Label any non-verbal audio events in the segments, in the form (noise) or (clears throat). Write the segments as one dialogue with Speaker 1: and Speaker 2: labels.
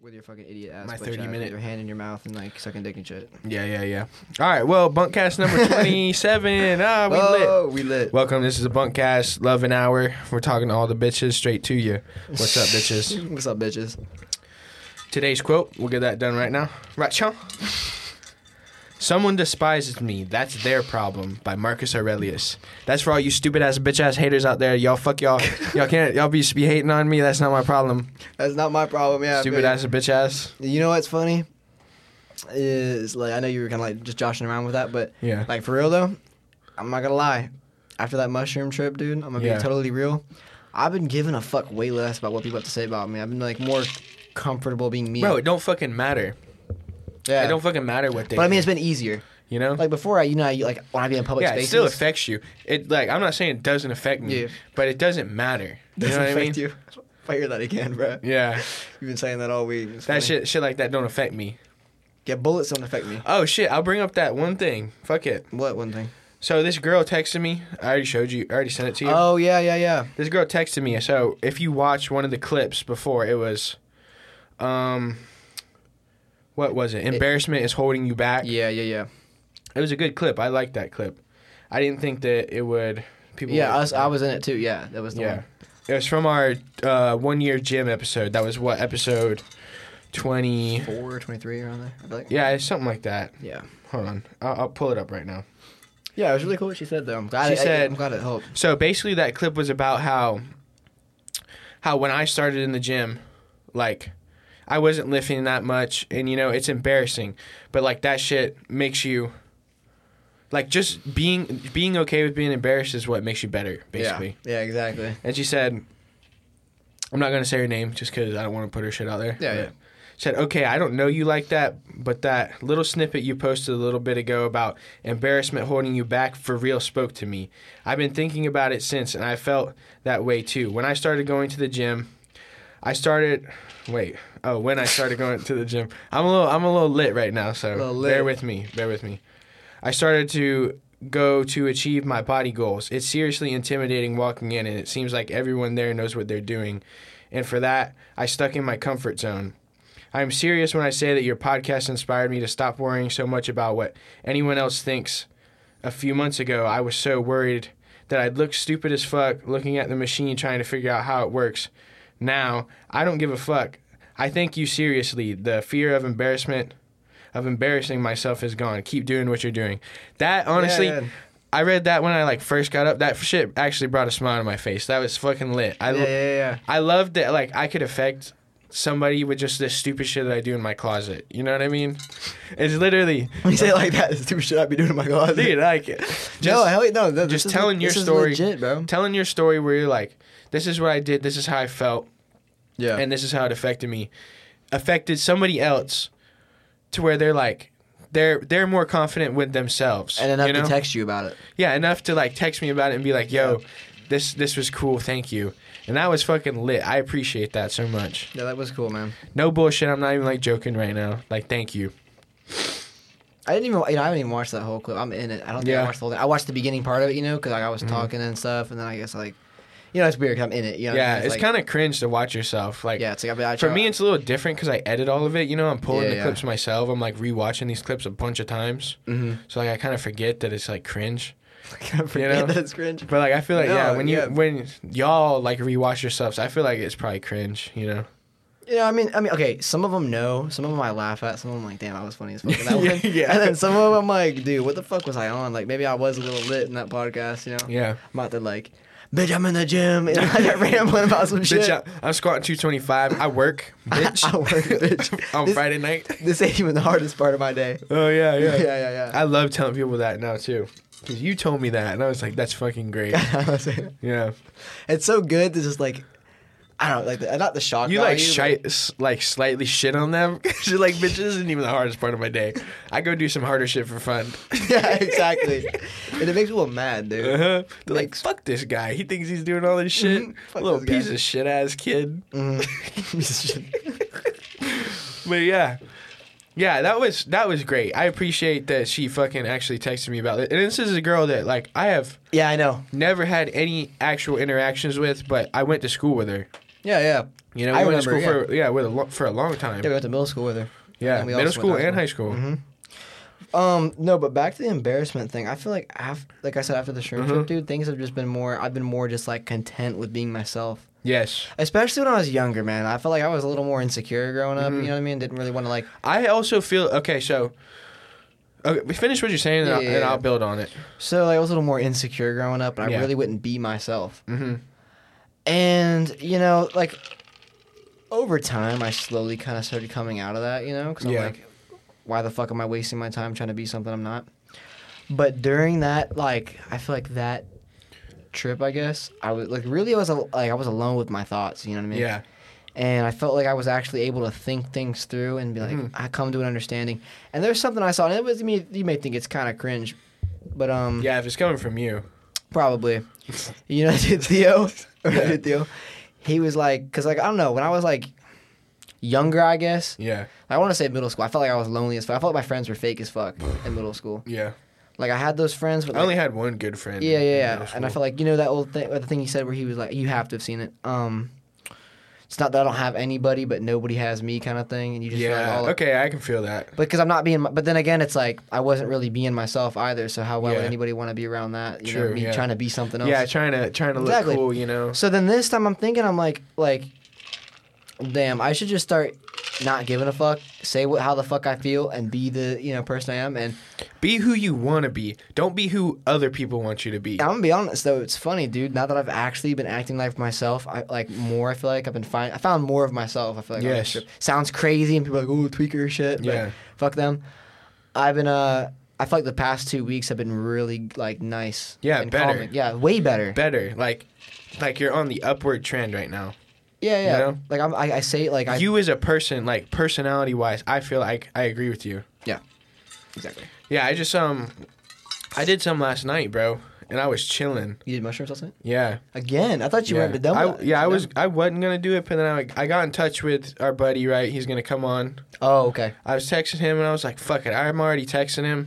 Speaker 1: with your fucking idiot ass.
Speaker 2: My
Speaker 1: butt
Speaker 2: 30
Speaker 1: shot,
Speaker 2: minute-
Speaker 1: Your hand in your mouth and like sucking dick and shit.
Speaker 2: Yeah, yeah, yeah. All right, well, bunkcast (laughs) number twenty-seven. ah, we lit.
Speaker 1: oh, we lit.
Speaker 2: Welcome. This is a bunkcast, love an hour. We're talking to all the bitches straight to you. What's up, (laughs)
Speaker 1: (laughs)
Speaker 2: bitches?
Speaker 1: What's up, bitches?
Speaker 2: Today's quote. We'll get that done right now. Right, Sean? Someone despises me. That's their problem. By Marcus Aurelius. That's for all you stupid ass bitch ass haters out there. Y'all fuck (laughs) y'all. Y'all can't. Y'all be be hating on me. That's not my problem.
Speaker 1: That's not my problem. Yeah,
Speaker 2: stupid
Speaker 1: babe.
Speaker 2: ass bitch ass.
Speaker 1: You know what's funny? Is like I know you were kind of like just joshing around with that, but
Speaker 2: Yeah.
Speaker 1: like for real though, I'm not gonna lie. After that mushroom trip, dude, I'm gonna
Speaker 2: Yeah.
Speaker 1: be totally real. I've been giving a fuck way less about what people have to say about me. I've been like more comfortable being me.
Speaker 2: Bro, it don't fucking matter.
Speaker 1: yeah.
Speaker 2: It don't fucking matter what they.
Speaker 1: but I mean,
Speaker 2: do,
Speaker 1: it's been easier.
Speaker 2: you know.
Speaker 1: Like before, I you know, I, like when I be in public
Speaker 2: yeah,
Speaker 1: spaces,
Speaker 2: it still affects you. It like I'm not saying it doesn't affect me,
Speaker 1: Yeah.
Speaker 2: but it doesn't matter.
Speaker 1: (laughs)
Speaker 2: You
Speaker 1: doesn't
Speaker 2: know what I
Speaker 1: affect
Speaker 2: mean?
Speaker 1: you. If I hear that again, bro.
Speaker 2: Yeah,
Speaker 1: You've been saying that all week. It's funny.
Speaker 2: that shit, shit like that don't affect me.
Speaker 1: Yeah, bullets don't affect me.
Speaker 2: Oh shit, I'll bring up that one thing. Fuck it.
Speaker 1: What one thing?
Speaker 2: So this girl texted me. I already showed you. I already sent it to you.
Speaker 1: Oh yeah, yeah, yeah.
Speaker 2: This girl texted me. So if you watch one of the clips before, it was, um, what was it? Embarrassment is holding you back.
Speaker 1: Yeah, yeah, yeah.
Speaker 2: It was a good clip. I liked that clip. I didn't think that it would. People.
Speaker 1: Yeah,
Speaker 2: would-
Speaker 1: us, I was in it too. Yeah, that was the
Speaker 2: Yeah.
Speaker 1: one.
Speaker 2: It was from our uh, one year gym episode. That was what episode twenty.
Speaker 1: Four, 23 around there. I feel like.
Speaker 2: Yeah, it's something like that.
Speaker 1: Yeah.
Speaker 2: Hold on, I'll, I'll pull it up right now.
Speaker 1: Yeah, it was really cool what she said though. I'm glad
Speaker 2: She
Speaker 1: it,
Speaker 2: said-
Speaker 1: I'm glad it helped.
Speaker 2: So basically, that clip was about how how when I started in the gym, like I wasn't lifting that much, and you know it's embarrassing, but like that shit makes you like just being being okay with being embarrassed is what makes you better, basically.
Speaker 1: Yeah. Yeah, exactly.
Speaker 2: And she said, I'm not going to say her name just because I don't want to put her shit out there.
Speaker 1: Yeah,
Speaker 2: But
Speaker 1: yeah.
Speaker 2: She said, okay, I don't know you like that, but that little snippet you posted a little bit ago about embarrassment holding you back for real spoke to me. I've been thinking about it since, and I felt that way too. When I started going to the gym, I started. Wait. Oh, when I started going to the gym, I'm a little. I'm a little lit right now. So
Speaker 1: Little lit.
Speaker 2: bear with me. Bear with me. I started to go to achieve my body goals. It's seriously intimidating walking in, and it seems like everyone there knows what they're doing. And for that, I stuck in my comfort zone. I am serious when I say that your podcast inspired me to stop worrying so much about what anyone else thinks. A few months ago, I was so worried that I'd look stupid as fuck looking at the machine trying to figure out how it works. Now, I don't give a fuck. I thank you seriously. The fear of embarrassment of embarrassing myself is gone. Keep doing what you're doing. That honestly
Speaker 1: Yeah.
Speaker 2: I read that when I like first got up. That shit actually brought a smile to my face. That was fucking lit. I
Speaker 1: yeah, yeah, yeah.
Speaker 2: I loved that like I could affect somebody with just this stupid shit that I do in my closet. You know what I mean?
Speaker 1: (laughs)
Speaker 2: It's literally
Speaker 1: When you say it like that, it's stupid shit I be doing in my closet.
Speaker 2: dude, like
Speaker 1: no,
Speaker 2: just
Speaker 1: hell no. no
Speaker 2: just
Speaker 1: this is-
Speaker 2: telling your
Speaker 1: this is
Speaker 2: story.
Speaker 1: legit, bro.
Speaker 2: telling your story where you're like, this is what I did, this is how I felt,
Speaker 1: Yeah.
Speaker 2: and this is how it affected me. Affected somebody else to where they're like they're they're more confident with themselves.
Speaker 1: and enough
Speaker 2: you know?
Speaker 1: to text you about it.
Speaker 2: Yeah, enough to like text me about it and be like, yo, this this was cool, thank you. And that was fucking lit. I appreciate that so much.
Speaker 1: Yeah, that was cool, man.
Speaker 2: No bullshit. I'm not even like joking right now. Like, thank you.
Speaker 1: I didn't even, you know, I haven't even watched that whole clip. I'm in it. I don't think
Speaker 2: Yeah. Mm-hmm.
Speaker 1: I watched the whole thing. I watched the beginning part of it, you know, because like I was talking and stuff, and then I guess like, you know, it's weird. 'cause I'm in it. You know,
Speaker 2: yeah, it's
Speaker 1: like,
Speaker 2: kind of cringe to watch yourself. Like,
Speaker 1: yeah, it's like I, mean, I
Speaker 2: for
Speaker 1: try-
Speaker 2: me, it's a little different because I edit all of it. You know, I'm pulling
Speaker 1: Yeah,
Speaker 2: the
Speaker 1: yeah.
Speaker 2: clips myself. I'm like rewatching these clips a bunch of times,
Speaker 1: (laughs)
Speaker 2: so like I kind of forget that it's like cringe.
Speaker 1: I kinda forget
Speaker 2: know?
Speaker 1: that it's cringe.
Speaker 2: But like I feel like
Speaker 1: No,
Speaker 2: yeah, when
Speaker 1: yeah.
Speaker 2: you when y'all like rewatch yourselves, I feel like it's probably cringe. You know?
Speaker 1: Yeah, I mean, I mean, okay. Some of them know. Some of them I laugh at. Some of them like, damn, I was funny as fuck.
Speaker 2: (laughs)
Speaker 1: in That
Speaker 2: Yeah,
Speaker 1: one.
Speaker 2: yeah.
Speaker 1: And then some of them I'm like, dude, what the fuck was I on? Like, maybe I was a little lit in that podcast, you know?
Speaker 2: Yeah.
Speaker 1: I'm out there like, bitch, I'm in the gym, and I'm
Speaker 2: (laughs)
Speaker 1: like rambling about some shit.
Speaker 2: Bitch, I, I'm squatting 225. (laughs) I work, bitch.
Speaker 1: I work, bitch.
Speaker 2: (laughs) on
Speaker 1: This-
Speaker 2: Friday night.
Speaker 1: This ain't even the hardest part of my day. (laughs)
Speaker 2: Oh (laughs) yeah,
Speaker 1: Yeah, yeah, yeah.
Speaker 2: I love telling people that now too, because you told me that, and I was like, that's fucking (laughs) great. Yeah.
Speaker 1: it's so good to just like, I don't know, like the, not the shock.
Speaker 2: You like
Speaker 1: value,
Speaker 2: shite, s- like slightly shit on them. (laughs) 'Cause You're like, bitch, this isn't even the hardest part of my day. I go do some harder shit for fun.
Speaker 1: but- (laughs) yeah, exactly. and it makes people mad, dude.
Speaker 2: Uh-huh. (laughs) They're like,
Speaker 1: Makes-
Speaker 2: fuck this guy. He thinks he's doing all this shit.
Speaker 1: Mhm. Fuck
Speaker 2: Little
Speaker 1: this guy."
Speaker 2: piece of shit ass kid.
Speaker 1: Mhm.
Speaker 2: But yeah. Yeah, that was that was great. I appreciate that she fucking actually texted me about it. And this is a girl that like I have
Speaker 1: (laughs) yeah, I know.
Speaker 2: never had any actual interactions with, but I went to school with her.
Speaker 1: Yeah, yeah.
Speaker 2: You know, we
Speaker 1: I
Speaker 2: went to
Speaker 1: remember,
Speaker 2: school for yeah, with a lo- for a long time.
Speaker 1: Yeah, we went to middle school with her.
Speaker 2: Yeah,
Speaker 1: And we
Speaker 2: middle
Speaker 1: also
Speaker 2: school
Speaker 1: went to Mm-hmm.
Speaker 2: and high school.
Speaker 1: Um, no, but back to the embarrassment thing. I feel like af like I said after the shroom
Speaker 2: Mhm.
Speaker 1: trip, dude, things have just been more. I've been more just like content with being myself,
Speaker 2: Yes,
Speaker 1: especially when I was younger, man. I felt like I was a little more insecure growing up.
Speaker 2: Mhm.
Speaker 1: You know what I mean? Didn't really want to like.
Speaker 2: I also feel okay. So, okay, we finish what you're saying, and,
Speaker 1: Yeah,
Speaker 2: I'll,
Speaker 1: yeah,
Speaker 2: and
Speaker 1: yeah.
Speaker 2: I'll build on it.
Speaker 1: So like, I was a little more insecure growing up, and I
Speaker 2: Yeah.
Speaker 1: really wouldn't be myself.
Speaker 2: hmm
Speaker 1: And you know, like over time, I slowly kind of started coming out of that. You know, because I'm
Speaker 2: Yeah.
Speaker 1: like, why the fuck am I wasting my time trying to be something I'm not? But during that, like, I feel like that trip, I guess, I was like, really, I was al- like, I was alone with my thoughts. You know what I mean?
Speaker 2: Yeah,
Speaker 1: And I felt like I was actually able to think things through and be like,
Speaker 2: Mhm.
Speaker 1: I come to an understanding. And there's something I saw, and it was. I mean, you may think it's kind of cringe, but um,
Speaker 2: yeah. If it's coming from you,
Speaker 1: Probably. You know, (laughs) dude, Theo,
Speaker 2: (laughs) Yeah.
Speaker 1: dude, Theo, he was like, because, like, I don't know, when I was, like, younger, I guess,
Speaker 2: yeah,
Speaker 1: I want to say middle school, I felt like I was lonely as fuck. I felt like my friends were fake as fuck in middle school.
Speaker 2: yeah.
Speaker 1: Like, I had those friends, but,
Speaker 2: I
Speaker 1: like,
Speaker 2: only had one good friend.
Speaker 1: yeah,
Speaker 2: in
Speaker 1: yeah,
Speaker 2: middle
Speaker 1: yeah. And I
Speaker 2: school.
Speaker 1: felt like, you know, that old thing, the thing he said where he was like, you have to have seen it. Um, it's not that I don't have anybody, but nobody has me kind of thing. And you just feel like,
Speaker 2: yeah.
Speaker 1: all
Speaker 2: okay, I can feel that.
Speaker 1: because I'm not being. My, but then again, it's like I wasn't really being myself either. So how why
Speaker 2: Yeah.
Speaker 1: would anybody want to be around that? You
Speaker 2: True,
Speaker 1: know, me
Speaker 2: yeah.
Speaker 1: trying to be something else.
Speaker 2: Yeah, trying to trying to look
Speaker 1: Exactly.
Speaker 2: cool, you know.
Speaker 1: So then this time I'm thinking I'm like like damn, I should just start not giving a fuck, say what how the fuck I feel and be the, you know, person I am and
Speaker 2: Be who you want to be. Don't be who other people want you to be.
Speaker 1: I'm going to be honest though, it's funny, dude, now that I've actually been acting like myself, I like more I feel like I've been fine I found more of myself, I feel like. on
Speaker 2: Yes.
Speaker 1: this trip. Sounds crazy and people are like, "Oh, tweaker shit." but
Speaker 2: Yeah.
Speaker 1: Fuck them. I've been uh I feel like the past 2 weeks have been really like nice.
Speaker 2: Yeah,
Speaker 1: and
Speaker 2: better.
Speaker 1: calming. Yeah, way better.
Speaker 2: Better, like, like you're on the upward trend right now.
Speaker 1: yeah, yeah.
Speaker 2: You know?
Speaker 1: Like I'm, I I say like I
Speaker 2: you as a person, like personality wise, I feel like I agree with you.
Speaker 1: Exactly.
Speaker 2: Yeah, I just um, I did some last night, bro, and I was chilling.
Speaker 1: You did mushrooms last night?
Speaker 2: Yeah,
Speaker 1: Again, I thought you
Speaker 2: yeah.
Speaker 1: were done.
Speaker 2: I,
Speaker 1: with that.
Speaker 2: yeah, I was. I wasn't gonna do it, but then I like, I got in touch with our buddy. Right, he's gonna come on.
Speaker 1: Oh, okay.
Speaker 2: I was texting him, and I was like, "Fuck it," I'm already texting him.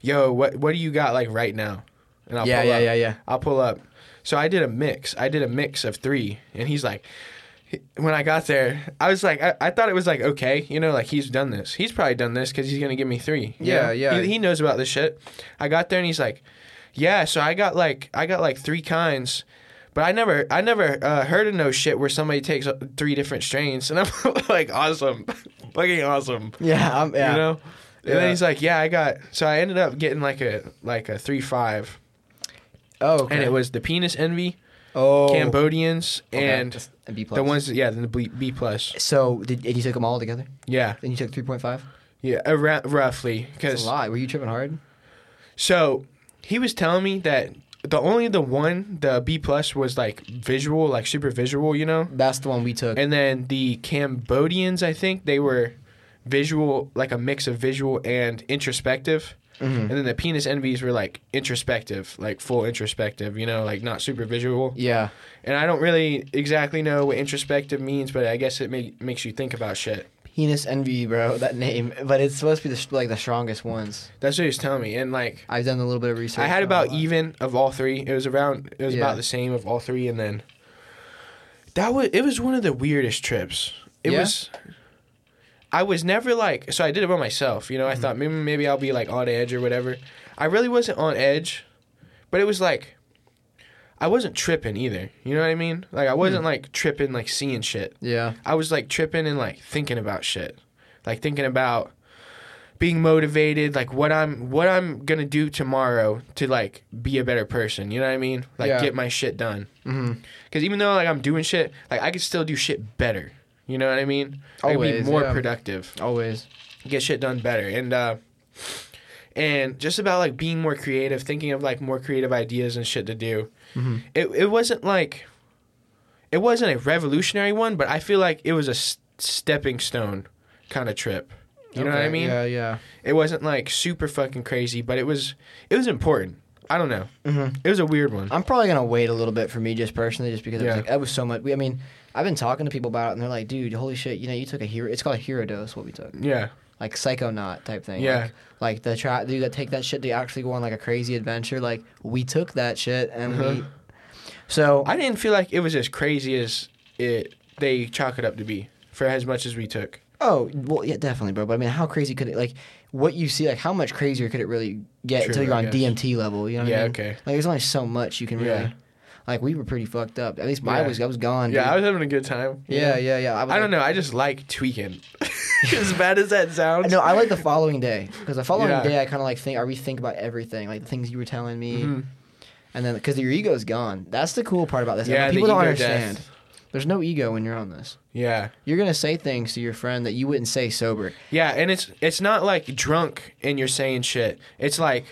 Speaker 2: Yo, what what do you got like right now? And I'll
Speaker 1: yeah,
Speaker 2: pull
Speaker 1: yeah,
Speaker 2: up.
Speaker 1: yeah, yeah.
Speaker 2: I'll pull up. So I did a mix. I did a mix of three, and he's like, when I got there, I was like, I, I thought it was like okay, you know, like he's done this. He's probably done this because he's gonna give me three. you
Speaker 1: Yeah,
Speaker 2: know?
Speaker 1: yeah.
Speaker 2: He, he knows about this shit. I got there and he's like, yeah. So I got like I got like three kinds. But I never, I never uh, heard of no shit where somebody takes uh, three different strains, and I'm (laughs) like, awesome, (laughs) fucking awesome
Speaker 1: Yeah, I'm, yeah.
Speaker 2: you know.
Speaker 1: Yeah.
Speaker 2: And then he's like, "Yeah, I got." So I ended up getting like a like a three five,
Speaker 1: oh, okay.
Speaker 2: and it was the penis envy,
Speaker 1: oh,
Speaker 2: Cambodians,
Speaker 1: Okay,
Speaker 2: and
Speaker 1: that's a B plus.
Speaker 2: the ones yeah the B, B plus
Speaker 1: So did and you took them all together?
Speaker 2: yeah
Speaker 1: And you took three point five.
Speaker 2: yeah around, roughly
Speaker 1: That's
Speaker 2: because
Speaker 1: a lot. Were you tripping hard?
Speaker 2: so he was telling me that the only the one the B plus was like visual like super visual you know,
Speaker 1: That's the one we took.
Speaker 2: and then the Cambodians I think they were visual like a mix of visual and introspective.
Speaker 1: Mhm.
Speaker 2: And then the penis envies were like introspective, like full introspective, you know, like not super visual.
Speaker 1: Yeah,
Speaker 2: And I don't really exactly know what introspective means, but I guess it make, makes you think about shit.
Speaker 1: penis envy, bro. That name, but it's supposed to be the, sh- like the strongest ones.
Speaker 2: That's what he was telling me. And like,
Speaker 1: I've done a little bit of research.
Speaker 2: I had
Speaker 1: on
Speaker 2: about E-
Speaker 1: that.
Speaker 2: even of all three. It was around, it was
Speaker 1: Yeah.
Speaker 2: about the same of all three. And then that was, it was one of the weirdest trips. It
Speaker 1: Yeah?
Speaker 2: was, I was never like, so I did it by myself, you know, I
Speaker 1: Mm-hmm.
Speaker 2: thought maybe, maybe I'll be like on edge or whatever. I really wasn't on edge, but it was like, I wasn't tripping either. You know what I mean? Like I wasn't
Speaker 1: Hmm.
Speaker 2: like tripping, like seeing shit.
Speaker 1: Yeah,
Speaker 2: I was like tripping and like thinking about shit, like thinking about being motivated, like what I'm what I'm gonna do tomorrow to like be a better person. You know what I mean? Like
Speaker 1: Yeah.
Speaker 2: get my shit done.
Speaker 1: hmm
Speaker 2: Because even though like I'm doing shit, like I could still do shit better. You know what I mean? I could be
Speaker 1: Always,
Speaker 2: more
Speaker 1: yeah.
Speaker 2: productive,
Speaker 1: always.
Speaker 2: get shit done better, and uh, and just about like being more creative, thinking of like more creative ideas and shit to do
Speaker 1: Mhm.
Speaker 2: it, it wasn't like it wasn't a revolutionary one, but I feel like it was a s- stepping stone kind of trip. You know what I
Speaker 1: Okay,
Speaker 2: mean?
Speaker 1: Yeah, yeah.
Speaker 2: It wasn't like super fucking crazy, but it was it was important. I don't know.
Speaker 1: Mhm.
Speaker 2: It was a weird one.
Speaker 1: I'm probably gonna wait a little bit for me just personally, just because it
Speaker 2: Yeah.
Speaker 1: was like that was so much. I mean, I've been talking to people about it, and they're like, "Dude, holy shit! You know, you took a hero. It's called a hero dose. What we took."
Speaker 2: Yeah,
Speaker 1: like psychonaut type thing.
Speaker 2: Yeah.
Speaker 1: Like, like the try dude that take that shit to actually go on like a crazy adventure. Like we took that shit and
Speaker 2: Uh-huh.
Speaker 1: we. So
Speaker 2: I didn't feel like it was as crazy as it they chalk it up to be for as much as we took.
Speaker 1: Oh, well, yeah, definitely, bro. But I mean, how crazy could it like what you see? Like, how much crazier could it really get
Speaker 2: True,
Speaker 1: until you're
Speaker 2: I
Speaker 1: on
Speaker 2: guess.
Speaker 1: DMT level? You know what I
Speaker 2: Yeah,
Speaker 1: mean?
Speaker 2: okay.
Speaker 1: Like, there's only so much you can really.
Speaker 2: Yeah.
Speaker 1: Like, we were pretty fucked up. At least my
Speaker 2: Yeah.
Speaker 1: was. I was gone.
Speaker 2: Yeah,
Speaker 1: dude.
Speaker 2: I was having a good time.
Speaker 1: Mm-hmm. yeah, yeah, yeah. was,
Speaker 2: I don't know. I just
Speaker 1: (laughs)
Speaker 2: like tweaking. (laughs) as bad as that sounds.
Speaker 1: No, I like the following day because the following
Speaker 2: Yeah.
Speaker 1: day I kind of like think I rethink about everything, like the things you were telling me,
Speaker 2: Mhm.
Speaker 1: and then because your ego's gone. That's the cool part about this.
Speaker 2: Yeah,
Speaker 1: Yeah,
Speaker 2: the
Speaker 1: people don't
Speaker 2: ego
Speaker 1: understand.
Speaker 2: death.
Speaker 1: There's no ego when you're on this.
Speaker 2: Yeah.
Speaker 1: You're gonna say things to your friend that you wouldn't say sober.
Speaker 2: Yeah, and it's it's not like drunk and you're saying shit. It's like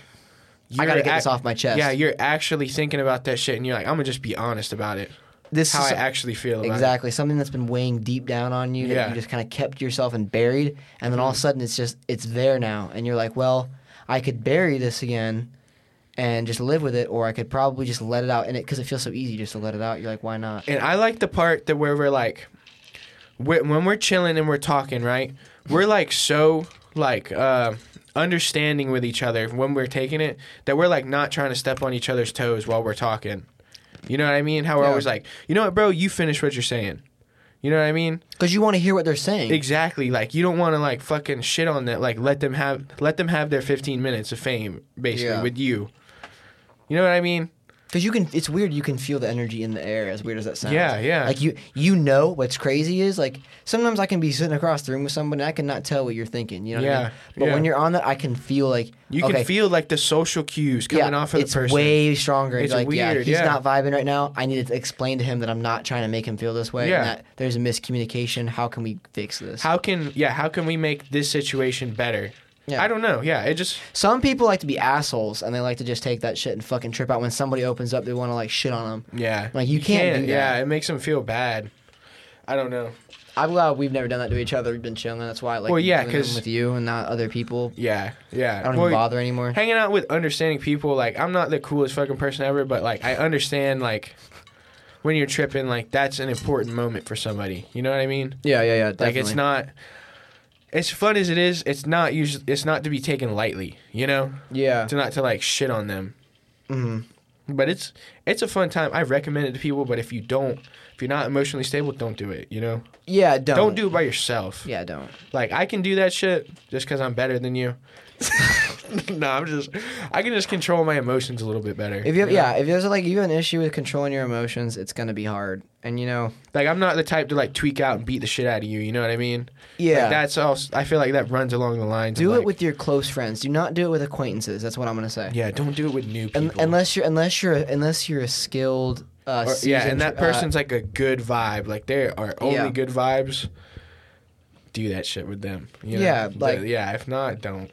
Speaker 1: I gotta
Speaker 2: you're
Speaker 1: get this
Speaker 2: ac-
Speaker 1: off my chest.
Speaker 2: Yeah, you're actually thinking about that shit, and you're like, I'm gonna just be honest about it.
Speaker 1: this
Speaker 2: How
Speaker 1: is
Speaker 2: I actually feel about it.
Speaker 1: exactly something that's been weighing deep down on you that
Speaker 2: Yeah. Mm-hmm.
Speaker 1: you just kind of kept to yourself and buried, and then all of a sudden it's just it's there now, and you're like, well, I could bury this again. And just live with it, or I could probably just let it out, and it because it feels so easy just to let it out. You're like, why not?
Speaker 2: And I like the part that where we're like, we when we're chilling and we're talking, right? We're like so like uh, understanding with each other when we're taking it that we're like not trying to step on each other's toes while we're talking. You know what I mean? How we're
Speaker 1: Yeah.
Speaker 2: always like, you know what, bro? You finish what you're saying. You know what I mean?
Speaker 1: Because you want to hear what they're saying.
Speaker 2: Exactly. Like you don't want to like fucking shit on that. Like let them have let them have their 15 minutes of fame basically
Speaker 1: Yeah.
Speaker 2: with you. You know what I mean?
Speaker 1: Because you can, it's weird. You can feel the energy in the air. As weird as that sounds.
Speaker 2: Yeah, yeah.
Speaker 1: Like you, you know what's crazy is like sometimes I can be sitting across the room with someone and I cannot tell what you're thinking. You know. What I
Speaker 2: Yeah,
Speaker 1: mean? But
Speaker 2: yeah.
Speaker 1: when you're on that, I can feel like
Speaker 2: You
Speaker 1: okay,
Speaker 2: can feel like the social cues coming
Speaker 1: yeah,
Speaker 2: off of the
Speaker 1: it's
Speaker 2: person.
Speaker 1: way stronger.
Speaker 2: It's
Speaker 1: It's like, yeah,
Speaker 2: weird,
Speaker 1: he's
Speaker 2: yeah.
Speaker 1: not vibing right now. I need to explain to him that I'm not trying to make him feel this way.
Speaker 2: Yeah.
Speaker 1: And that there's a miscommunication. How can we fix this?
Speaker 2: how can yeah? How can we make this situation better?
Speaker 1: Yeah.
Speaker 2: I don't know. Yeah, it just
Speaker 1: Some people like to be assholes and they like to just take that shit and fucking trip out when somebody opens up. They want to like shit on them.
Speaker 2: yeah.
Speaker 1: Like, you can't do that.
Speaker 2: Yeah, it makes them feel bad. I don't know.
Speaker 1: I'm glad we've never done that to each other. We've been chilling. That's why I like
Speaker 2: Well, yeah,
Speaker 1: doing them
Speaker 2: 'cause-
Speaker 1: with you and not other people.
Speaker 2: Yeah, yeah.
Speaker 1: I don't
Speaker 2: Well,
Speaker 1: even bother anymore.
Speaker 2: hanging out with understanding people like i'm not the coolest fucking person ever but like i understand like when you're tripping like that's an important moment for somebody you know what i mean
Speaker 1: Yeah, yeah, yeah.
Speaker 2: like it's not as fun as it is it's not usually it's not to be taken lightly you know
Speaker 1: Yeah.
Speaker 2: to not to like shit on them
Speaker 1: Mhm.
Speaker 2: but it's it's a fun time i recommend it to people but if you don't if you're not emotionally stable don't do it you know
Speaker 1: Yeah. Don't.
Speaker 2: don't do it by yourself
Speaker 1: Yeah, don't.
Speaker 2: like I can do that shit just because I'm better
Speaker 1: (laughs)
Speaker 2: than you. (laughs) no, I'm just I can just control my emotions a little bit better.
Speaker 1: If you have,
Speaker 2: know?
Speaker 1: yeah, if there's like you have an issue with controlling your emotions, it's gonna be hard. And you know,
Speaker 2: like I'm not the type to like tweak out and beat the shit out of you. You know what I mean?
Speaker 1: yeah,
Speaker 2: like, that's all. I feel like that runs along the lines.
Speaker 1: do
Speaker 2: of,
Speaker 1: it
Speaker 2: like,
Speaker 1: with your close friends. Do not do it with acquaintances. That's what I'm gonna say.
Speaker 2: yeah. Don't do it with new people.
Speaker 1: Un- unless you're unless you're unless you're a skilled. Uh,
Speaker 2: Or- yeah, and
Speaker 1: seasoned,
Speaker 2: that
Speaker 1: uh,
Speaker 2: person's like a good vibe. Like they are only
Speaker 1: Yeah.
Speaker 2: good vibes. Do that shit with them. you know?
Speaker 1: Yeah, like-
Speaker 2: But, yeah. If not, don't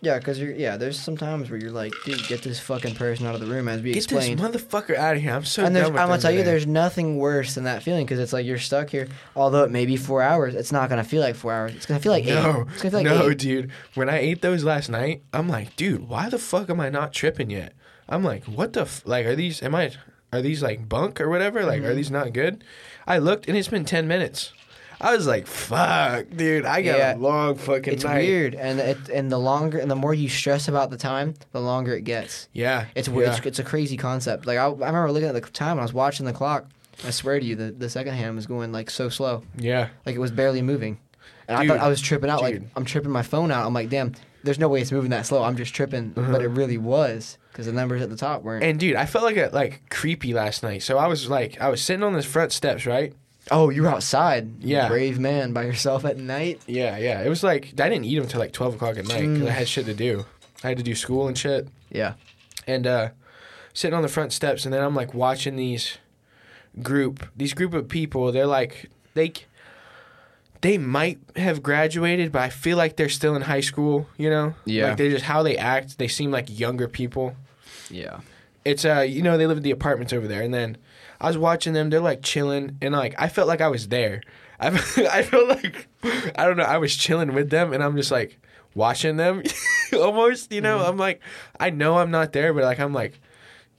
Speaker 1: yeah, because you're yeah. There's some times where you're like, dude, get this fucking person out of the room as we
Speaker 2: get
Speaker 1: explained.
Speaker 2: this motherfucker out of here. I'm so.
Speaker 1: and there's,
Speaker 2: done
Speaker 1: I'm
Speaker 2: with
Speaker 1: gonna
Speaker 2: them
Speaker 1: tell you,
Speaker 2: today.
Speaker 1: there's nothing worse than that feeling because it's like you're stuck here. Although it may be four hours, it's not gonna feel like four hours. It's gonna feel like
Speaker 2: No,
Speaker 1: eight. It's gonna feel like
Speaker 2: no,
Speaker 1: eight.
Speaker 2: dude. When I ate those last night, I'm like, dude, why the fuck am I not tripping yet? I'm like, what the f- like? Are these? Am I? Are these like bunk or whatever? Like,
Speaker 1: Mm-hmm.
Speaker 2: are these not good? I looked and it's been ten minutes. I was like, fuck, dude. I got
Speaker 1: Yeah.
Speaker 2: a long fucking
Speaker 1: It's
Speaker 2: night.
Speaker 1: weird, and it, and the longer and the more you stress about the time, the longer it gets.
Speaker 2: Yeah,
Speaker 1: It's weird.
Speaker 2: yeah.
Speaker 1: It's, it's a crazy concept. Like I, I remember looking at the time and I was watching the clock. I swear to you, the, the second hand was going like so slow,
Speaker 2: yeah,
Speaker 1: like it was barely moving. And
Speaker 2: Dude.
Speaker 1: I thought I was tripping out. Like
Speaker 2: Dude.
Speaker 1: I'm tripping my phone out. I'm like, damn, there's no way it's moving that slow. I'm just tripping,
Speaker 2: Uh-huh.
Speaker 1: but it really was because the numbers at the top weren't.
Speaker 2: And dude, I felt like a, like creepy last night. So I was like, I was sitting on the front steps, right?
Speaker 1: Oh, you were outside. you
Speaker 2: Yeah.
Speaker 1: brave man by yourself at night.
Speaker 2: Yeah, yeah. It was like I didn't eat them till like twelve o'clock at night because I
Speaker 1: Mm.
Speaker 2: had shit to do. I had to do school and shit.
Speaker 1: Yeah.
Speaker 2: and uh, sitting on the front steps, and then I'm like watching these group, these group of people. They're like they they might have graduated, but I feel like they're still in high school. You know,
Speaker 1: Yeah.
Speaker 2: Like they just how they act. They seem like younger people.
Speaker 1: Yeah.
Speaker 2: It's uh, you know, they live in the apartments over there, and then I was watching them. They're like chilling, and like I felt like I was there. (laughs) I I felt like I don't know. I was chilling with them, and I'm just like watching them, (laughs) almost. You
Speaker 1: Mm-hmm.
Speaker 2: know, I'm like I know I'm not there, but like I'm like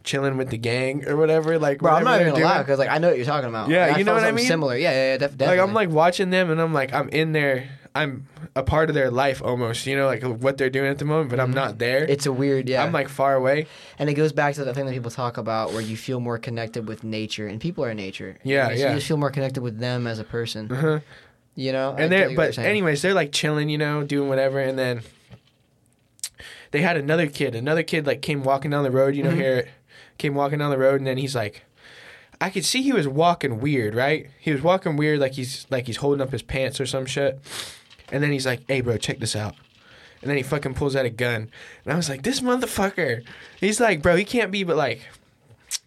Speaker 2: chilling with the gang or whatever. Like,
Speaker 1: Bro, I'm not
Speaker 2: whatever
Speaker 1: even
Speaker 2: they're
Speaker 1: allowed
Speaker 2: doing.
Speaker 1: because like I know what you're talking about.
Speaker 2: Yeah,
Speaker 1: Like,
Speaker 2: you know
Speaker 1: felt
Speaker 2: what I
Speaker 1: something
Speaker 2: mean?
Speaker 1: Similar. Yeah, yeah, yeah def- definitely.
Speaker 2: Like I'm like watching them, and I'm like I'm in there. I'm a part of their life almost, you know, like what they're doing at the moment, but I'm not there.
Speaker 1: Mm-hmm. It's a weird, yeah.
Speaker 2: I'm like far away.
Speaker 1: and it goes back to that thing that people talk about where you feel more connected with nature, and people are nature.
Speaker 2: Yeah,
Speaker 1: So
Speaker 2: yeah.
Speaker 1: You just feel more connected with them as a person.
Speaker 2: Uh-huh.
Speaker 1: You know. I get
Speaker 2: And they're
Speaker 1: what you're
Speaker 2: but
Speaker 1: saying.
Speaker 2: anyways, they're like chilling, you know, doing whatever and then they had another kid. Another kid like came walking down the road, you know,
Speaker 1: Mm-hmm.
Speaker 2: here came walking down the road and then he's like I could see he was walking weird, right? He was walking weird like he's like he's holding up his pants or some shit. And then he's like, "Hey bro, check this out." And then he fucking pulls out a gun. And I was like, "This motherfucker." He's like, "Bro, he can't be but like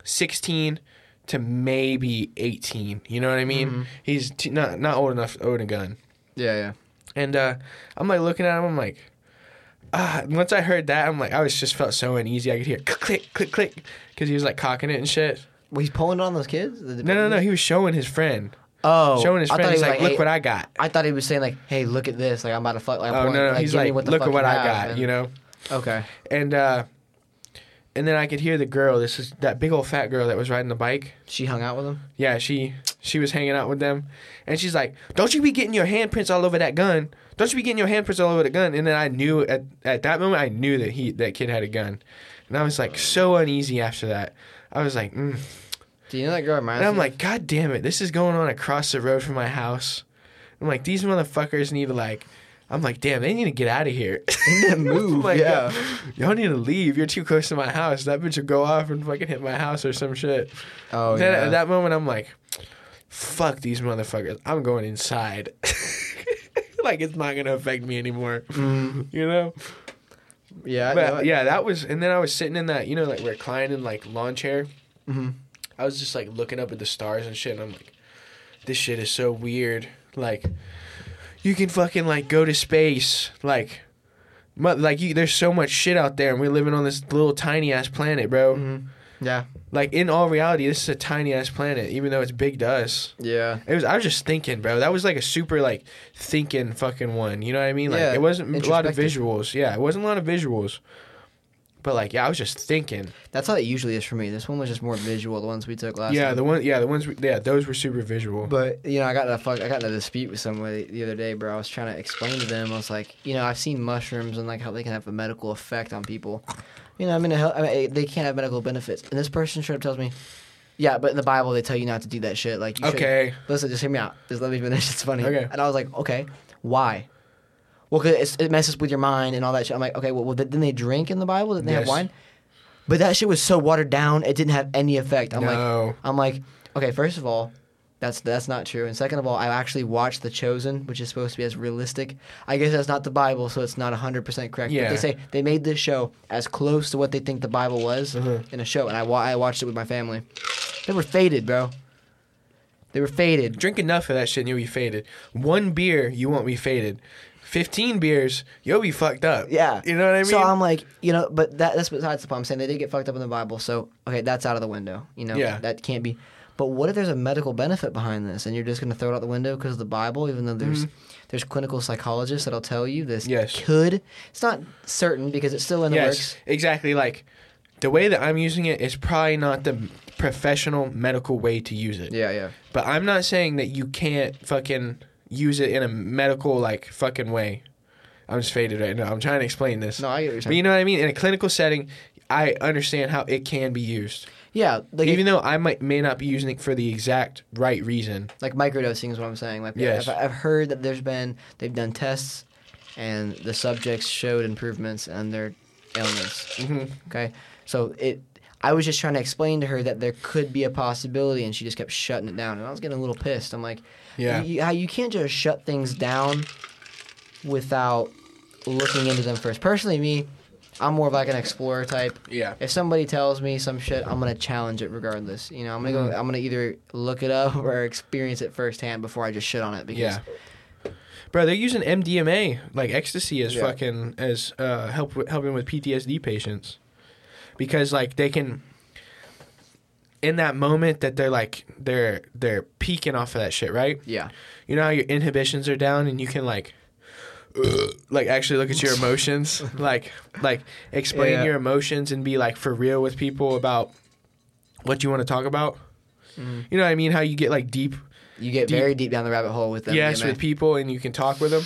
Speaker 2: 16 to maybe 18." You know what I mean?
Speaker 1: Mm-hmm.
Speaker 2: He's t- not not old enough to own a gun.
Speaker 1: Yeah, yeah.
Speaker 2: And uh, I'm like looking at him. I'm like, ah. And Once I heard that, I'm like, I was just felt so uneasy. I could hear click, click, click, click, because he was like cocking it and shit.
Speaker 1: Well, he's pulling it on those kids. The
Speaker 2: No, no, no. He was showing his friend,
Speaker 1: Oh,
Speaker 2: showing his
Speaker 1: I
Speaker 2: friend.
Speaker 1: thought he
Speaker 2: He's
Speaker 1: was
Speaker 2: like, look
Speaker 1: hey-
Speaker 2: what I got.
Speaker 1: I thought he was saying like, "Hey, look at this! Like I'm about to fuck." Like, I'm
Speaker 2: Oh
Speaker 1: pulling-
Speaker 2: no, no. He's
Speaker 1: give me
Speaker 2: like,
Speaker 1: what the
Speaker 2: look
Speaker 1: fuck
Speaker 2: at what
Speaker 1: you
Speaker 2: I
Speaker 1: have,"
Speaker 2: got.
Speaker 1: and-
Speaker 2: You know.
Speaker 1: Okay.
Speaker 2: And uh, and then I could hear the girl. This is that big old fat girl that was riding the bike.
Speaker 1: She hung out with him.
Speaker 2: Yeah, she she was hanging out with them, and she's like, "Don't you be getting your handprints all over that gun? Don't you be getting your handprints all over the gun?" And then I knew at at that moment I knew that he that kid had a gun, and I was like so uneasy after that. I was like, mm.
Speaker 1: Do you know that girl reminds
Speaker 2: and I'm
Speaker 1: me-
Speaker 2: like, "God damn it, this is going on across the road from my house." I'm like, these motherfuckers need to like. I'm like, damn, they need to get out of here. (laughs)
Speaker 1: (laughs) move,
Speaker 2: like,
Speaker 1: yeah.
Speaker 2: y'all need to leave. You're too close to my house. That bitch will go off and fucking hit my house or some shit.
Speaker 1: Oh
Speaker 2: Then
Speaker 1: yeah.
Speaker 2: at that moment, I'm like, fuck these motherfuckers. I'm going inside. (laughs) like, it's not going to affect me anymore. You know?
Speaker 1: yeah. Mm-hmm. I know
Speaker 2: But
Speaker 1: it.
Speaker 2: yeah, that was. And then I was sitting in that, you know, like reclining, like lawn chair.
Speaker 1: Mhm.
Speaker 2: I was just like looking up at the stars and shit. And I'm like, this shit is so weird. Like, you can fucking like go to space. Like, mu- like you, there's so much shit out there, and we're living on this little tiny ass planet, bro.
Speaker 1: Mhm. Yeah.
Speaker 2: Like in all reality, this is a tiny ass planet, even though it's big to us.
Speaker 1: Yeah.
Speaker 2: It was. I was just thinking, bro. That was like a super like thinking fucking one. You know what I mean? Like
Speaker 1: Yeah,
Speaker 2: it wasn't a lot of
Speaker 1: introspective.
Speaker 2: visuals. Yeah, it wasn't a lot of visuals. But like, yeah, I was just thinking.
Speaker 1: That's how it usually is for me. This one was just more visual. The ones we took last.
Speaker 2: yeah,
Speaker 1: time.
Speaker 2: the one. Yeah, the ones. we- Yeah, those were super visual.
Speaker 1: But you know, I got in a fuck, I got in a dispute with somebody the other day, bro. I was trying to explain to them. I was like, you know, I've seen mushrooms and like how they can have a medical effect on people. You know, I mean, I mean they can't have medical benefits. And this person straight up tells me, yeah, but in the Bible they tell you not to do that shit. Like, you shouldn't-
Speaker 2: okay.
Speaker 1: Listen, just hear me out. Just let me finish. (laughs) It's funny.
Speaker 2: Okay.
Speaker 1: And I was like, okay, why? Well, cause it's, it messes with your mind and all that shit. I'm like, okay, well, well didn't they drink in the Bible? Didn't they have
Speaker 2: Yes.
Speaker 1: wine? But that shit was so watered down, it didn't have any effect. I'm like,
Speaker 2: no.
Speaker 1: I'm like, okay, first of all, that's that's not true. And second of all, I actually watched The Chosen, which is supposed to be as realistic. I guess that's not the Bible, so it's not 100% correct. But
Speaker 2: Yeah.
Speaker 1: they say they made this show as close to what they think the Bible was in a show, and I, wa- I watched it with my family. They were faded, bro. They were faded.
Speaker 2: Drink enough of that shit, and you'll be faded. One beer, you won't be faded. Fifteen beers, you'll be fucked up.
Speaker 1: Yeah.
Speaker 2: You know what I mean?
Speaker 1: So I'm like, you know, but that that's besides the point. I'm saying they did get fucked up in the Bible, so okay, that's out of the window. You know,
Speaker 2: Yeah.
Speaker 1: that can't be. But what if there's a medical benefit behind this, and you're just gonna throw it out the window because of the Bible? Even though there's there's clinical psychologists that'll tell you this
Speaker 2: Mm-hmm. Yes.
Speaker 1: could. It's not certain because it's still in the
Speaker 2: yes,
Speaker 1: works.
Speaker 2: exactly. Like the way that I'm using it is probably not the professional medical way to use it.
Speaker 1: Yeah, yeah,
Speaker 2: But I'm not saying that you can't fucking use it in a medical like fucking way. I'm just faded right now. I'm trying to explain this.
Speaker 1: No, I get what you're
Speaker 2: But you know what I mean? In a clinical setting, I understand how it can be used.
Speaker 1: yeah. Like
Speaker 2: Even though I might may not be using it for the exact right reason.
Speaker 1: like microdosing is what I'm saying. Like
Speaker 2: Yes.
Speaker 1: I've, I've heard that there's been they've done tests, and the subjects showed improvements in their illness.
Speaker 2: Mhm.
Speaker 1: Okay. So it I was just trying to explain to her that there could be a possibility and she just kept shutting it down and I was getting a little pissed. I'm like,
Speaker 2: Yeah.
Speaker 1: you, how you can't just shut things down without looking into them first. Personally me, I'm more of like an explorer type.
Speaker 2: Yeah.
Speaker 1: If somebody tells me some shit, I'm going to challenge it regardless. You know, I'm going to
Speaker 2: Mm.
Speaker 1: go I'm going to either look it up or experience it firsthand before I just shit on it because
Speaker 2: Yeah. Bro, they're using MDMA, like ecstasy, as
Speaker 1: Yeah.
Speaker 2: fucking as uh, help with, helping with PTSD patients, because like they can, in that moment that they're like they're they're peaking off of that shit, right?
Speaker 1: yeah.
Speaker 2: You know how your inhibitions are down and you can like (clears throat) like actually look at
Speaker 1: (laughs)
Speaker 2: your emotions, like like explain
Speaker 1: Yeah.
Speaker 2: your emotions and be like for real with
Speaker 1: Mm.
Speaker 2: people about what you want to talk about. You know what I mean? How you get like deep
Speaker 1: You get
Speaker 2: Deep-
Speaker 1: very deep down the rabbit hole with them.
Speaker 2: yes
Speaker 1: DMA.
Speaker 2: with people and you can talk with them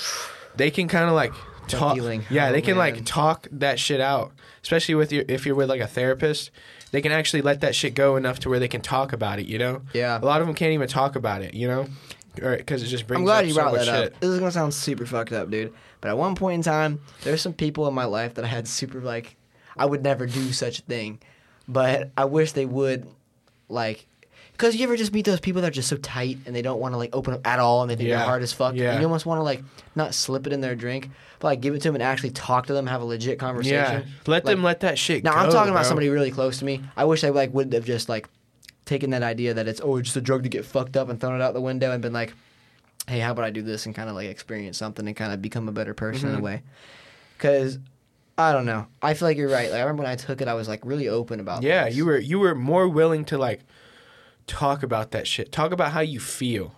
Speaker 2: they can kind
Speaker 1: (sighs)
Speaker 2: of like
Speaker 1: Drug
Speaker 2: talk
Speaker 1: dealing.
Speaker 2: yeah
Speaker 1: Oh,
Speaker 2: they can
Speaker 1: man.
Speaker 2: like talk that shit out especially with your if you're with like a therapist they can actually let that shit go enough to where they can talk about it you know
Speaker 1: Yeah.
Speaker 2: a lot of them can't even talk about it you know or because it just brings
Speaker 1: I'm glad
Speaker 2: up
Speaker 1: you
Speaker 2: so
Speaker 1: brought
Speaker 2: much
Speaker 1: that
Speaker 2: shit
Speaker 1: up. This is gonna sound super fucked up, dude. But at one point in time, there's some people in my life that I had super like, I would never do such a thing, but I wish they would, like, because you ever just meet those people that are just so tight and they don't want to like open up at all and they think
Speaker 2: Yeah.
Speaker 1: they're hard as fuck.
Speaker 2: Yeah.
Speaker 1: And you almost want to like not slip it in their drink, but like give it to them and actually talk to them, have a legit conversation.
Speaker 2: yeah let them let that shit
Speaker 1: Now
Speaker 2: go
Speaker 1: I'm talking about
Speaker 2: bro.
Speaker 1: somebody really close to me. I wish I like would have just like taken that idea that it's oh it's just a drug to get fucked up and thrown it out the window and been like, hey, how about I do this and kind of like experience something and kind of become a better person
Speaker 2: Mm-hmm.
Speaker 1: in a way. Because I don't know. I feel like you're right. Like I remember when I took it, I was like really open about.
Speaker 2: yeah
Speaker 1: things.
Speaker 2: you were you were more willing to like talk about that shit talk about how you feel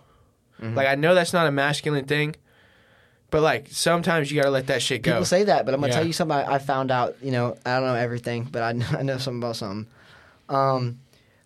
Speaker 1: Mm-hmm.
Speaker 2: like i know that's not a masculine thing but like sometimes you gotta let that shit go
Speaker 1: People say that, but I'm gonna
Speaker 2: Yeah.
Speaker 1: tell you something I, I found out. You know, I don't know everything, but I know, (laughs) I know something about something. Um,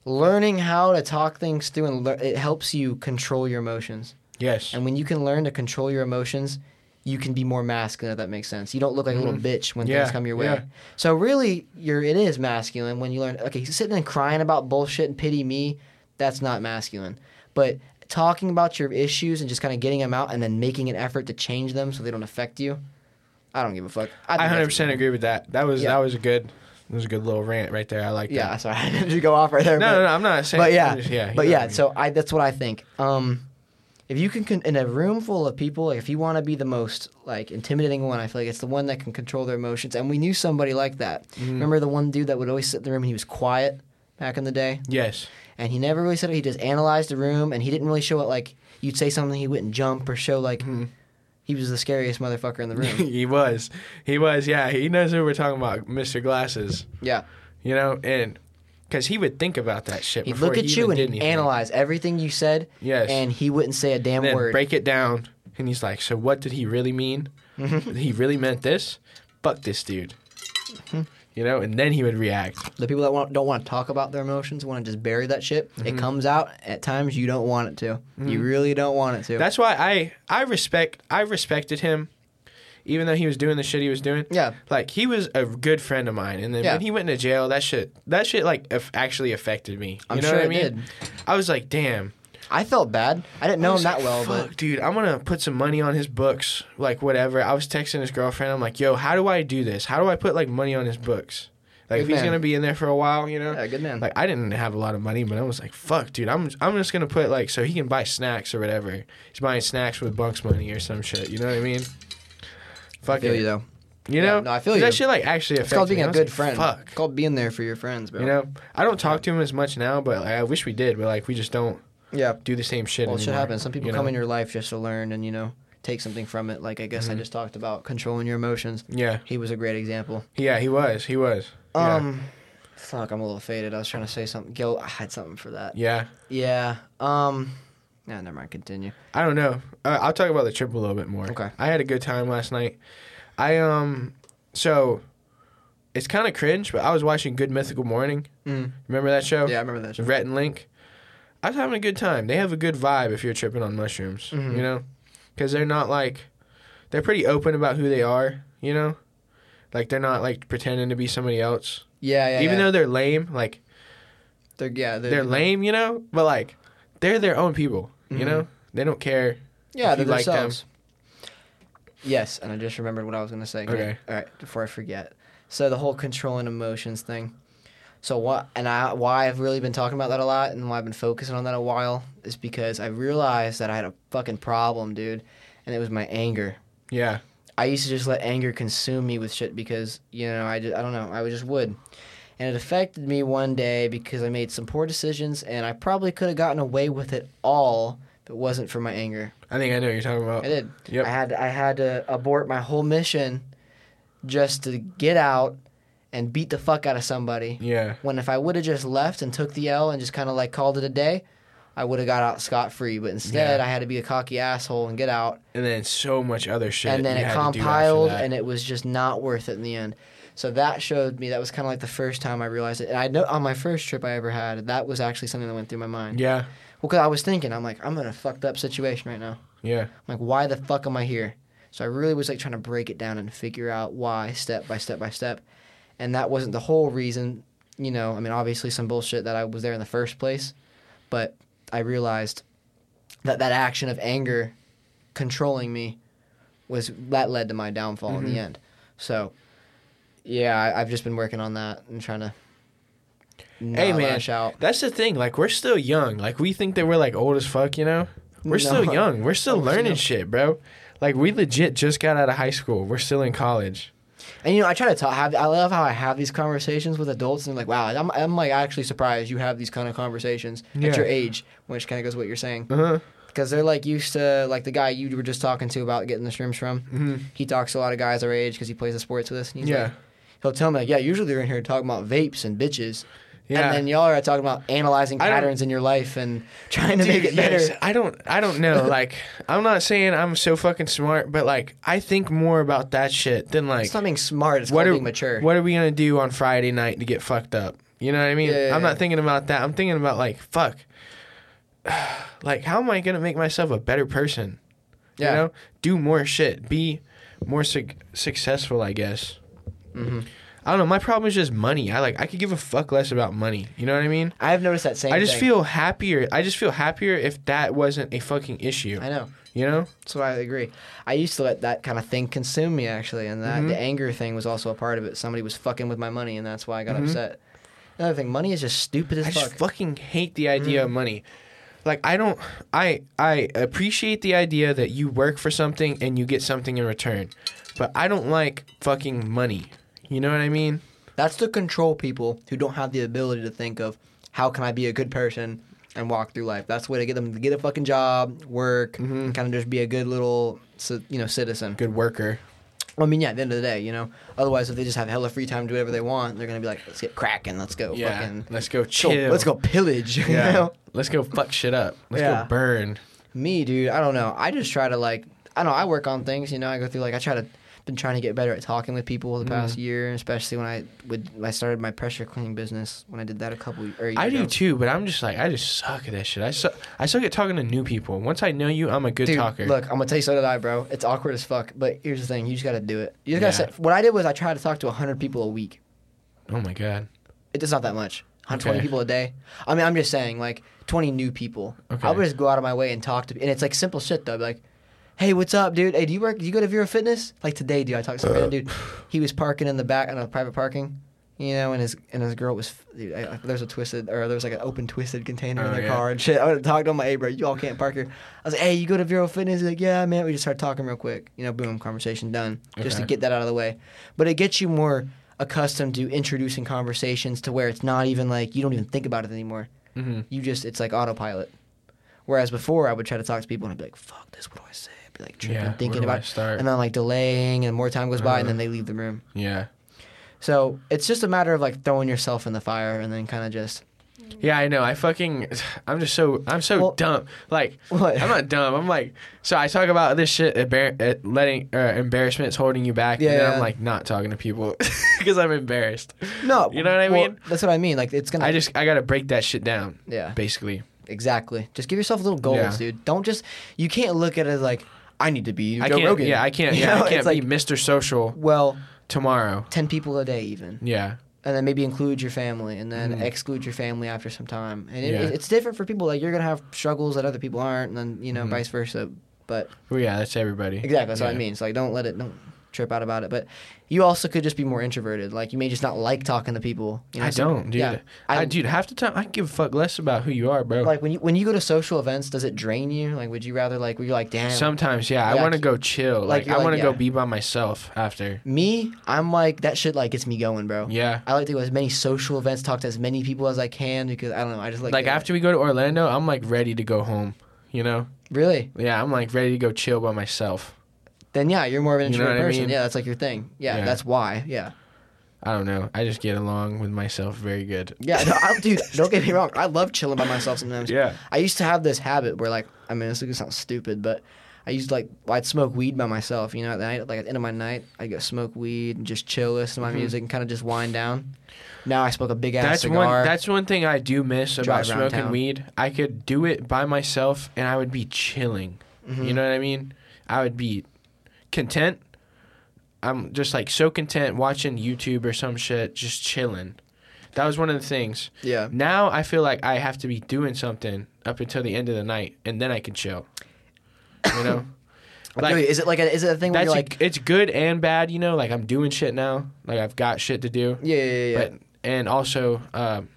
Speaker 1: learning how to talk things through and lear- it helps you control your emotions.
Speaker 2: yes
Speaker 1: And when you can learn to control your emotions, you can be more masculine. If that makes sense, you don't look like a little bitch when
Speaker 2: Mm-hmm. Yeah,
Speaker 1: things come your way.
Speaker 2: yeah.
Speaker 1: So really, you're it is masculine when you learn. Okay, sitting and crying about bullshit and pity me, that's not masculine. But talking about your issues and just kind of getting them out and then making an effort to change them so they don't affect you, I don't give a fuck. think
Speaker 2: I
Speaker 1: that's-
Speaker 2: hundred percent agree with that. That was
Speaker 1: Yeah.
Speaker 2: that was a good that was a good little rant right there. I like
Speaker 1: Yeah,
Speaker 2: that.
Speaker 1: sorry, (laughs) I did go off right there.
Speaker 2: No,
Speaker 1: but-
Speaker 2: no, no, I'm not saying.
Speaker 1: but yeah,
Speaker 2: I'm just- yeah, you
Speaker 1: but
Speaker 2: know
Speaker 1: yeah.
Speaker 2: what I mean.
Speaker 1: So I that's what I think. Um, if you can con- in a room full of people, like if you want to be the most like intimidating one, I feel like it's the one that can control their emotions. And we knew somebody like that.
Speaker 2: Mm-hmm.
Speaker 1: Remember the one dude that would always sit in the room and he was quiet back in the day,
Speaker 2: yes,
Speaker 1: and he never really said it. He just analyzed the room, and he didn't really show it. Like you'd say something, he wouldn't jump or show like
Speaker 2: Mm-hmm.
Speaker 1: he was the scariest motherfucker in the
Speaker 2: (laughs)
Speaker 1: room.
Speaker 2: he was, he was. Yeah, he knows who we're talking about, Mr. Glasses.
Speaker 1: yeah,
Speaker 2: You know, and because he would think about that shit.
Speaker 1: he'd
Speaker 2: before
Speaker 1: look
Speaker 2: he
Speaker 1: at
Speaker 2: even
Speaker 1: you and
Speaker 2: did
Speaker 1: he'd
Speaker 2: anything.
Speaker 1: analyze everything you said.
Speaker 2: Yes.
Speaker 1: and he wouldn't say a damn
Speaker 2: and then
Speaker 1: word.
Speaker 2: break it down, and he's like, "So what did he really mean?
Speaker 1: Mm-hmm.
Speaker 2: he really meant this? Fuck this dude."
Speaker 1: Mm-hmm.
Speaker 2: You know, and then he would react.
Speaker 1: the people that want, don't want to talk about their emotions want to just bury that shit
Speaker 2: Mm-hmm.
Speaker 1: it comes out at times you don't want it to you really don't want it to
Speaker 2: That's why I I respect I respected him, even though he was doing the shit he was doing.
Speaker 1: Yeah.
Speaker 2: like he was a good friend of mine, and then
Speaker 1: Yeah.
Speaker 2: when he went to jail, that shit that shit like aff- actually affected me. You
Speaker 1: I'm
Speaker 2: know
Speaker 1: sure
Speaker 2: what I
Speaker 1: it
Speaker 2: mean?
Speaker 1: did.
Speaker 2: I was like, damn.
Speaker 1: i felt bad i didn't know
Speaker 2: I
Speaker 1: him
Speaker 2: was
Speaker 1: that
Speaker 2: like,
Speaker 1: well
Speaker 2: Fuck, dude, I'm gonna put some money on his books, like whatever. I was texting his girlfriend. I'm like, yo, how do I do this? How do I put like money on his books? Like
Speaker 1: Good
Speaker 2: if he's
Speaker 1: man.
Speaker 2: gonna be in there for a while, you know.
Speaker 1: Yeah, good man.
Speaker 2: Like I didn't have a lot of money, but I was like, fuck, dude, I'm I'm just gonna put like so he can buy snacks or whatever. He's buying snacks with Bunk's money or some shit. You know what I mean?
Speaker 1: but
Speaker 2: Fuck
Speaker 1: i feel
Speaker 2: it.
Speaker 1: you
Speaker 2: You,
Speaker 1: though
Speaker 2: know?
Speaker 1: Yeah, no, I feel you.
Speaker 2: That shit like actually affects.
Speaker 1: it's called being
Speaker 2: me. I
Speaker 1: a
Speaker 2: was
Speaker 1: good
Speaker 2: like,
Speaker 1: friend
Speaker 2: Fuck.
Speaker 1: it's called being there for your friends bro
Speaker 2: You know, I don't talk to him as much now, but like, I wish we did. But like, we just don't
Speaker 1: yeah
Speaker 2: do the same shit.
Speaker 1: well shit
Speaker 2: anymore,
Speaker 1: happens some people
Speaker 2: you
Speaker 1: come
Speaker 2: know?
Speaker 1: in your life just to learn and you know take something from it like i guess
Speaker 2: Mm-hmm.
Speaker 1: i just talked about controlling your emotions
Speaker 2: Yeah,
Speaker 1: he was a great example
Speaker 2: yeah, he was, he was. Yeah.
Speaker 1: um fuck i'm a little faded i was trying to say something gil i had something for that
Speaker 2: yeah.
Speaker 1: yeah um nah, never mind continue
Speaker 2: I don't know. Uh, I'll talk about the trip a little bit more.
Speaker 1: Okay.
Speaker 2: I had a good time last night. I um, so it's kind of cringe, but I was watching Good Mythical Morning.
Speaker 1: Mm.
Speaker 2: Remember that show?
Speaker 1: yeah i remember that show.
Speaker 2: Rhett and Link. I was having a good time. They have a good vibe if you're tripping on mushrooms,
Speaker 1: Mhm.
Speaker 2: you know, because they're not like they're pretty open about who they are, you know, like they're not like pretending to be somebody else.
Speaker 1: yeah yeah
Speaker 2: Even
Speaker 1: yeah.
Speaker 2: though they're lame, like
Speaker 1: they're yeah
Speaker 2: they're lame, you know, but like they're their own people, you
Speaker 1: Mhm.
Speaker 2: know. They don't care.
Speaker 1: Yeah,
Speaker 2: if
Speaker 1: they're
Speaker 2: you like them.
Speaker 1: themselves. Yes, and I just remembered what I was going to say. Can I-
Speaker 2: Okay.
Speaker 1: all right, before I forget. So the whole controlling emotions thing. So what and I why I've really been talking about that a lot and why I've been focusing on that a while is because I realized that I had a fucking problem, dude, and it was my anger.
Speaker 2: Yeah.
Speaker 1: I used to just let anger consume me with shit because you know I just, I don't know I just would, and it affected me one day because I made some poor decisions and I probably could have gotten away with it all if it wasn't for my anger.
Speaker 2: I think I know what you're talking about.
Speaker 1: I did.
Speaker 2: Yep.
Speaker 1: I had I had to abort my whole mission just to get out and beat the fuck out of somebody.
Speaker 2: Yeah.
Speaker 1: When if I would have just left and took the L and just kind of like called it a day, I would have got out scot free. But instead, I had to be a cocky asshole and get out.
Speaker 2: And then so much other shit.
Speaker 1: and then
Speaker 2: you
Speaker 1: it
Speaker 2: had to do after
Speaker 1: compiled,
Speaker 2: that.
Speaker 1: and it was just not worth it in the end. So that showed me that was kind of like the first time I realized it. And I know on my first trip I ever had, that was actually something that went through my mind
Speaker 2: yeah,
Speaker 1: Well, cause I was thinking, I'm like, I'm in a fucked up situation right now.
Speaker 2: Yeah.
Speaker 1: I'm like, why the fuck am I here? So I really was like trying to break it down and figure out why, step by step by step. And that wasn't the whole reason, you know. I mean, obviously some bullshit that I was there in the first place, but I realized that that action of anger controlling me was that led to my downfall
Speaker 2: Mm-hmm.
Speaker 1: in the end. So, yeah, I, I've just been working on that and trying to.
Speaker 2: Hey,
Speaker 1: not
Speaker 2: man.
Speaker 1: lash out.
Speaker 2: That's the thing. Like we're still young. Like we think that we're like old as fuck. You know, we're still
Speaker 1: No.
Speaker 2: young. We're still
Speaker 1: Oh, yeah.
Speaker 2: learning shit, bro. Like we legit just got out of high school. We're still in college.
Speaker 1: And you know, I try to talk. Have, I love how I have these conversations with adults, and they're like, "Wow, I'm, I'm like actually surprised you have these kind of conversations
Speaker 2: Yeah.
Speaker 1: at your age," which kind of goes with what you're saying,
Speaker 2: Uh huh.
Speaker 1: because they're like used to like the guy you were just talking to about getting the shrimps from. He talks to a lot of guys our age because he plays the sports with us. And he's
Speaker 2: Mm-hmm. Yeah.
Speaker 1: like- he'll tell me like, "Yeah, usually they're in here talking about vapes and bitches."
Speaker 2: Yeah.
Speaker 1: And then y'all are talking about analyzing
Speaker 2: I don't-
Speaker 1: patterns in your life and (laughs) trying to make
Speaker 2: Dude,
Speaker 1: it better.
Speaker 2: yes. I don't I
Speaker 1: (laughs)
Speaker 2: don't know. like I'm not saying I'm so fucking smart, but like I think more about that shit than like
Speaker 1: It's not being smart. It's
Speaker 2: what
Speaker 1: called
Speaker 2: are
Speaker 1: being mature.
Speaker 2: what are we gonna do on Friday night to get fucked up? You know what I mean?
Speaker 1: Yeah, yeah,
Speaker 2: I'm
Speaker 1: yeah.
Speaker 2: not thinking about that. I'm thinking about like fuck. (sighs) like how am I gonna make myself a better person?
Speaker 1: Yeah.
Speaker 2: You know, do more shit, be more suc successful. I guess.
Speaker 1: Mhm.
Speaker 2: I don't know. My problem is just money. I like I could give a fuck less about money. You know what I mean?
Speaker 1: I've noticed that same.
Speaker 2: I just
Speaker 1: thing.
Speaker 2: feel happier. I just feel happier if that wasn't a fucking issue.
Speaker 1: I know.
Speaker 2: You know?
Speaker 1: So I agree. I used to let that kind of thing consume me actually, and that
Speaker 2: Mm-hmm.
Speaker 1: the anger thing was also a part of it. Somebody was fucking with my money, and that's why I got upset. Another thing, money is just stupid as
Speaker 2: Mm-hmm. I
Speaker 1: fuck.
Speaker 2: just fucking hate the idea
Speaker 1: Mm.
Speaker 2: of money. Like I don't I I appreciate the idea that you work for something and you get something in return. But I don't like fucking money. You know what I mean?
Speaker 1: that's to control people who don't have the ability to think of how can I be a good person and walk through life. That's the way to get them to get a fucking job, work, and kind of just be a good little ci- you know citizen.
Speaker 2: Mm-hmm. Good worker.
Speaker 1: Well, I mean, yeah, at the end of the day, you know. Otherwise, if they just have hella free time to do whatever they want, they're gonna be like, let's get cracking, let's go
Speaker 2: Yeah.
Speaker 1: fucking,
Speaker 2: Let's go chill.
Speaker 1: chill, let's go pillage. (laughs) you
Speaker 2: Yeah.
Speaker 1: know?
Speaker 2: Let's go fuck shit up. Let's
Speaker 1: Yeah.
Speaker 2: go burn.
Speaker 1: Me, dude, I don't know. I just try to like, I don't know. I work on things, you know. I go through like I try to been trying to get better at talking with people the past
Speaker 2: Mm.
Speaker 1: year, especially when I would I started my pressure cleaning business when I did that a couple or a year
Speaker 2: I do
Speaker 1: ago.
Speaker 2: too, but I'm just like I just suck at that shit. I suck. I suck at talking to new people. Once I know you, I'm a good
Speaker 1: Dude,
Speaker 2: talker.
Speaker 1: look, I'm gonna tell you so did I, bro. It's awkward as fuck, but here's the thing: you just gotta do it. You just gotta
Speaker 2: Yeah.
Speaker 1: set, what I did was I tried to talk to 100 people a week.
Speaker 2: Oh my god.
Speaker 1: It does not that much. 120
Speaker 2: Okay.
Speaker 1: people a day. I mean, I'm just saying, like 20 new people.
Speaker 2: Okay.
Speaker 1: I would just go out of my way and talk to, and it's like simple shit though. I'd be like, hey, what's up, dude? Hey, do you work? Do you go to Vera Fitness? Like today, dude, I talked to some random dude. He was parking in the back in a private parking, you know, and his and his girl was. Dude, I, I- there's a twisted or there was like an open twisted container
Speaker 2: Oh,
Speaker 1: in their
Speaker 2: yeah.
Speaker 1: car and shit. I would have talked to him, like, hey, bro, you all can't park here. I was like, hey, you go to Vera Fitness? He's like, yeah, man. We just started talking real quick, you know, boom, conversation done, just to
Speaker 2: Okay.
Speaker 1: get that out of the way. But it gets you more accustomed to introducing conversations to where it's not even like you don't even think about it anymore.
Speaker 2: Mm-hmm.
Speaker 1: You just it's like autopilot. Whereas before, I would try to talk to people and I'd be like, "Fuck this! What do I say?" I'd be like tripping,
Speaker 2: Yeah. Where
Speaker 1: thinking
Speaker 2: do I
Speaker 1: about, it.
Speaker 2: start?
Speaker 1: and then like delaying, and more time goes by, and then they leave the room.
Speaker 2: yeah.
Speaker 1: So it's just a matter of like throwing yourself in the fire and then kind of just
Speaker 2: Yeah, I know. I fucking, (sighs) I'm just so, I'm so
Speaker 1: Well-
Speaker 2: dumb. Like,
Speaker 1: What?
Speaker 2: I'm not dumb. I'm like, so I talk about this shit, embar- uh, letting uh, embarrassments holding you back, and
Speaker 1: Yeah,
Speaker 2: then
Speaker 1: yeah.
Speaker 2: I'm like not talking to people (laughs) because I'm embarrassed.
Speaker 1: no.
Speaker 2: You know what I
Speaker 1: well,
Speaker 2: mean?
Speaker 1: That's what I mean. Like it's gonna.
Speaker 2: I just, I gotta break that shit down,
Speaker 1: yeah.
Speaker 2: basically.
Speaker 1: Exactly. Just give yourself little goals,
Speaker 2: Yeah.
Speaker 1: dude. Don't just you can't look at it as like I need to be
Speaker 2: I
Speaker 1: Joe
Speaker 2: can't,
Speaker 1: Rogan.
Speaker 2: yeah, I
Speaker 1: (laughs)
Speaker 2: can't,
Speaker 1: You
Speaker 2: yeah,
Speaker 1: know?
Speaker 2: I
Speaker 1: It's
Speaker 2: can't be
Speaker 1: like
Speaker 2: Mr. Social
Speaker 1: well,
Speaker 2: tomorrow.
Speaker 1: ten people a day even.
Speaker 2: Yeah,
Speaker 1: and then maybe include your family and then
Speaker 2: Mhm.
Speaker 1: exclude your family after some time and it,
Speaker 2: Yeah.
Speaker 1: it's different for people like you're gonna have struggles that other people aren't and then you know vice versa but
Speaker 2: well, yeah, that's everybody.
Speaker 1: exactly that's what i
Speaker 2: Mm-hmm. Yeah.
Speaker 1: mean so like don't let it don't trip out about it but you also could just be more introverted like you may just not like talking to people you know
Speaker 2: I
Speaker 1: some-
Speaker 2: don't, dude.
Speaker 1: yeah.
Speaker 2: I,
Speaker 1: I-
Speaker 2: dude, half the time I give a fuck less about who you are, bro.
Speaker 1: like when you when you go to social events does it drain you like would you rather like were you like damn
Speaker 2: Sometimes, yeah, I
Speaker 1: Yeah,
Speaker 2: want to
Speaker 1: c-
Speaker 2: go chill.
Speaker 1: like,
Speaker 2: Like,
Speaker 1: you're
Speaker 2: I
Speaker 1: like,
Speaker 2: want to go
Speaker 1: yeah.
Speaker 2: be by myself after.
Speaker 1: me i'm like that shit like gets me going bro
Speaker 2: Yeah.
Speaker 1: i like to go to as many social events talk to as many people as i can because i don't know i just like
Speaker 2: like
Speaker 1: doing it.
Speaker 2: after we go to Orlando, I'm like ready to go home. You know?
Speaker 1: really
Speaker 2: Yeah, I'm like ready to go chill by myself.
Speaker 1: then yeah, you're more of an
Speaker 2: You know
Speaker 1: introvert
Speaker 2: what I
Speaker 1: person.
Speaker 2: mean?
Speaker 1: Yeah, that's like your thing. Yeah,
Speaker 2: Yeah.
Speaker 1: that's why. Yeah,
Speaker 2: I don't know. I just get along with myself very good.
Speaker 1: yeah. No, I, dude, don't get me wrong. I love chilling by myself sometimes.
Speaker 2: Yeah.
Speaker 1: I used to have this habit where like, I mean, this is gonna sound stupid, but I used like I'd smoke weed by myself, you know, at night, like at the end of my night, I'd go smoke weed and just chill, listen to my
Speaker 2: Mhm.
Speaker 1: music, and kind of just wind down. Now I smoke a big ass
Speaker 2: That's
Speaker 1: cigar.
Speaker 2: one. That's one thing I do miss about
Speaker 1: Drive around
Speaker 2: smoking
Speaker 1: town.
Speaker 2: weed. I could do it by myself, and I would be chilling.
Speaker 1: Mhm.
Speaker 2: You know what I mean? I would be content. I'm just like so content watching YouTube or some shit, just chilling. That was one of the things.
Speaker 1: yeah.
Speaker 2: Now I feel like I have to be doing something up until the end of the night, and then I can chill.
Speaker 1: (coughs)
Speaker 2: You know,
Speaker 1: Like, is it like a, is it a thing where
Speaker 2: that's
Speaker 1: you're
Speaker 2: a-
Speaker 1: like
Speaker 2: it's good and bad. You know, like I'm doing shit now. Like I've got shit to do.
Speaker 1: yeah yeah yeah, yeah.
Speaker 2: But and also, um,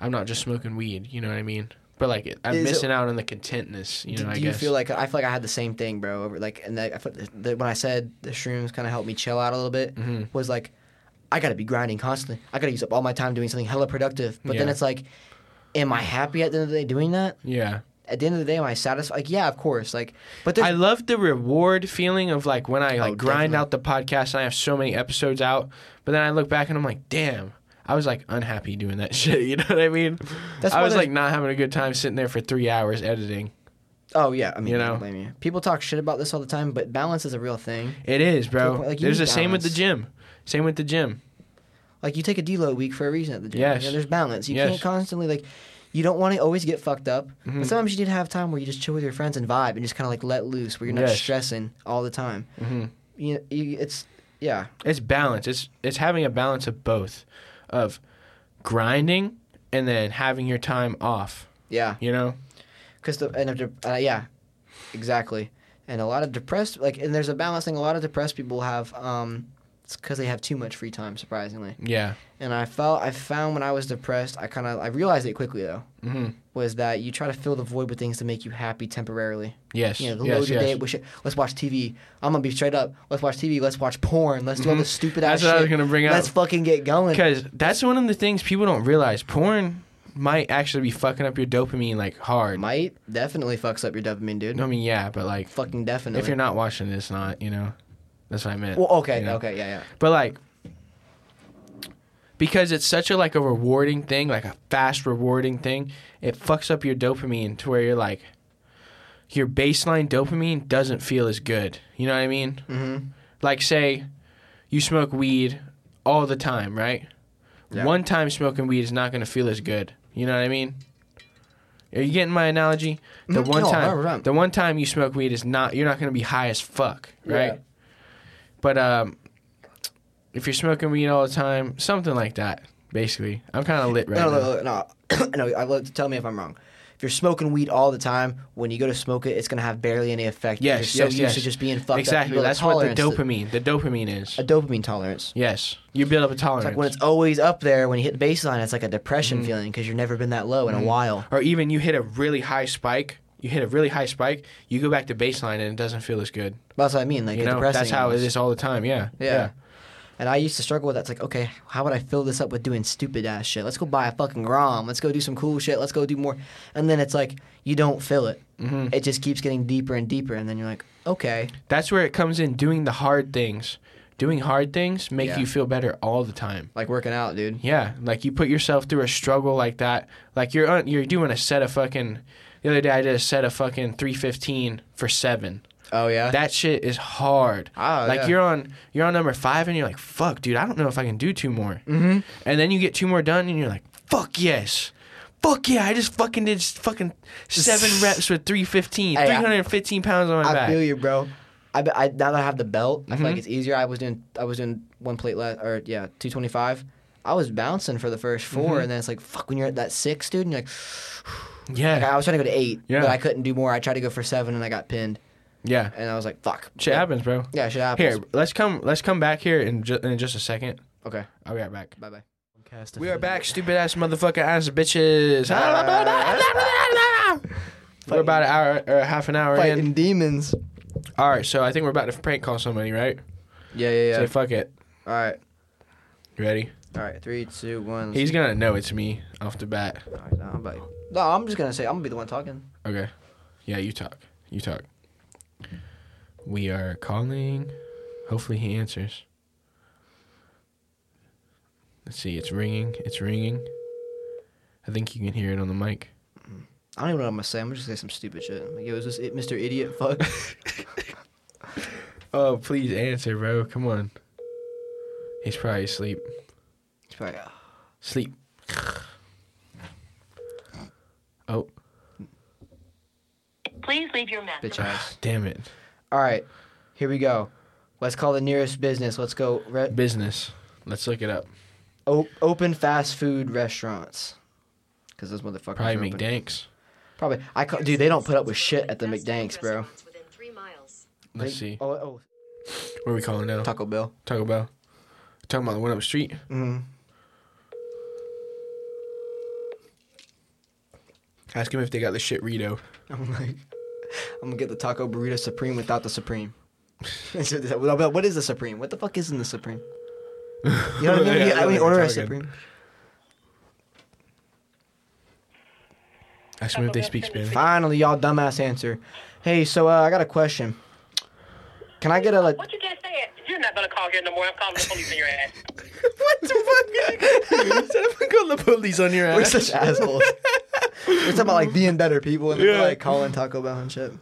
Speaker 2: I'm not just smoking weed. You know what I mean? But like, it, I'm
Speaker 1: Is it-
Speaker 2: missing out on the contentness. You know,
Speaker 1: do,
Speaker 2: I
Speaker 1: do you
Speaker 2: guess.
Speaker 1: feel like I feel like I had the same thing, bro? Over like and that, I feel, that when I said the shrooms kind of helped me chill out a little bit
Speaker 2: Mhm.
Speaker 1: was like I got to be grinding constantly. I got to use up all my time doing something hella productive. But then
Speaker 2: Yeah.
Speaker 1: it's like, am I happy at the end of the day doing that?
Speaker 2: yeah,
Speaker 1: At the end of the day, am I satisfied? Like yeah, of course. Like but there's
Speaker 2: I love the reward feeling of like when I like
Speaker 1: Oh,
Speaker 2: grind
Speaker 1: definitely.
Speaker 2: out the podcast and I have so many episodes out, but then I look back and I'm like, damn. I was like unhappy doing that (laughs) shit. You know what I mean?
Speaker 1: That's
Speaker 2: I
Speaker 1: why
Speaker 2: was
Speaker 1: there's-
Speaker 2: like not having a good time sitting there for three hours editing.
Speaker 1: Oh yeah, I mean,
Speaker 2: You
Speaker 1: I don't
Speaker 2: know?
Speaker 1: blame you. People talk shit about this all the time, but balance is a real thing.
Speaker 2: It is,
Speaker 1: a
Speaker 2: bro.
Speaker 1: point, like, you
Speaker 2: There's
Speaker 1: need
Speaker 2: the same with the
Speaker 1: balance.
Speaker 2: gym. Same with the gym.
Speaker 1: Like you take a deload week for a reason at the gym.
Speaker 2: Yes.
Speaker 1: You know, there's balance. You
Speaker 2: Yes.
Speaker 1: can't constantly like. You don't want to always get fucked up.
Speaker 2: Mhm.
Speaker 1: But sometimes you need to have time where you just chill with your friends and vibe and just kind of like let loose, where you're not
Speaker 2: Yes.
Speaker 1: stressing all the time.
Speaker 2: hmm
Speaker 1: You, you, it's yeah,
Speaker 2: It's balance. It's it's having a balance of both, of grinding and then having your time off.
Speaker 1: yeah.
Speaker 2: You know?
Speaker 1: Because the and a de- uh, yeah, exactly. And a lot of depressed like and there's a balance thing. A lot of depressed people have um, it's because they have too much free time, surprisingly.
Speaker 2: Yeah.
Speaker 1: And I felt I found when I was depressed, I kind of I realized it quickly though.
Speaker 2: hmm
Speaker 1: was that you try to fill the void with things to make you happy temporarily.
Speaker 2: Yes.
Speaker 1: You know, to
Speaker 2: yes.
Speaker 1: load your day
Speaker 2: yes.
Speaker 1: with shit. Let's watch TV. I'm gonna be straight up. Let's watch TV. Let's watch porn. Let's do all
Speaker 2: Mhm.
Speaker 1: this stupid ass
Speaker 2: That's what
Speaker 1: shit.
Speaker 2: I was gonna bring up
Speaker 1: Let's fucking get going.
Speaker 2: because that's one of the things people don't realize. Porn might actually be fucking up your dopamine like hard.
Speaker 1: Might definitely fucks up your dopamine, dude.
Speaker 2: I mean, yeah, but like
Speaker 1: Fucking definitely.
Speaker 2: if you're not watching, it, it's not. You know, that's what I meant.
Speaker 1: well, okay,
Speaker 2: you know?
Speaker 1: okay, yeah, yeah.
Speaker 2: But like because it's such a like a rewarding thing, like a fast rewarding thing, it fucks up your dopamine to where you're like your baseline dopamine doesn't feel as good. You know what I mean?
Speaker 1: Mm-hmm.
Speaker 2: Like say you smoke weed all the time, right?
Speaker 1: Yeah.
Speaker 2: One time smoking weed is not going to feel as good. You know what I mean? Are you getting my analogy? The
Speaker 1: Mhm.
Speaker 2: one
Speaker 1: No,
Speaker 2: time
Speaker 1: 100%.
Speaker 2: the one time you smoke weed is not you're not going to be high as fuck, right?
Speaker 1: Yeah.
Speaker 2: But um if you're smoking weed all the time, something like that, basically. I'm kind of lit right
Speaker 1: no,
Speaker 2: now.
Speaker 1: no, no, no. no, (clears throat) I love to tell me if I'm wrong. If you're smoking weed all the time, when you go to smoke it, it's gonna have barely any effect.
Speaker 2: Yes,
Speaker 1: you're so
Speaker 2: yes,
Speaker 1: used
Speaker 2: yes.
Speaker 1: to just being fucked
Speaker 2: exactly.
Speaker 1: up. You build a
Speaker 2: That's what the
Speaker 1: tolerance to-
Speaker 2: dopamine, the dopamine is.
Speaker 1: a dopamine tolerance.
Speaker 2: yes. You build up a tolerance. Mm-hmm.
Speaker 1: It's like when it's always up there, when you hit the baseline, it's like a depression feeling because you've never been that low in a while.
Speaker 2: or even you hit a really high spike, you hit a really high spike, you go back to baseline and it doesn't feel as good.
Speaker 1: That's what I mean. Like
Speaker 2: You
Speaker 1: it's
Speaker 2: know,
Speaker 1: depressing.
Speaker 2: that's how it
Speaker 1: almost.
Speaker 2: is all the time. Yeah.
Speaker 1: Yeah. And I used to struggle with that. It's like, okay, how would I fill this up with doing stupid ass shit? Let's go buy a fucking ROM. Let's go do some cool shit. Let's go do more. And then it's like, you don't fill it.
Speaker 2: Mhm.
Speaker 1: It just keeps getting deeper and deeper. And then you're like, okay.
Speaker 2: That's where it comes in doing the hard things. Doing hard things make
Speaker 1: Yeah.
Speaker 2: you feel better all the time.
Speaker 1: Like working out, dude.
Speaker 2: Yeah, like you put yourself through a struggle like that. Like you're un- you're doing a set of fucking. The other day I did a set of fucking three fifteen for seven.
Speaker 1: Oh, yeah.
Speaker 2: That shit is hard.
Speaker 1: Oh,
Speaker 2: like
Speaker 1: yeah.
Speaker 2: you're on you're on number five and you're like fuck, dude. I don't know if I can do two more.
Speaker 1: hmm
Speaker 2: And then you get two more done and you're like fuck yes. Fuck yeah! I just fucking did fucking seven reps with 315,
Speaker 1: Hey, I-
Speaker 2: 315 pounds on my
Speaker 1: I
Speaker 2: back.
Speaker 1: feel you, bro. I, be- I now that I have the belt, I feel like
Speaker 2: Mhm.
Speaker 1: it's easier. I was doing I was doing one plate less, or yeah, two twenty five. I was bouncing for the first 4
Speaker 2: Mhm.
Speaker 1: and then it's like fuck when you're at that six, dude. And you're like,
Speaker 2: yeah,
Speaker 1: like, I was trying to go to eight,
Speaker 2: Yeah.
Speaker 1: but I couldn't do more. I tried to go for seven, and I got pinned,
Speaker 2: yeah.
Speaker 1: and I was like, fuck.
Speaker 2: Shit happens, bro.
Speaker 1: Yeah, shit happens.
Speaker 2: Here, let's come. Let's come back here in, ju- in just a second.
Speaker 1: Okay.
Speaker 2: I'll be right back.
Speaker 1: Bye bye.
Speaker 2: We are back, stupid ass motherfucker ass bitches. Ah. we're about an hour or half an hour in.
Speaker 1: demons.
Speaker 2: All right, so I think we're about to prank call somebody, right?
Speaker 1: Yeah, yeah, yeah.
Speaker 2: Say fuck it.
Speaker 1: All right,
Speaker 2: You ready?
Speaker 1: all right. Three, two, one.
Speaker 2: He's gonna know it's me off the bat.
Speaker 1: All right, no, I'm about- no, I'm just gonna say I'm gonna be the one talking.
Speaker 2: Okay. Yeah, you talk. You talk. We are calling. Hopefully he answers. Let's see. It's ringing. It's ringing. I think you can hear it on the mic.
Speaker 1: I don't even know what I'm gonna say. I'm just gonna say some stupid shit. Like, yo, is this it, Mr. Idiot? (laughs) Fuck.
Speaker 2: Oh, please answer, bro. Come on. He's probably asleep.
Speaker 1: It's probably, uh,
Speaker 2: Sleep. Oh,
Speaker 3: Please leave your message.
Speaker 1: bitch ass.
Speaker 2: damn it.
Speaker 1: All right, here we go. Let's call the nearest business. Let's go. Re-
Speaker 2: Business. Let's look it up.
Speaker 1: o- open fast food restaurants. Because those motherfuckers
Speaker 2: Probably
Speaker 1: are open.
Speaker 2: McDanks.
Speaker 1: Probably. I ca- dude, they don't put up with shit at the McDanks, bro.
Speaker 2: Let's
Speaker 1: They-
Speaker 2: see.
Speaker 1: Oh, oh,
Speaker 2: What are we calling now?
Speaker 1: Taco Bell.
Speaker 2: Taco Bell. Talking about the one up the street.
Speaker 1: Mm.
Speaker 2: Ask him if they got the shit Rito.
Speaker 1: (laughs) I'm like, I'm gonna get the taco burrito supreme without the supreme. (laughs) So they're like, "Well, what is the supreme? What the fuck is in the supreme? You know what I mean?
Speaker 2: (laughs) Yeah,
Speaker 1: I mean,
Speaker 2: like
Speaker 1: order a
Speaker 2: Taco Bell.
Speaker 1: supreme.
Speaker 2: Ask him if they speak Spanish. (laughs)
Speaker 1: Finally, y'all dumbass answer. Hey, so uh, I got a question. Can I get a like?
Speaker 3: What you just said? You're not gonna call here no more. I'm calling the police on
Speaker 1: (laughs)
Speaker 3: your ass.
Speaker 2: what the fuck? I'm calling the police on your
Speaker 1: We're
Speaker 2: (laughs) ass.
Speaker 1: such assholes. We're talking about like being better people and
Speaker 2: Yeah.
Speaker 1: we're like calling Taco Bell and
Speaker 2: (laughs)
Speaker 1: shit.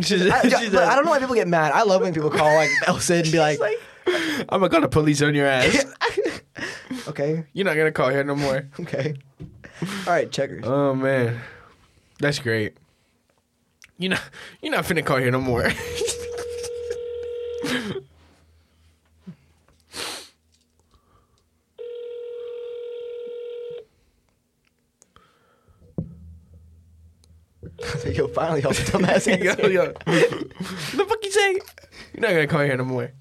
Speaker 2: She's-
Speaker 1: I,
Speaker 2: she's
Speaker 1: but I
Speaker 2: like,
Speaker 1: don't know why people get mad. I love when people call like Bell Sid and be like,
Speaker 2: I'm gonna call the police on your ass.
Speaker 1: (laughs) okay,
Speaker 2: You're not gonna call here no more.
Speaker 1: okay, all right, checkers.
Speaker 2: Oh man, that's great. You know, you're not finna call here no more. (laughs)
Speaker 1: (laughs) Yo, finally, y'all dumbass
Speaker 2: (laughs) yo,
Speaker 1: answer.
Speaker 2: yo. the fuck you say? You're not gonna call here no more.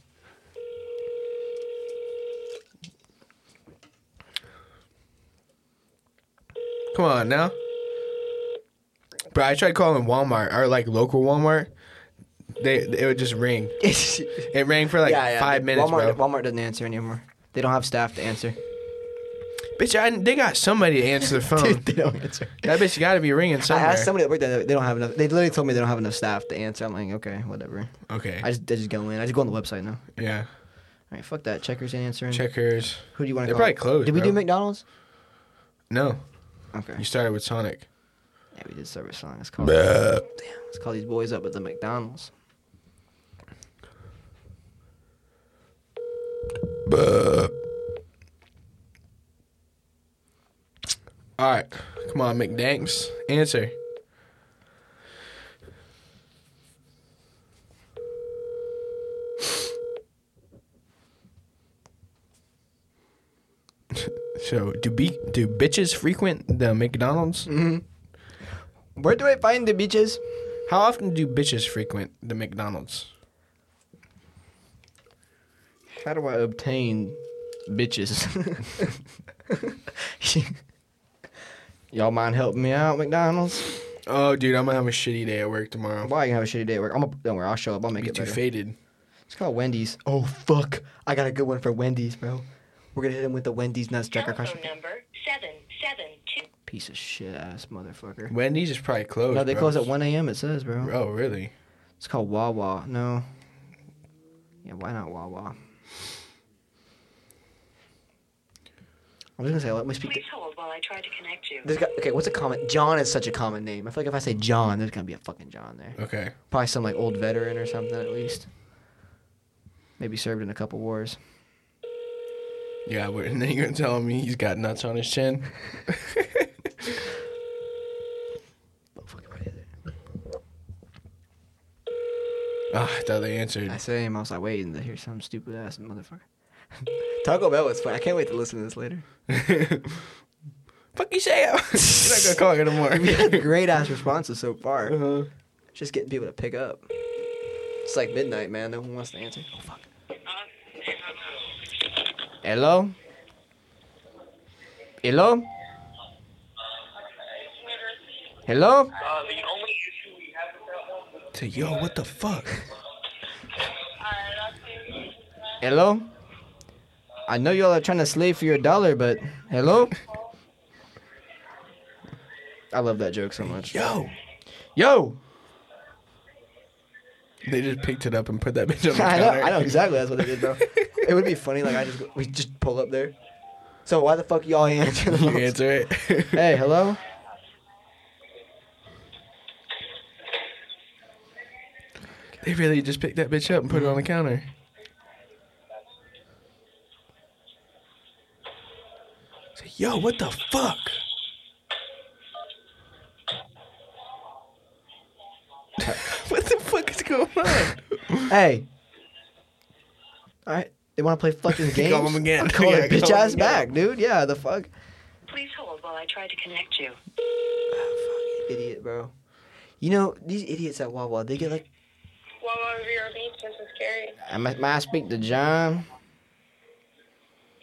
Speaker 2: Come on now. Bro, I tried calling Walmart or like local Walmart. They it would just ring. It rang for like five minutes,
Speaker 1: Walmart,
Speaker 2: bro.
Speaker 1: Walmart doesn't answer anymore. They don't have staff to
Speaker 2: (laughs)
Speaker 1: answer.
Speaker 2: Bitch, I, they got somebody to
Speaker 1: (laughs)
Speaker 2: answer the phone.
Speaker 1: they don't answer.
Speaker 2: That bitch got to be ringing somewhere.
Speaker 1: I asked somebody at work that they don't have enough. They literally told me they don't have enough staff to answer. I'm like, okay, whatever.
Speaker 2: Okay.
Speaker 1: I just, I just go in. I just go on the website now.
Speaker 2: yeah.
Speaker 1: All right, fuck that. Checkers ain't answering.
Speaker 2: Checkers.
Speaker 1: Who do you want to
Speaker 2: They're
Speaker 1: call?
Speaker 2: probably closed,
Speaker 1: Did we
Speaker 2: bro.
Speaker 1: do McDonald's?
Speaker 2: No,
Speaker 1: Okay.
Speaker 2: you started with Sonic.
Speaker 1: Yeah, we did service song. Let's call. Damn. Let's call these boys up at the McDonald's.
Speaker 2: All right. Come on, McDanks. Answer. (laughs) So, do be do bitches frequent the McDonald's?
Speaker 1: Where do I find the beaches?
Speaker 2: How often do bitches frequent the McDonald's?
Speaker 1: How do I obtain (laughs) bitches? Y'all mind helping me out, McDonald's?
Speaker 2: Oh, dude, I'm gonna have a shitty day at work tomorrow.
Speaker 1: Why you gonna have a shitty day at work? I'm gonna, don't worry, I'll show up. I'll make
Speaker 2: Be
Speaker 1: it
Speaker 2: too
Speaker 1: better.
Speaker 2: faded.
Speaker 1: It's called Wendy's. Oh fuck! I got a good one for Wendy's, bro. We're gonna hit him with the Wendy's nuts checker crush.
Speaker 3: Telephone number seven seven two.
Speaker 1: Piece of shit ass motherfucker.
Speaker 2: Wendy's is probably closed.
Speaker 1: No, they
Speaker 2: bro.
Speaker 1: close at 1 a.m. It says, bro.
Speaker 2: Oh, really?
Speaker 1: It's called Wawa. No. Yeah, why not Wawa? I was gonna say, let me speak. To-
Speaker 3: Please hold while I try to connect you.
Speaker 1: there's got, okay, what's a common? John is such a common name. I feel like if I say John, there's gonna be a fucking John there.
Speaker 2: Okay.
Speaker 1: Probably some like old veteran or something at least. Maybe served in a couple wars.
Speaker 2: Yeah, but (laughs) and then you're gonna tell me he's got nuts on his chin.
Speaker 1: Motherfucker, what is it?
Speaker 2: Ah, I thought they answered.
Speaker 1: I say him, I was like, wait, and here's some stupid ass motherfucker. (laughs) Taco Bell was fun. I can't wait to listen to this (laughs) later.
Speaker 2: (laughs) Fuck you (laughs) say? I'm not gonna call you
Speaker 1: We had (laughs)
Speaker 2: anymore.
Speaker 1: great ass responses so far.
Speaker 2: uh-huh.
Speaker 1: Just getting people to pick up. It's like midnight, man. No one wants to answer. Oh fuck. Hello. Hello. Hello.
Speaker 3: Uh, the only issue we have with that one.
Speaker 2: Say, yo, what the fuck?
Speaker 1: Hello. I know y'all are trying to slave for your dollar, but hello. I love that joke so much.
Speaker 2: Yo,
Speaker 1: Yo.
Speaker 2: they just picked it up and put that bitch on
Speaker 1: (laughs) (laughs)
Speaker 2: the
Speaker 1: I know,
Speaker 2: counter.
Speaker 1: I
Speaker 2: (laughs)
Speaker 1: know exactly. That's what they did, (laughs) bro. it would be funny. Like I just we just pull up (laughs) there. So why the fuck y'all ain't answering? the
Speaker 2: You
Speaker 1: phones?
Speaker 2: answer it.
Speaker 1: Hey, hello.
Speaker 2: They really just picked that bitch up and put it on
Speaker 1: Mm-hmm.
Speaker 2: the counter. Say, Yo, what the fuck? (laughs) what the fuck is going on?
Speaker 1: Hey. All right. They want to play (laughs) fucking games.
Speaker 2: Call 'em again.
Speaker 1: I'll Call (laughs)
Speaker 2: Yeah,
Speaker 1: their
Speaker 2: call
Speaker 1: bitch
Speaker 2: 'em
Speaker 1: ass
Speaker 2: again.
Speaker 1: back, dude. Yeah, the fuck.
Speaker 4: Please hold while I try to connect you.
Speaker 1: Fucking idiot, bro. You know these idiots at Wawa. They get like.
Speaker 5: Well, on Vero Beach, this is Carrie.
Speaker 1: I might might I speak to John.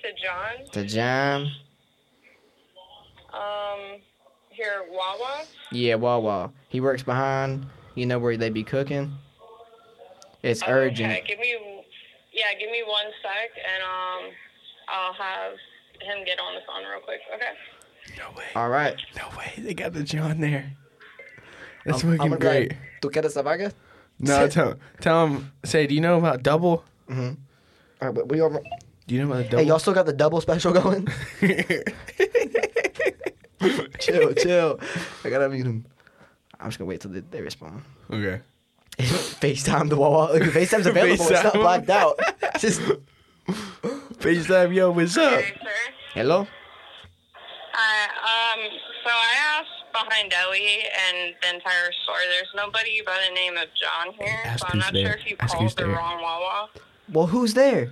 Speaker 5: To John,
Speaker 1: To John.
Speaker 5: um, here at Wawa.
Speaker 1: Yeah, Wawa. He works behind. You know where they be cooking. It's
Speaker 5: Okay,
Speaker 1: urgent.
Speaker 5: give me, yeah, give me one sec, and um, I'll have him get on the phone real quick. Okay.
Speaker 2: No way.
Speaker 1: All right.
Speaker 2: No way. They got the John there. That's
Speaker 1: I'm- I'm
Speaker 2: looking
Speaker 1: gonna be
Speaker 2: great.
Speaker 1: like, "Tu quieres la vaca?"
Speaker 2: No, tell tell him. Say, do you know about double?
Speaker 1: All right, but we over.
Speaker 2: Do you know about double?
Speaker 1: Hey, y'all still got the double special going? (laughs)
Speaker 2: (laughs)
Speaker 1: chill, chill. I gotta mute him. I'm just gonna wait till they, they respond.
Speaker 2: okay.
Speaker 1: (laughs) FaceTime the Wawa. (laughs) Like, FaceTime's available. It's not
Speaker 2: FaceTime.
Speaker 1: blacked (laughs) out. It's just
Speaker 2: FaceTime, yo, what's up?
Speaker 5: Hey, sir.
Speaker 1: hello.
Speaker 5: Hi. Um, so I asked behind Deli and the entire store. There's nobody by the name of John here,
Speaker 2: Ask
Speaker 5: so I'm
Speaker 2: who's
Speaker 5: not
Speaker 2: there.
Speaker 5: sure if you
Speaker 2: Ask who's
Speaker 5: called the
Speaker 2: there.
Speaker 5: wrong Wawa.
Speaker 1: Well, who's there?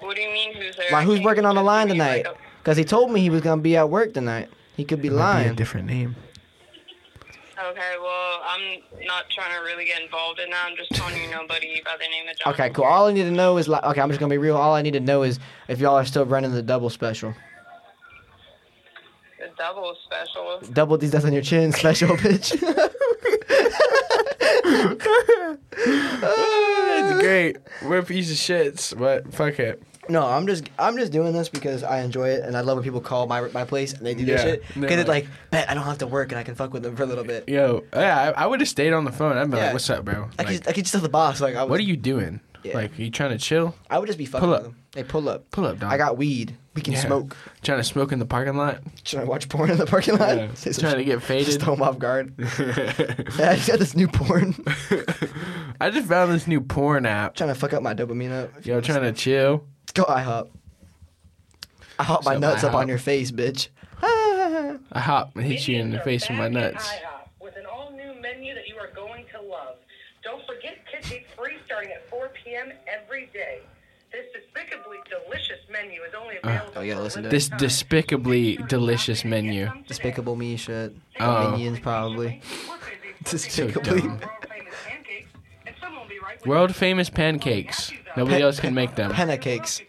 Speaker 5: What do you mean who's there?
Speaker 1: Like, who's
Speaker 5: Can
Speaker 1: working
Speaker 5: you
Speaker 1: on the
Speaker 5: just
Speaker 1: line
Speaker 5: give me, like,
Speaker 1: tonight? Because he told me he was gonna be at work tonight. He could be
Speaker 2: Might be a
Speaker 1: lying.
Speaker 2: different name.
Speaker 5: a- okay. Well, I'm not trying to really get involved in that. I'm just telling you nobody by the name of John.
Speaker 1: Okay, cool. All I need to know is like, okay, I'm just gonna be real. All I need to know is if y'all are still running the double special,
Speaker 5: The double special.
Speaker 1: double these that's on your chin (laughs) special,
Speaker 2: (laughs)
Speaker 1: bitch.
Speaker 2: That's great. We're a piece of shits, but fuck it.
Speaker 1: No, I'm just I'm just doing this because I enjoy it and I love when people call my my place and they do that
Speaker 2: Yeah.
Speaker 1: shit.
Speaker 2: They're
Speaker 1: Because it's
Speaker 2: like-
Speaker 1: like, bet I don't have to work and I can fuck with them for a little bit.
Speaker 2: Yo, yeah, I, I would have stayed on the phone. I'd be
Speaker 1: Yeah.
Speaker 2: like, what's up, bro?
Speaker 1: I could,
Speaker 2: Like,
Speaker 1: just, I could just tell the boss like I was,
Speaker 2: what are you doing?
Speaker 1: Yeah.
Speaker 2: Like, you trying to chill?
Speaker 1: I would just be fucking
Speaker 2: Pull
Speaker 1: with
Speaker 2: up.
Speaker 1: them. They pull up.
Speaker 2: Pull up, dog.
Speaker 1: I got weed. We can
Speaker 2: Yeah.
Speaker 1: smoke.
Speaker 2: Trying to smoke in the
Speaker 1: (laughs)
Speaker 2: parking lot?
Speaker 1: Should I watch porn in the parking lot? (laughs)
Speaker 2: Yeah.
Speaker 1: Say some
Speaker 2: Trying to
Speaker 1: shit.
Speaker 2: get
Speaker 1: just
Speaker 2: faded?
Speaker 1: throw 'em off guard. (laughs) Yeah, I
Speaker 2: I
Speaker 1: just got this new porn.
Speaker 2: (laughs) just found this new porn app.
Speaker 1: trying to fuck up my dopamine up.
Speaker 2: Yo, trying to chill.
Speaker 1: Go IHOP. I hop my
Speaker 2: So
Speaker 1: nuts up on
Speaker 2: IHOP.
Speaker 1: your face, bitch. (laughs)
Speaker 2: I hop and hit you in the face with my nuts.
Speaker 3: With an all new menu that you are going to love. Don't forget Kids Eat Free starting at 4 p.m. every day. This despicably delicious menu is only available.
Speaker 1: Oh, yeah,
Speaker 3: for a
Speaker 1: listen to
Speaker 3: limited
Speaker 2: This
Speaker 3: time.
Speaker 2: despicably delicious menu.
Speaker 1: Despicable me shit.
Speaker 2: Oh.
Speaker 1: Minions probably.
Speaker 2: Despicably.
Speaker 1: Despicable.
Speaker 2: World famous pancakes. Nobody
Speaker 1: Pan-
Speaker 2: else can make them.
Speaker 1: Panna cakes.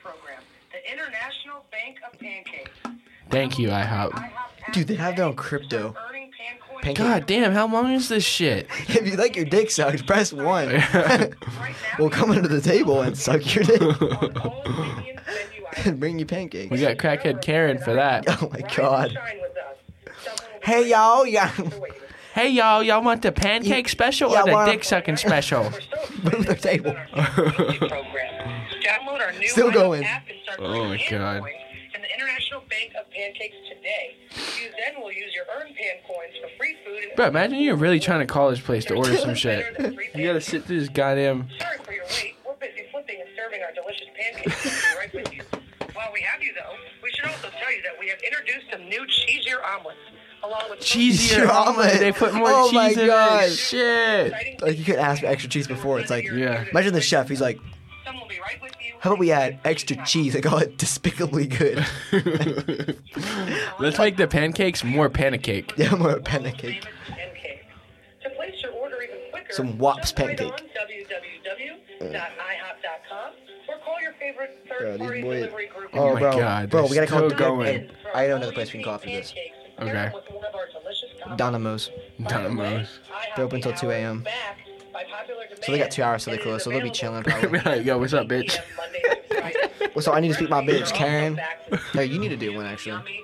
Speaker 3: The International Bank of Pancakes.
Speaker 2: Thank you, IHOP.
Speaker 3: IHOP
Speaker 1: Dude, they have their own
Speaker 3: app
Speaker 1: crypto.
Speaker 3: for earning pancoins
Speaker 1: Pancake-
Speaker 2: God damn, how long is this shit?
Speaker 1: (laughs)
Speaker 2: (laughs)
Speaker 1: If you like your dick sucked, press one.
Speaker 3: right now.
Speaker 1: we'll come under the table and suck your
Speaker 2: (laughs)
Speaker 1: dick
Speaker 3: on all Minions menu
Speaker 1: (laughs)
Speaker 3: items.
Speaker 1: and bring you pancakes.
Speaker 2: We got crackhead Karen for that.
Speaker 1: (laughs) Oh my
Speaker 3: Rise and
Speaker 1: god.
Speaker 3: shine with us. Someone will be
Speaker 1: Hey
Speaker 3: right
Speaker 1: y'all, yeah. (laughs)
Speaker 3: waiting.
Speaker 2: Hey y'all, y'all want the pancake special
Speaker 1: Yeah,
Speaker 2: or the
Speaker 1: wanna-
Speaker 2: dick sucking special?
Speaker 1: (laughs)
Speaker 3: We're so excited
Speaker 1: Move the table.
Speaker 3: about our pancake program. Download our new
Speaker 1: Still
Speaker 3: iPhone
Speaker 1: going.
Speaker 3: app and start
Speaker 2: Oh my
Speaker 3: earning
Speaker 2: God.
Speaker 3: Pan coins And the International Bank of Pancakes today. You then will use your earned pan coins for free food and
Speaker 2: Bro, imagine you're really trying to call this place to order
Speaker 1: (laughs)
Speaker 2: some
Speaker 3: Better
Speaker 2: shit.
Speaker 3: than free
Speaker 2: You gotta
Speaker 3: pancakes.
Speaker 2: sit through this goddamn.
Speaker 3: Sorry for your wait. We're busy flipping and serving our delicious pancakes. We'll be right with you. While we have you, though, we should also tell you that we have introduced some new cheesier omelets, along
Speaker 1: (laughs)
Speaker 3: with
Speaker 1: Cheese your
Speaker 2: Cheesier omelet.
Speaker 1: omelet.
Speaker 2: They put more
Speaker 1: Oh my
Speaker 2: cheese in
Speaker 1: God. (laughs)
Speaker 2: it. Shit.
Speaker 3: exciting
Speaker 1: Like you could ask for extra cheese before. It's like
Speaker 2: Yeah.
Speaker 1: imagine the chef. He's like,
Speaker 3: Some will be right with you.
Speaker 1: how about we add extra cheese? They call it (laughs) despicably good. (laughs)
Speaker 2: Let's make the pancakes more pancake.
Speaker 1: Yeah, more a panna cake.
Speaker 3: Pancake. To place your order even quicker,
Speaker 1: Some Wops
Speaker 3: jump right
Speaker 1: pancake.
Speaker 3: on www.ihop.com or call your favorite
Speaker 1: Bro,
Speaker 3: third-party
Speaker 1: these boys-
Speaker 3: delivery group.
Speaker 2: Oh my
Speaker 1: bro,
Speaker 2: God,
Speaker 1: bro,
Speaker 2: they're
Speaker 1: we gotta call.
Speaker 2: still going.
Speaker 1: I know another place we can go after this.
Speaker 2: Okay.
Speaker 1: Dynamos.
Speaker 2: Dynamos.
Speaker 1: They're open till 2 a.m..
Speaker 3: So they got two hours till they close, so they'll be
Speaker 1: (laughs)
Speaker 2: (laughs)
Speaker 3: chilling probably.
Speaker 2: Like, yo, what's up, bitch?
Speaker 6: (laughs)
Speaker 1: Well, so I need to speak to my bitch, Karen. No, you need to do one actually. You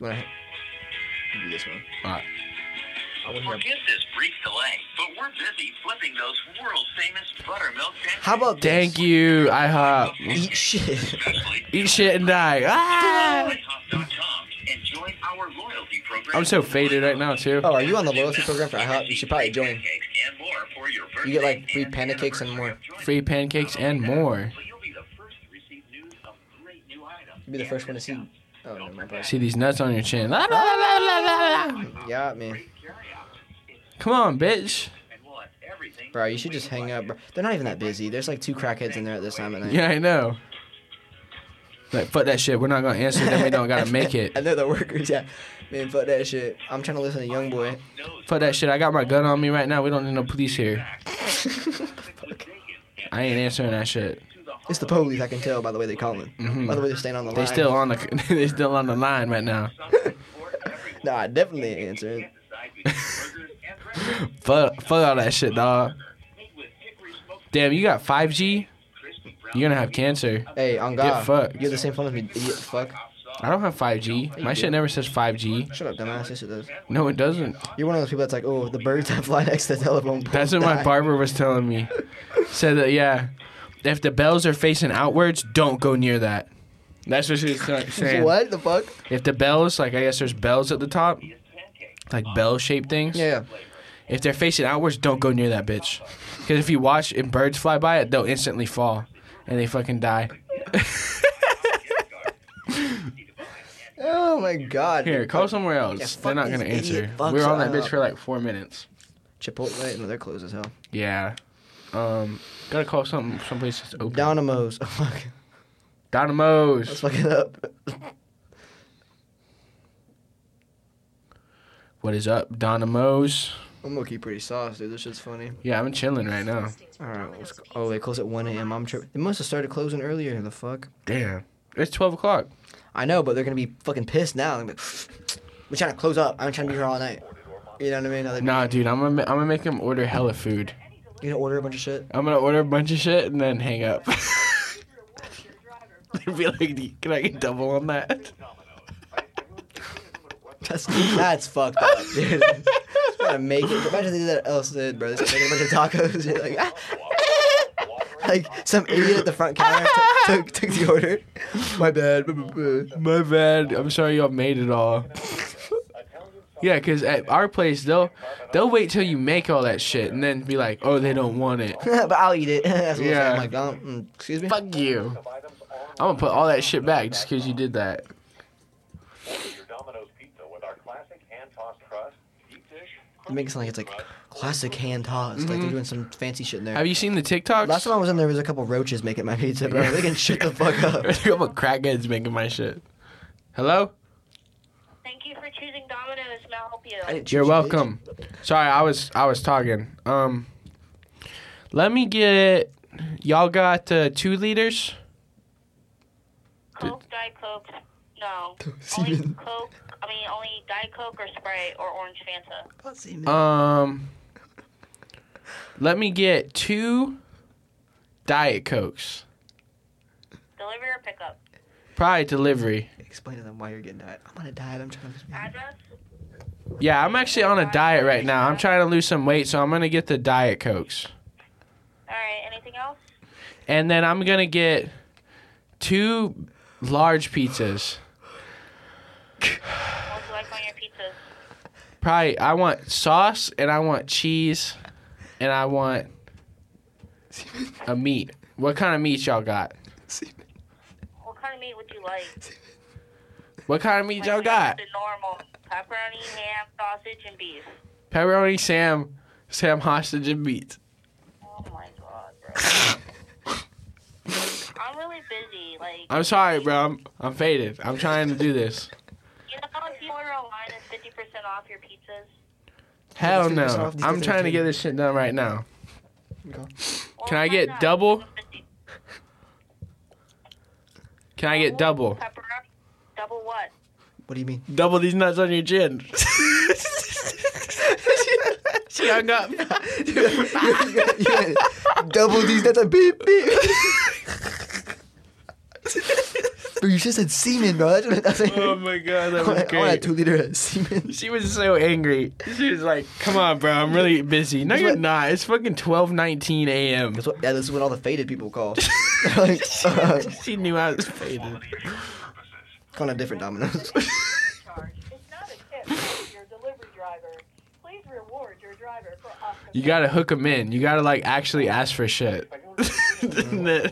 Speaker 1: wanna you do this one?
Speaker 2: Alright.
Speaker 1: I wanna hear-
Speaker 6: Forget this brief delay, but we're busy flipping those world famous buttermilk pancakes.
Speaker 1: How about this?
Speaker 2: Thank you, IHOP.
Speaker 1: (laughs) Eat shit. (laughs)
Speaker 6: Especially
Speaker 2: Eat shit and die. Ah!
Speaker 6: IHOP.com and join our loyalty program.
Speaker 2: I'm so faded right now, too.
Speaker 1: Oh, are you on the loyalty program for IHOP? You should probably join.
Speaker 6: Pancakes and more
Speaker 1: You get like free pancakes and more.
Speaker 2: Free pancakes and more.
Speaker 6: So you'll be the first to receive news of great new items.
Speaker 1: You'll be the first one to see. Oh, never mind. bro.
Speaker 2: See these nuts on your chin. La, la, la, la, la, la.
Speaker 1: Yeah, man.
Speaker 2: Come on, bitch.
Speaker 6: And we'll have everything.
Speaker 1: Bro, you should just hang up, bro. They're not even that busy. There's like two crackheads in there at this time of night.
Speaker 2: Yeah, I know. Like, fuck that shit. We're not gonna answer. Then we don't gotta
Speaker 1: (laughs)
Speaker 2: make it.
Speaker 1: and they're the workers, yeah. Man, fuck that shit. I'm trying to listen to Young Boy.
Speaker 2: Fuck that shit. I got my gun on me right now. We don't need no police here. I ain't answering that shit.
Speaker 1: It's the police, I can tell by the way they call him. By the way they're staying on the
Speaker 2: Mm-hmm. They
Speaker 1: line.
Speaker 2: still on the (laughs) they still on the line right now.
Speaker 1: Nah, I definitely ain't answering. (laughs)
Speaker 2: Fuck fuck all that shit, dog. Damn, you got 5G. You're gonna have cancer.
Speaker 1: Hey, on
Speaker 2: Get
Speaker 1: God.
Speaker 2: fucked.
Speaker 1: You're the same phone as me, idiot. Fuck.
Speaker 2: I don't have 5G. My shit never says 5G.
Speaker 1: Shut up, dumbass. Yes, it does.
Speaker 2: No, it doesn't.
Speaker 1: You're one of those people that's like, oh, the birds that fly next to the telephone pole
Speaker 2: That's what my
Speaker 1: die.
Speaker 2: barber was telling me. Said that yeah, if the bells are facing outwards, don't go near that. That's what she was sa-
Speaker 1: (laughs)
Speaker 2: saying.
Speaker 1: What the fuck?
Speaker 2: If the bells, like I guess there's bells at the top, like bell-shaped things.
Speaker 1: Yeah.
Speaker 2: If they're facing outwards, don't go near that bitch. Because if you watch and birds fly by it, they'll instantly fall and they fucking die.
Speaker 1: (laughs) Oh my God.
Speaker 2: Here,
Speaker 1: dude.
Speaker 2: call somewhere else.
Speaker 1: Yeah, fuck
Speaker 2: They're not
Speaker 1: these
Speaker 2: gonna
Speaker 1: idiot
Speaker 2: answer.
Speaker 1: fucks
Speaker 2: We were on that
Speaker 1: up.
Speaker 2: bitch for like four minutes.
Speaker 1: Chipotle. No, they're closed as hell.
Speaker 2: Yeah. Um, gotta call something someplace that's open.
Speaker 1: Dynamos. (laughs) Oh fuck. Let's
Speaker 2: Dynamo's.
Speaker 1: fuck it up. (laughs)
Speaker 2: What is up, Dynamo's?
Speaker 1: I'm gonna keep pretty sauce, dude. This shit's funny.
Speaker 2: Yeah, I'm chilling right now.
Speaker 1: All right. Let's go. Oh, they close at 1 a.m. I'm tripping. They must have started closing earlier. The fuck.
Speaker 2: Damn. It's twelve o'clock.
Speaker 1: I know, but they're gonna be fucking pissed now. They're gonna be like, We're trying to close up. I'm trying to be here all night. You know what I mean? Now they're-
Speaker 2: Nah, dude, I'm gonna ma- I'm gonna make him order hella food.
Speaker 1: You gonna order a bunch of shit? (laughs)
Speaker 2: I'm gonna order a bunch of shit and then hang up. (laughs) I'd be like, can I get double on that? (laughs)
Speaker 1: That's that's fucked up, dude. (laughs) Just gotta make it. Imagine they did that else did, bro. They started making a bunch of tacos. (laughs) and like, "Ah." (laughs) like some idiot at the front counter took took, took the order. (laughs)
Speaker 2: My bad. My bad. I'm sorry y'all made it all. (laughs) Yeah, cause at our place they'll they'll wait till you make all that shit and then be like, oh, they don't want it. (laughs)
Speaker 1: but I'll eat it. (laughs) That's what
Speaker 2: Yeah.
Speaker 1: I'm like. Um, mm, excuse me.
Speaker 2: Fuck you. I'm gonna put all that shit back just cause you did that.
Speaker 7: your Domino's pizza with our classic hand-tossed crust, deep dish,
Speaker 1: It makes it sound like it's like classic hand tossed. Like they're doing some fancy shit in there.
Speaker 2: Mm-hmm. Have you seen the TikToks?
Speaker 1: Last time I was in there, there was a couple roaches making my pizza, bro. They can shut the fuck
Speaker 2: (laughs)
Speaker 1: up.
Speaker 2: a couple crackheads making my shit. Hello.
Speaker 5: Thank you for choosing Domino's. May I help you?
Speaker 1: I didn't
Speaker 2: You're
Speaker 1: choose you, bitch.
Speaker 2: welcome. Sorry, I was I was talking. Um, let me get. Y'all got uh, two liters.
Speaker 5: Coke, Diet Coke. No.
Speaker 3: (laughs)
Speaker 1: Steven.
Speaker 5: Only Coke. I mean, only Diet Coke or Sprite or Orange Fanta.
Speaker 1: Let's see, man.
Speaker 2: Um, let me get two diet cokes.
Speaker 5: Delivery or pickup.
Speaker 2: Probably delivery.
Speaker 1: Explain to them why you're getting diet. I'm on a diet. I'm trying to.
Speaker 5: Address.
Speaker 2: Yeah, I'm actually on a diet right now. I'm trying to lose some weight, so I'm gonna get the diet cokes,
Speaker 5: All right. Anything else?
Speaker 2: and then I'm gonna get two large pizzas.
Speaker 5: What do you like on your pizza?
Speaker 2: Probably I want sauce and I want cheese and I want a meat. What kind of meat y'all got?
Speaker 5: What kind of meat would you like?
Speaker 2: What kind of meat y'all
Speaker 5: Like,
Speaker 2: got?
Speaker 5: The normal pepperoni, ham, sausage, and beef.
Speaker 2: Pepperoni, Sam, Sam hostage and meat.
Speaker 5: Oh my god, bro. (laughs) I'm really busy. Like,
Speaker 2: I'm sorry, bro. I'm I'm faded. I'm trying to
Speaker 1: (laughs)
Speaker 2: do this.
Speaker 5: you know how if you order online, it's 50% off your pizzas?
Speaker 2: Hell
Speaker 1: Let's figure this
Speaker 2: no.
Speaker 1: out. These
Speaker 2: I'm
Speaker 1: kids are
Speaker 2: trying to get
Speaker 1: kidding.
Speaker 2: this shit done right now.
Speaker 5: Well,
Speaker 2: Can I
Speaker 5: why
Speaker 2: get
Speaker 5: not?
Speaker 2: double?
Speaker 5: 50
Speaker 2: Can I get double?
Speaker 5: Pepperoni. Double what?
Speaker 1: What do you mean?
Speaker 2: Double these nuts on your chin. (laughs) she hung
Speaker 1: (laughs)
Speaker 2: up.
Speaker 1: Yeah, (laughs) double these. That's a beep beep. bro, you just said semen, bro. That's what that's (laughs)
Speaker 2: Oh my god, that was
Speaker 1: I want a
Speaker 2: great.
Speaker 1: two liter of semen.
Speaker 2: She was so angry. She was like, "Come on, bro, I'm really busy." No, you're
Speaker 1: what-
Speaker 2: not. It's fucking twelve nineteen a.m.
Speaker 1: That's what, yeah, this is what all the faded people call. (laughs) like, uh,
Speaker 2: (laughs) She knew I was faded.
Speaker 1: calling a different Domino's. (laughs)
Speaker 8: charge is not a tip from your delivery driver. Please reward your driver.
Speaker 2: You gotta hook them in. You gotta like actually ask for shit. (laughs)
Speaker 1: (laughs)
Speaker 2: And then-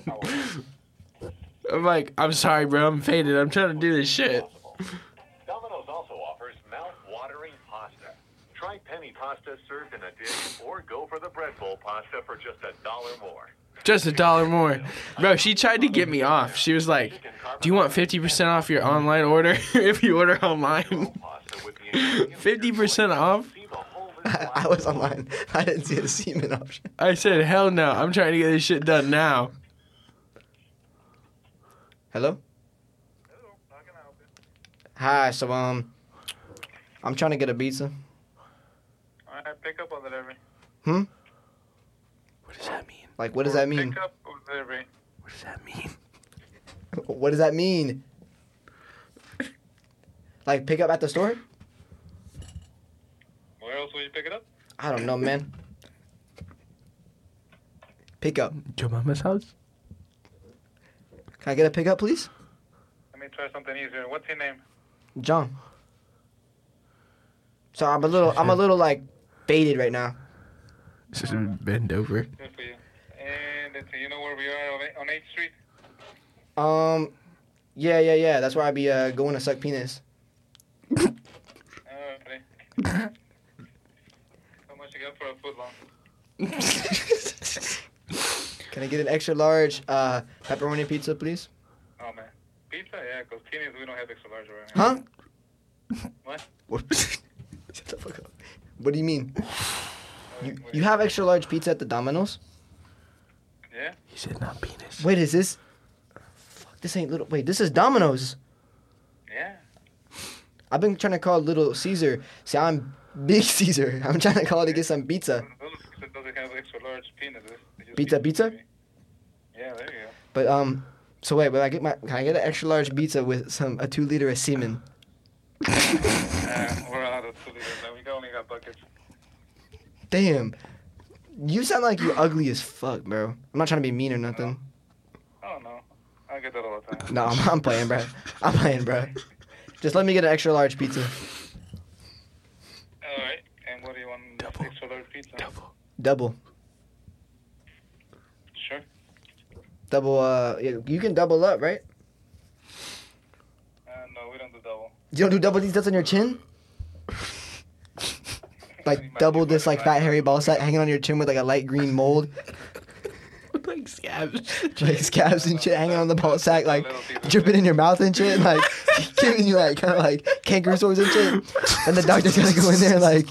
Speaker 2: I'm like, I'm sorry, bro. I'm faded. I'm trying to do this shit.
Speaker 7: Domino's also offers mouth-watering pasta. Try penny pasta served in a dish, or go for the bread bowl pasta for just a dollar more.
Speaker 2: Just a dollar more, bro. She tried to get me off. She was like, "Do you want 50% off your online order (laughs) if you order online? (laughs)
Speaker 7: Pasta with the
Speaker 1: (laughs)
Speaker 7: ingredients
Speaker 2: 50% off?"
Speaker 7: receive a whole new
Speaker 1: I, I was online. I didn't see the semen option.
Speaker 2: I said, "Hell no! I'm trying to get this shit done now."
Speaker 1: Hello. Hi. So um, I'm trying to get a pizza.
Speaker 8: I pick up on delivery.
Speaker 2: What does that mean?
Speaker 1: Like, what does that mean?
Speaker 8: Pick up or delivery.
Speaker 2: What does that mean?
Speaker 1: What does that mean? Like, pick up at the store?
Speaker 8: Where else will you pick it up?
Speaker 1: I don't know, man. Pick up.
Speaker 2: Your mama's house?
Speaker 1: Can I get a pickup, please?
Speaker 8: Let me try something easier. What's your name?
Speaker 1: John. So I'm a little, I'm a little like faded right now.
Speaker 2: Just "Mm, bend over.
Speaker 8: Good for you. And it's, you know where we are on eight- on 8th Street?
Speaker 1: Um, yeah, yeah, yeah. That's where I be uh, going to suck penis. (laughs)
Speaker 8: Alright. buddy. How much you got for a foot long?
Speaker 1: Can I get an extra large uh, pepperoni pizza, please?
Speaker 8: Oh, man. Pizza? Yeah, because teenies, we don't have extra large around here.
Speaker 1: Huh?
Speaker 8: What?
Speaker 1: What? (laughs) Shut the fuck up. What do you mean?
Speaker 8: Wait,
Speaker 1: You,
Speaker 8: Uh, wait.
Speaker 1: you have extra large pizza at the Domino's?
Speaker 8: Yeah?
Speaker 2: He said, "Not penis."
Speaker 1: Wait, is this? Fuck, this ain't little. Wait, this is Domino's.
Speaker 8: Yeah.
Speaker 1: I've been trying to call Little Caesar. See, I'm Big (laughs) Caesar. I'm trying to call to get some pizza.
Speaker 8: It doesn't have extra large penises. They just
Speaker 1: uh, Pizza,
Speaker 8: need-
Speaker 1: pizza?
Speaker 8: Yeah, there you go.
Speaker 1: But um, so wait, but I get my can I get an extra large pizza with some a two liter of semen?
Speaker 8: Uh, we're out of two liters now. We only got buckets.
Speaker 1: Damn, you sound like you ugly as fuck, bro. I'm not trying to be mean or nothing.
Speaker 8: I don't know. I get that all
Speaker 1: (laughs)
Speaker 8: the time.
Speaker 1: No, I'm, I'm playing, bro. I'm playing, bro. Just let me get an extra large pizza.
Speaker 8: Alright. And what do you want?
Speaker 2: Double.
Speaker 8: Extra large pizza?
Speaker 2: (laughs) Double.
Speaker 1: Double,
Speaker 8: Sure.
Speaker 1: double. Uh, yeah, you can double up, right?
Speaker 8: Uh, no, we don't do double.
Speaker 1: You don't do double these dust on your chin.
Speaker 8: You
Speaker 1: (laughs) Like
Speaker 8: might
Speaker 1: double
Speaker 8: be
Speaker 1: this, like
Speaker 8: right.
Speaker 1: fat
Speaker 8: (laughs)
Speaker 1: hairy ball sack hanging on your chin with like a light green mold. (laughs)
Speaker 2: like scabs.
Speaker 1: like scabs and shit hanging on the ball sack, like dripping in your mouth and shit,
Speaker 8: (laughs)
Speaker 1: like giving you like kind of like canker sores and shit. And the doctor's gonna go in there and
Speaker 2: (laughs)
Speaker 1: like (laughs)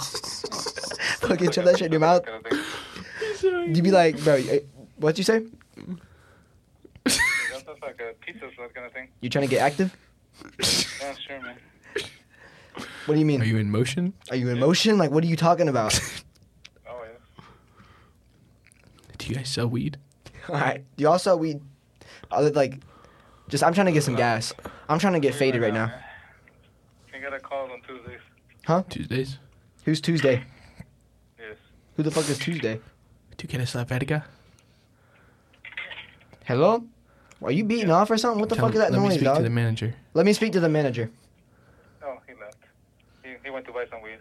Speaker 1: fucking shove that shit in your mouth.
Speaker 8: Gotta think.
Speaker 1: You'd be like, bro, eh, what you say?
Speaker 8: Yeah, That's like a pizza slut kind of thing.
Speaker 1: You trying to get active?
Speaker 8: Yeah, sure, man.
Speaker 1: What do you mean?
Speaker 2: Are you in motion?
Speaker 1: Are you in motion? Like, what are you talking about?
Speaker 8: Oh, yeah.
Speaker 2: Do you guys sell weed?
Speaker 1: All right. Do you also we, other like, just I'm trying to get some gas. I'm trying to get faded right now.
Speaker 8: You gotta call on Tuesdays.
Speaker 2: Tuesdays.
Speaker 1: Who's Tuesday?
Speaker 8: Yes.
Speaker 1: Who the fuck is Tuesday?
Speaker 2: Do you get a Slavetica?
Speaker 1: Hello? Are you beating off or something? What the fuck is that
Speaker 2: Let me
Speaker 1: noise,
Speaker 2: speak
Speaker 1: dog?
Speaker 2: to the manager. (laughs)
Speaker 1: Let me speak to the manager. (laughs)
Speaker 8: Oh, he left. He, he went to buy some weed.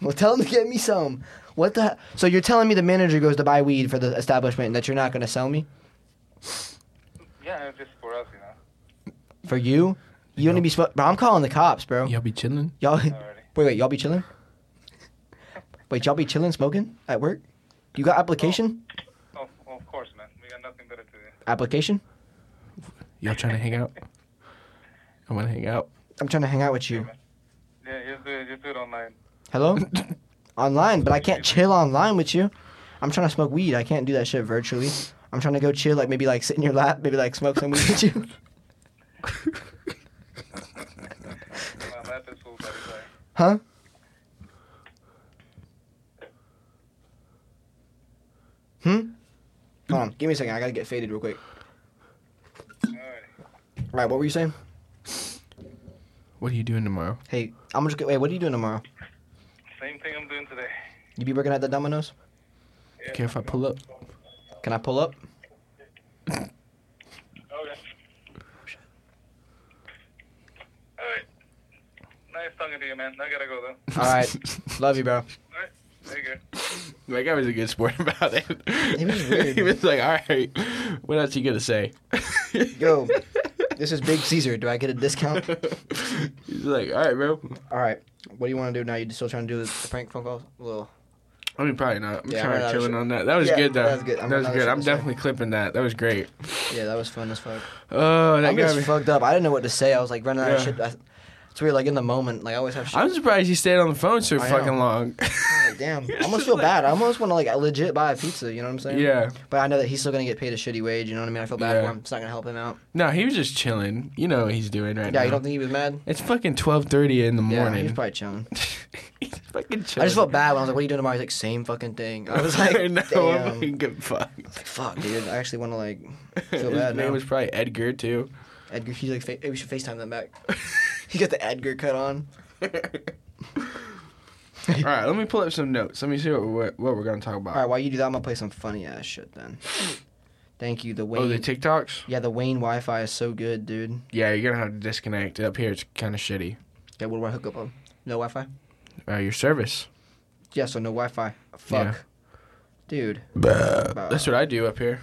Speaker 1: Well, tell him to get me some. What the? So you're telling me the manager goes to buy weed for the establishment and that you're not going to sell me
Speaker 8: Yeah, it's just for us, you
Speaker 1: (laughs)
Speaker 8: know.
Speaker 1: for you? You only be sp- bro. I'm calling the cops, bro.
Speaker 2: Y'all be chilling.
Speaker 1: Y'all,
Speaker 8: Already.
Speaker 1: (laughs) wait, wait. Y'all be chilling. Wait, y'all be chilling, smoking at work. You got application?
Speaker 8: Oh, well, of course, man. We got nothing better to do.
Speaker 1: Application?
Speaker 2: Y'all trying to hang out? I want to hang
Speaker 1: (laughs)
Speaker 2: out.
Speaker 1: I'm trying to hang out with you.
Speaker 8: Yeah, just do it, just do it online.
Speaker 1: Hello? online, but I can't chill online with you. I'm trying to smoke weed. I can't do that shit virtually. I'm trying to go chill, like maybe like sit in your lap, maybe like smoke some weed with you.
Speaker 8: My lap is full, buddy. Sorry.
Speaker 1: Huh? Hmm? Hold on. Give me a second. I gotta get faded real quick.
Speaker 8: Alright.
Speaker 1: All right. What were you saying?
Speaker 2: What are you doing tomorrow?
Speaker 1: Hey, I'm just. Wait. What are you doing tomorrow?
Speaker 8: Same thing I'm doing today.
Speaker 1: You be working at the Domino's?
Speaker 8: Yeah.
Speaker 2: Care if I pull up?
Speaker 1: Can I pull up?
Speaker 8: Okay. Alright. Nice talking to you, man. I gotta go,
Speaker 2: (laughs)
Speaker 8: though.
Speaker 1: All right. Love you, bro.
Speaker 8: Figure.
Speaker 2: That guy was a good sport (laughs) about it.
Speaker 1: He was
Speaker 2: (laughs)
Speaker 1: weird.
Speaker 2: he was like, all right, what else you gonna say? (laughs)
Speaker 1: Yo, this is Big Caesar. Do I get a
Speaker 2: (laughs)
Speaker 1: discount?
Speaker 2: He's like, all right, bro.
Speaker 1: All right. What do you want to do now? You still trying to do the prank phone calls? Well,
Speaker 2: I mean, probably not. I'm
Speaker 1: Yeah,
Speaker 2: kind
Speaker 1: I'm
Speaker 2: of
Speaker 1: not
Speaker 2: chilling
Speaker 1: sure.
Speaker 2: on that. That was
Speaker 1: Yeah,
Speaker 2: good though.
Speaker 1: that was good. I'm
Speaker 2: That was
Speaker 1: not
Speaker 2: good.
Speaker 1: sure
Speaker 2: I'm
Speaker 1: to say.
Speaker 2: definitely clipping that. That was great.
Speaker 1: yeah, that was fun as fuck.
Speaker 2: Oh, that
Speaker 1: I'm
Speaker 2: got
Speaker 1: just
Speaker 2: me.
Speaker 1: fucked up. I didn't know what to say. I was like running out of
Speaker 2: Yeah.
Speaker 1: shit. I, it's weird. Like in the moment, like I always have shit.
Speaker 2: I'm surprised you stayed on the phone
Speaker 1: I
Speaker 2: so
Speaker 1: know.
Speaker 2: fucking long. (laughs)
Speaker 1: I'm like, damn. I almost feel bad. I almost want to like legit buy a pizza. You know what I'm saying?
Speaker 2: yeah.
Speaker 1: But I know that he's still gonna get paid a shitty wage. You know what I mean? I feel bad
Speaker 2: Yeah.
Speaker 1: for him. It's not gonna help him out.
Speaker 2: No, he was just chilling. You know what he's doing right now.
Speaker 1: Yeah, you don't think he was mad?
Speaker 2: It's fucking twelve thirty in the
Speaker 1: Yeah,
Speaker 2: morning.
Speaker 1: he's probably chilling.
Speaker 2: (laughs) He's fucking chilling.
Speaker 1: I just felt bad when I was like, "What are you doing tomorrow?" He's like, "Same fucking
Speaker 2: (laughs)
Speaker 1: thing." I was like,
Speaker 2: no,
Speaker 1: "Damn,
Speaker 2: (laughs) I'm like, good fuck.
Speaker 1: Like, fuck, dude." I actually want to
Speaker 2: (laughs)
Speaker 1: like
Speaker 2: His
Speaker 1: feel bad now.
Speaker 2: name was probably Edgar too.
Speaker 1: Edgar, he's like, fa- hey, "We should Facetime them back." (laughs) he got the Edgar cut on.
Speaker 2: All right, let me pull up some notes. Let me see what we're, what we're gonna talk about.
Speaker 1: All right, while you do that, I'm gonna play some funny ass shit then. Thank you, the Wayne.
Speaker 2: oh, the TikToks.
Speaker 1: yeah, the Wayne Wi-Fi is so good, dude.
Speaker 2: Yeah, you're gonna have to disconnect. Up here, it's kind of shitty.
Speaker 1: Okay, what do I hook up on? No Wi-Fi.
Speaker 2: Uh, your service.
Speaker 1: Yeah, so no Wi-Fi. Fuck,
Speaker 2: Yeah.
Speaker 1: dude.
Speaker 2: That's what I do up here.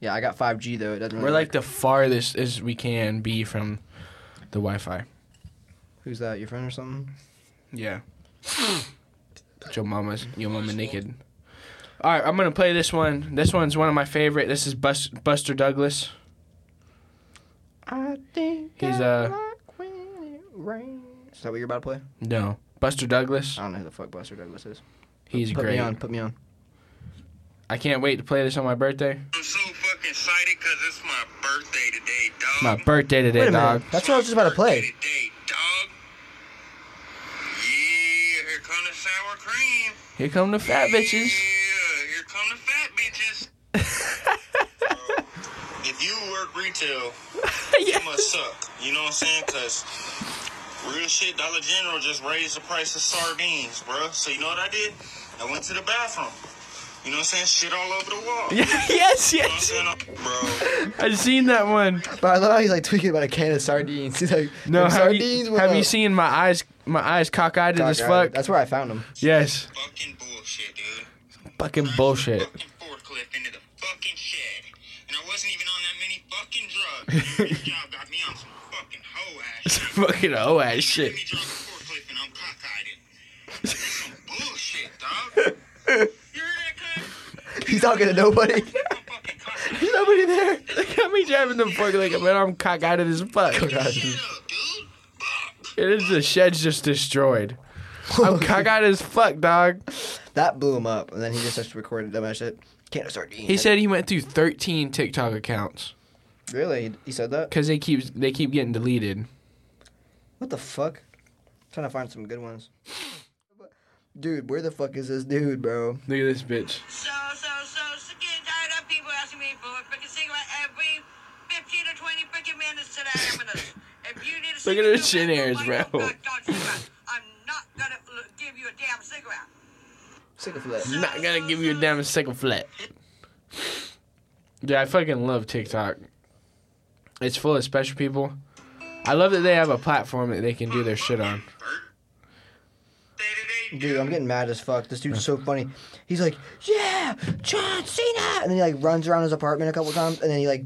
Speaker 1: Yeah, I got 5G though. It doesn't.
Speaker 2: We're
Speaker 1: really-
Speaker 2: like the farthest as we can be from the Wi-Fi.
Speaker 1: who's that? Your friend or something?
Speaker 2: Yeah. your mama's your mama naked. All right, I'm gonna play this one. This one's one of my favorite. This is Bus- Buster Douglas.
Speaker 1: I think
Speaker 2: He's,
Speaker 1: I
Speaker 2: uh,
Speaker 1: like when it rains. Is that what you're about to play?
Speaker 2: No, Buster Douglas.
Speaker 1: I don't know who the fuck Buster Douglas is.
Speaker 2: He's
Speaker 1: Uh, put
Speaker 2: great.
Speaker 1: me on. Put me on.
Speaker 2: I can't wait to play this on my birthday.
Speaker 6: I'm so fucking excited because it's my birthday today, dog.
Speaker 2: My birthday today,
Speaker 1: Wait a
Speaker 2: dog.
Speaker 1: minute. That's what I was just about to play.
Speaker 6: Today, dog. Yeah, here come the sour cream.
Speaker 2: Here come the fat bitches. (laughs)
Speaker 6: Yeah, here come the fat
Speaker 1: (laughs)
Speaker 6: bitches. if you work
Speaker 1: (laughs)
Speaker 6: retail, you must suck. You know what I'm saying? Because real shit, Dollar General just raised the price of sardines, bruh. So you know what I did? I went to the bathroom. You know what I'm saying? Shit all over the wall. You know
Speaker 2: yes,
Speaker 6: what I'm
Speaker 2: yes.
Speaker 6: saying? Bro.
Speaker 2: I've seen that one.
Speaker 1: But I love how he's like tweaking about a can of sardines. (laughs) He's like,
Speaker 2: No,
Speaker 1: "Them
Speaker 2: have,
Speaker 1: sardines.
Speaker 2: you,
Speaker 1: went
Speaker 2: have
Speaker 1: up."
Speaker 2: you seen my eyes? My eyes cockeyed as
Speaker 1: Cockeyed.
Speaker 2: fuck.
Speaker 1: That's where I found him. (laughs)
Speaker 2: Yes,
Speaker 6: Fucking bullshit, dude.
Speaker 2: fucking
Speaker 6: I
Speaker 2: bullshit.
Speaker 6: threw a Fucking forklift into the fucking shed, and I wasn't even on that many
Speaker 2: (laughs)
Speaker 6: fucking drugs. this job got me on some fucking hoe ass shit.
Speaker 2: fucking oh ass shit. (laughs)
Speaker 6: Let me drive a forklift and I'm cockeyed. it. That's some bullshit,
Speaker 2: (laughs)
Speaker 6: dog. You hear that, cunt?
Speaker 1: He's talking to nobody. (laughs)
Speaker 6: I'm fucking cockeyed.
Speaker 2: There's nobody there. They got me driving the forklift, and I'm cockeyed as fuck.
Speaker 6: Shut up, dude. Fuck.
Speaker 2: It is the shed's just destroyed. I'm cockeyed as fuck, dog.
Speaker 1: that blew him up, and then he just starts recording dumbass shit. Can of sardines.
Speaker 2: He said he went through 13 TikTok accounts
Speaker 1: "Really? He said that?
Speaker 2: because they keep they keep getting deleted.
Speaker 1: What the fuck? trying to find some good ones." Dude, where the fuck is this dude, bro?
Speaker 2: Look at this bitch.
Speaker 4: So, so, so, sick and tired of people asking me for a freaking cigarette every 15 or 20 freaking minutes to the air minutes. If you need a
Speaker 2: Look at
Speaker 4: cigarette,
Speaker 2: her chin hairs, bro.
Speaker 4: I'm not gonna l- give you a damn cigarette.
Speaker 1: Sick of that.
Speaker 2: Not gonna give you a damn second flat. Yeah, I fucking love TikTok. It's full of special people. I love that they have a platform that they can do their shit on.
Speaker 6: Day to day,
Speaker 1: Dude, I'm getting mad as fuck. This dude's so funny. He's like, yeah, John Cena, and then he like runs around his apartment a couple times, and then he like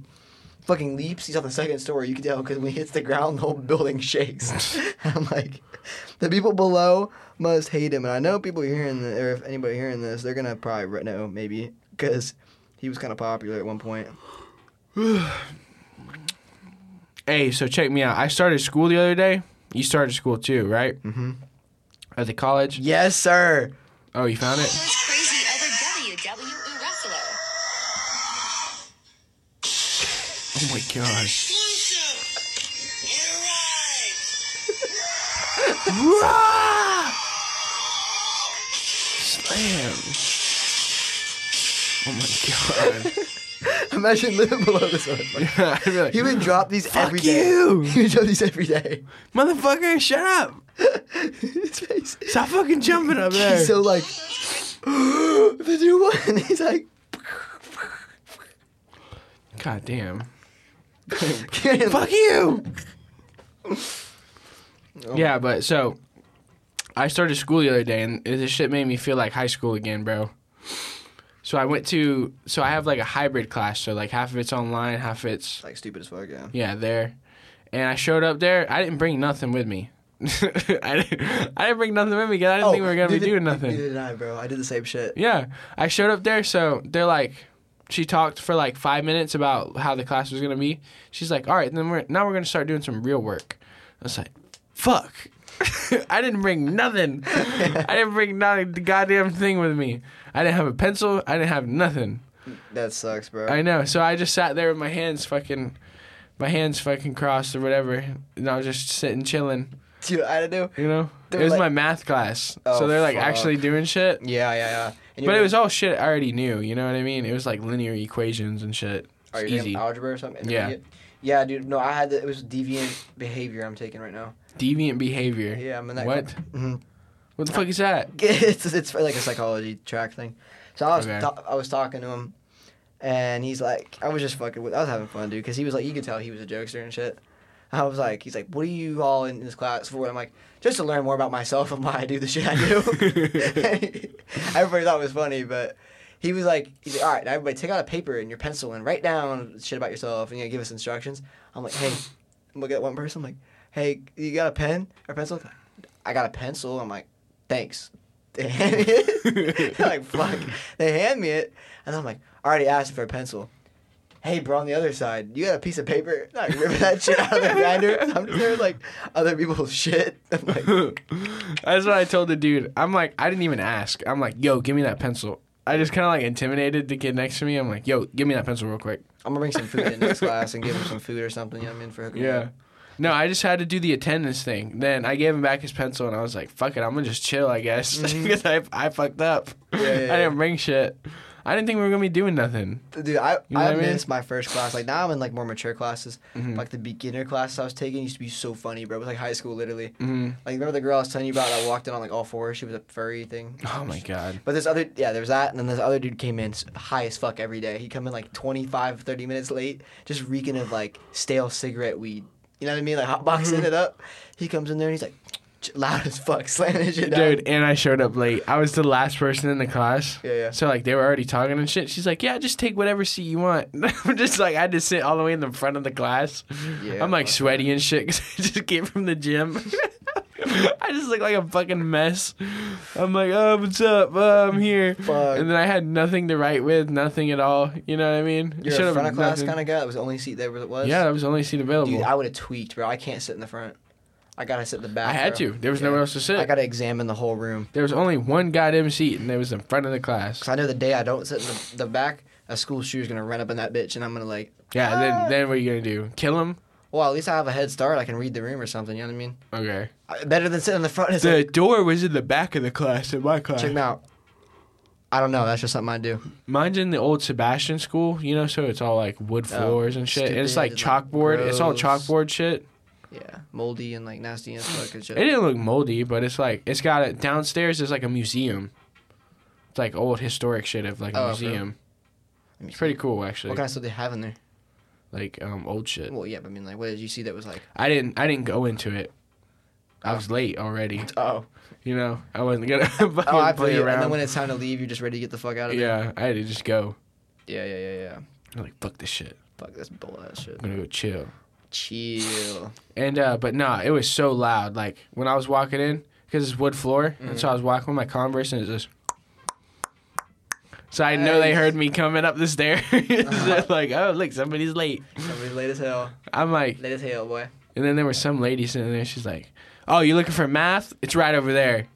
Speaker 1: fucking leaps. He's on the second story. You can tell because when he hits the ground, the whole building shakes. (laughs) I'm like, the people below must hate him, and I know people hearing this, or if anybody hearing this, they're gonna probably re- know maybe because he was kind of popular at one point.
Speaker 2: Hey, so check me out. I started school the other day. You started school too, right? Mm-hmm. At the college.
Speaker 1: Yes, sir. (laughs)
Speaker 2: Oh, you found it?
Speaker 9: crazy other WWE wrestler.
Speaker 2: Oh my gosh.
Speaker 6: exclusive. You're right.
Speaker 2: Rah! Slam. Oh my (laughs) god.
Speaker 1: Imagine living below this one.
Speaker 2: I feel like,
Speaker 1: He would drop these every
Speaker 2: Fuck
Speaker 1: day.
Speaker 2: you.
Speaker 1: (laughs) He would drop these every day. (laughs)
Speaker 2: Motherfucker, shut up.
Speaker 1: His face.
Speaker 2: Stop fucking jumping up there.
Speaker 1: He's so like, (gasps) the new one. (laughs) And he's like,
Speaker 2: god damn.
Speaker 1: can't- Oh.
Speaker 2: Fuck you. yeah, but so I started school the other day, and this shit made me feel like high school again, bro. So I went to, so I have like a hybrid class. So like half of it's online, half it's
Speaker 1: Like stupid as fuck, yeah.
Speaker 2: yeah, there. And I showed up there. I didn't bring nothing with me. (laughs) I, didn't, I didn't bring nothing with me because I didn't think we were gonna be
Speaker 1: neither-
Speaker 2: doing nothing.
Speaker 1: Neither Oh, did I, bro. I did the same shit.
Speaker 2: Yeah, I showed up there, so they're like, she talked for like five minutes about how the class was gonna be. She's like, all right, then we're now we're gonna start doing some real work. I was like, fuck, (laughs) I didn't bring nothing. I didn't bring not a goddamn thing with me. I didn't have a pencil. I didn't have nothing.
Speaker 1: That sucks, bro.
Speaker 2: I know. So I just sat there with my hands fucking, my hands fucking crossed or whatever, and I was just sitting chilling.
Speaker 1: (laughs) Dude, I don't know.
Speaker 2: You know,
Speaker 1: They're
Speaker 2: it was
Speaker 1: like-
Speaker 2: my math class,
Speaker 1: Oh,
Speaker 2: so they're like
Speaker 1: fuck.
Speaker 2: actually doing shit.
Speaker 1: Yeah, yeah, yeah. And
Speaker 2: But
Speaker 1: you're
Speaker 2: it was all shit I already knew. You know what I mean? It was like linear equations and shit.
Speaker 1: Are
Speaker 2: It's
Speaker 1: you uh, doing
Speaker 2: easy.
Speaker 1: algebra or something?
Speaker 2: Yeah.
Speaker 1: Intermediate? Yeah, dude. No, I had the, it was deviant behavior I'm taking right now.
Speaker 2: Deviant behavior.
Speaker 1: Yeah, I'm in that. (laughs)
Speaker 2: what?
Speaker 1: Mhm.
Speaker 2: What the fuck is that? (laughs)
Speaker 1: (laughs) it's it's like a psychology track thing. So I was
Speaker 2: Okay.
Speaker 1: ta- I was talking to him, and he's like, I was just fucking with. I was having fun, dude, because he was like, you could tell he was a jokester and shit. I was like, he's like, what are you all in this class for? I'm like, just to learn more about myself and why I do the shit I do. everybody thought it was funny, but he was like, he's like, all right, now everybody take out a paper and your pencil and write down shit about yourself and you know, give us instructions. I'm like, hey, I'm looking at one person, I'm like, hey, you got a pen or pencil? I got a pencil. I'm like, thanks. (laughs) They hand me it. (laughs) like, fuck. They hand me it. And I'm like, I already asked for a pencil. Hey, bro, on the other side, you got a piece of paper? And I rip that (laughs) shit out of their binder. I'm just there, like, other people's shit. (laughs) I'm
Speaker 2: (laughs)
Speaker 1: like,
Speaker 2: That's what I told the dude. I'm like, I didn't even ask. I'm like, yo, give me that pencil. I just kind of like intimidated the kid next to me. I'm like, yo, give me that pencil real quick.
Speaker 1: I'm gonna bring some food in next class and give him some food or something. You know what I mean? For hooking
Speaker 2: Yeah.
Speaker 1: up.
Speaker 2: No, I just had to do the attendance thing. Then I gave him back his pencil and I was like, fuck it, I'm gonna just chill, I guess. (laughs) Because I, I fucked up.
Speaker 1: Mm-hmm. yeah,
Speaker 2: (laughs) I
Speaker 1: yeah.
Speaker 2: didn't bring shit. I didn't think we were gonna be doing nothing.
Speaker 1: Dude, I,
Speaker 2: You know
Speaker 1: I
Speaker 2: what I mean? Mm-hmm.
Speaker 1: missed my first class. Like now I'm in like more mature classes. Like the beginner classes I was taking used to be so funny, bro. It was like high school literally.
Speaker 2: Mm-hmm.
Speaker 1: Like remember the girl I was telling you about that walked in on like all fours? She was a furry thing.
Speaker 2: Oh my god.
Speaker 1: But this other, yeah, there was that, and then this other dude came in s- high as fuck every day. He'd come in like 25, 30 minutes late, just reeking of like stale cigarette weed. You know what I mean? Like
Speaker 2: Mm-hmm.
Speaker 1: hotboxing it up. He comes in there and he's like loud as fuck, (laughs) slamming his shit down.
Speaker 2: Dude, and I showed up late. I was the last person in the class.
Speaker 1: Yeah, yeah.
Speaker 2: So like they were already talking and shit. She's like, "Yeah, just take whatever seat you want." (laughs) I'm just like, I had to sit all the way in the front of the class.
Speaker 1: Yeah,
Speaker 2: I'm like sweaty and shit because (laughs) I just came from the gym. (laughs) I just look like a fucking mess. I'm like, oh, what's up? Oh, I'm here.
Speaker 1: Fuck.
Speaker 2: And then I had nothing to write with, nothing at all. You know what I mean?
Speaker 1: You're
Speaker 2: Showed
Speaker 1: a
Speaker 2: up
Speaker 1: front of class
Speaker 2: nothing.
Speaker 1: kind of guy. That was the only seat there was.
Speaker 2: Yeah, that was the only seat available.
Speaker 1: Dude,
Speaker 2: I,
Speaker 1: I would have tweaked, bro. I can't sit in the front. I gotta sit in the back.
Speaker 2: had
Speaker 1: bro.
Speaker 2: to. There was
Speaker 1: Yeah.
Speaker 2: nowhere else to sit.
Speaker 1: I gotta examine the whole room.
Speaker 2: there was only one goddamn seat, and it was in front of the class.
Speaker 1: Cause I know the day I don't sit in the, the back, a school shooter's gonna run up in that bitch, and I'm gonna like,
Speaker 2: Yeah. Then then what are you gonna do? Kill him?
Speaker 1: well, at least I have a head start. I can read the room or something. You know what I mean?
Speaker 2: Okay.
Speaker 1: I- Better than sitting in the front. It's
Speaker 2: The
Speaker 1: like,
Speaker 2: door was in the back of the class in my class.
Speaker 1: check me out. I don't know. That's just something I do.
Speaker 2: Mine's in the old Sebastian school, you know, so it's all like wood floors and shit. And it's
Speaker 1: Oh, stupid,
Speaker 2: like
Speaker 1: it's, like,
Speaker 2: chalkboard. it's all
Speaker 1: gross.
Speaker 2: chalkboard shit.
Speaker 1: Yeah, moldy and like nasty and fuck and shit.
Speaker 2: It didn't look moldy, but it's like it's got it downstairs. Is like a museum. It's like old historic shit of like a
Speaker 1: Oh, okay.
Speaker 2: museum.
Speaker 1: Let me
Speaker 2: It's
Speaker 1: see.
Speaker 2: pretty cool actually.
Speaker 1: What kind of stuff they have in there?
Speaker 2: Like um old shit.
Speaker 1: Well, yeah, but I mean, like, what did you see that was like?
Speaker 2: I didn't I didn't go into it. I was late already.
Speaker 1: Oh,
Speaker 2: You know, I wasn't gonna (laughs) fucking
Speaker 1: oh, I
Speaker 2: play
Speaker 1: play it.
Speaker 2: around.
Speaker 1: And then when it's time to leave, you're just ready to get the fuck out of there.
Speaker 2: yeah, I had to just go.
Speaker 1: Yeah, yeah, yeah, yeah.
Speaker 2: I'm like, fuck this shit.
Speaker 1: Fuck this bull ass shit.
Speaker 2: I'm gonna go chill.
Speaker 1: Chill.
Speaker 2: And uh but nah, it was so loud. Like when I was walking in, because it's wood floor, and
Speaker 1: Mm-hmm.
Speaker 2: so I was walking with my Converse, and it's just. So I know they
Speaker 1: Nice. Uh-huh.
Speaker 2: heard me coming up the (laughs) stairs. They're like, oh look, somebody's late.
Speaker 1: Somebody's late as hell.
Speaker 2: I'm like,
Speaker 1: Late as hell, boy.
Speaker 2: and then there was some lady sitting there. She's like, oh, you looking for math? It's right over there.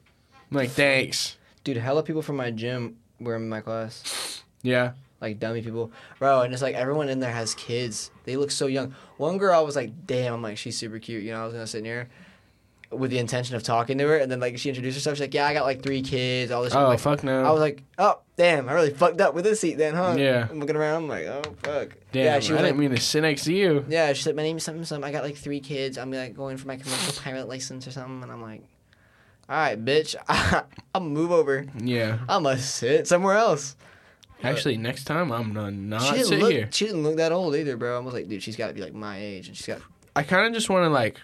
Speaker 2: I'm like, thanks.
Speaker 1: Dude, hella people from my gym were in my class.
Speaker 2: Yeah.
Speaker 1: Like dummy people. Bro, and it's like everyone in there has kids. They look so young. One girl I was like, damn, I'm like, she's super cute. You know, I was gonna sit near her with the intention of talking to her and then like she introduced herself, she's like, Yeah, I got like three kids, all this shit.
Speaker 2: Oh
Speaker 1: like,
Speaker 2: fuck no.
Speaker 1: I was like, Oh, damn, I really fucked up with this seat then, huh?
Speaker 2: Yeah.
Speaker 1: I'm looking around, I'm like, oh fuck.
Speaker 2: Damn,
Speaker 1: yeah, she
Speaker 2: I
Speaker 1: was like,
Speaker 2: didn't mean to sit next to you.
Speaker 1: Yeah, she's like, My name's something something. I got like three kids. I'm like going for my
Speaker 2: (laughs)
Speaker 1: commercial pilot license or something and I'm like, Alright, bitch, (laughs) I'll move over.
Speaker 2: Yeah.
Speaker 1: I'm gonna sit somewhere else.
Speaker 2: Actually, next time I'm gonna
Speaker 1: she
Speaker 2: not
Speaker 1: didn't
Speaker 2: sit
Speaker 1: look.
Speaker 2: here.
Speaker 1: She didn't look that old either, bro. I was like, dude, she's got to be like my age, and she's got.
Speaker 2: I kind of just want to like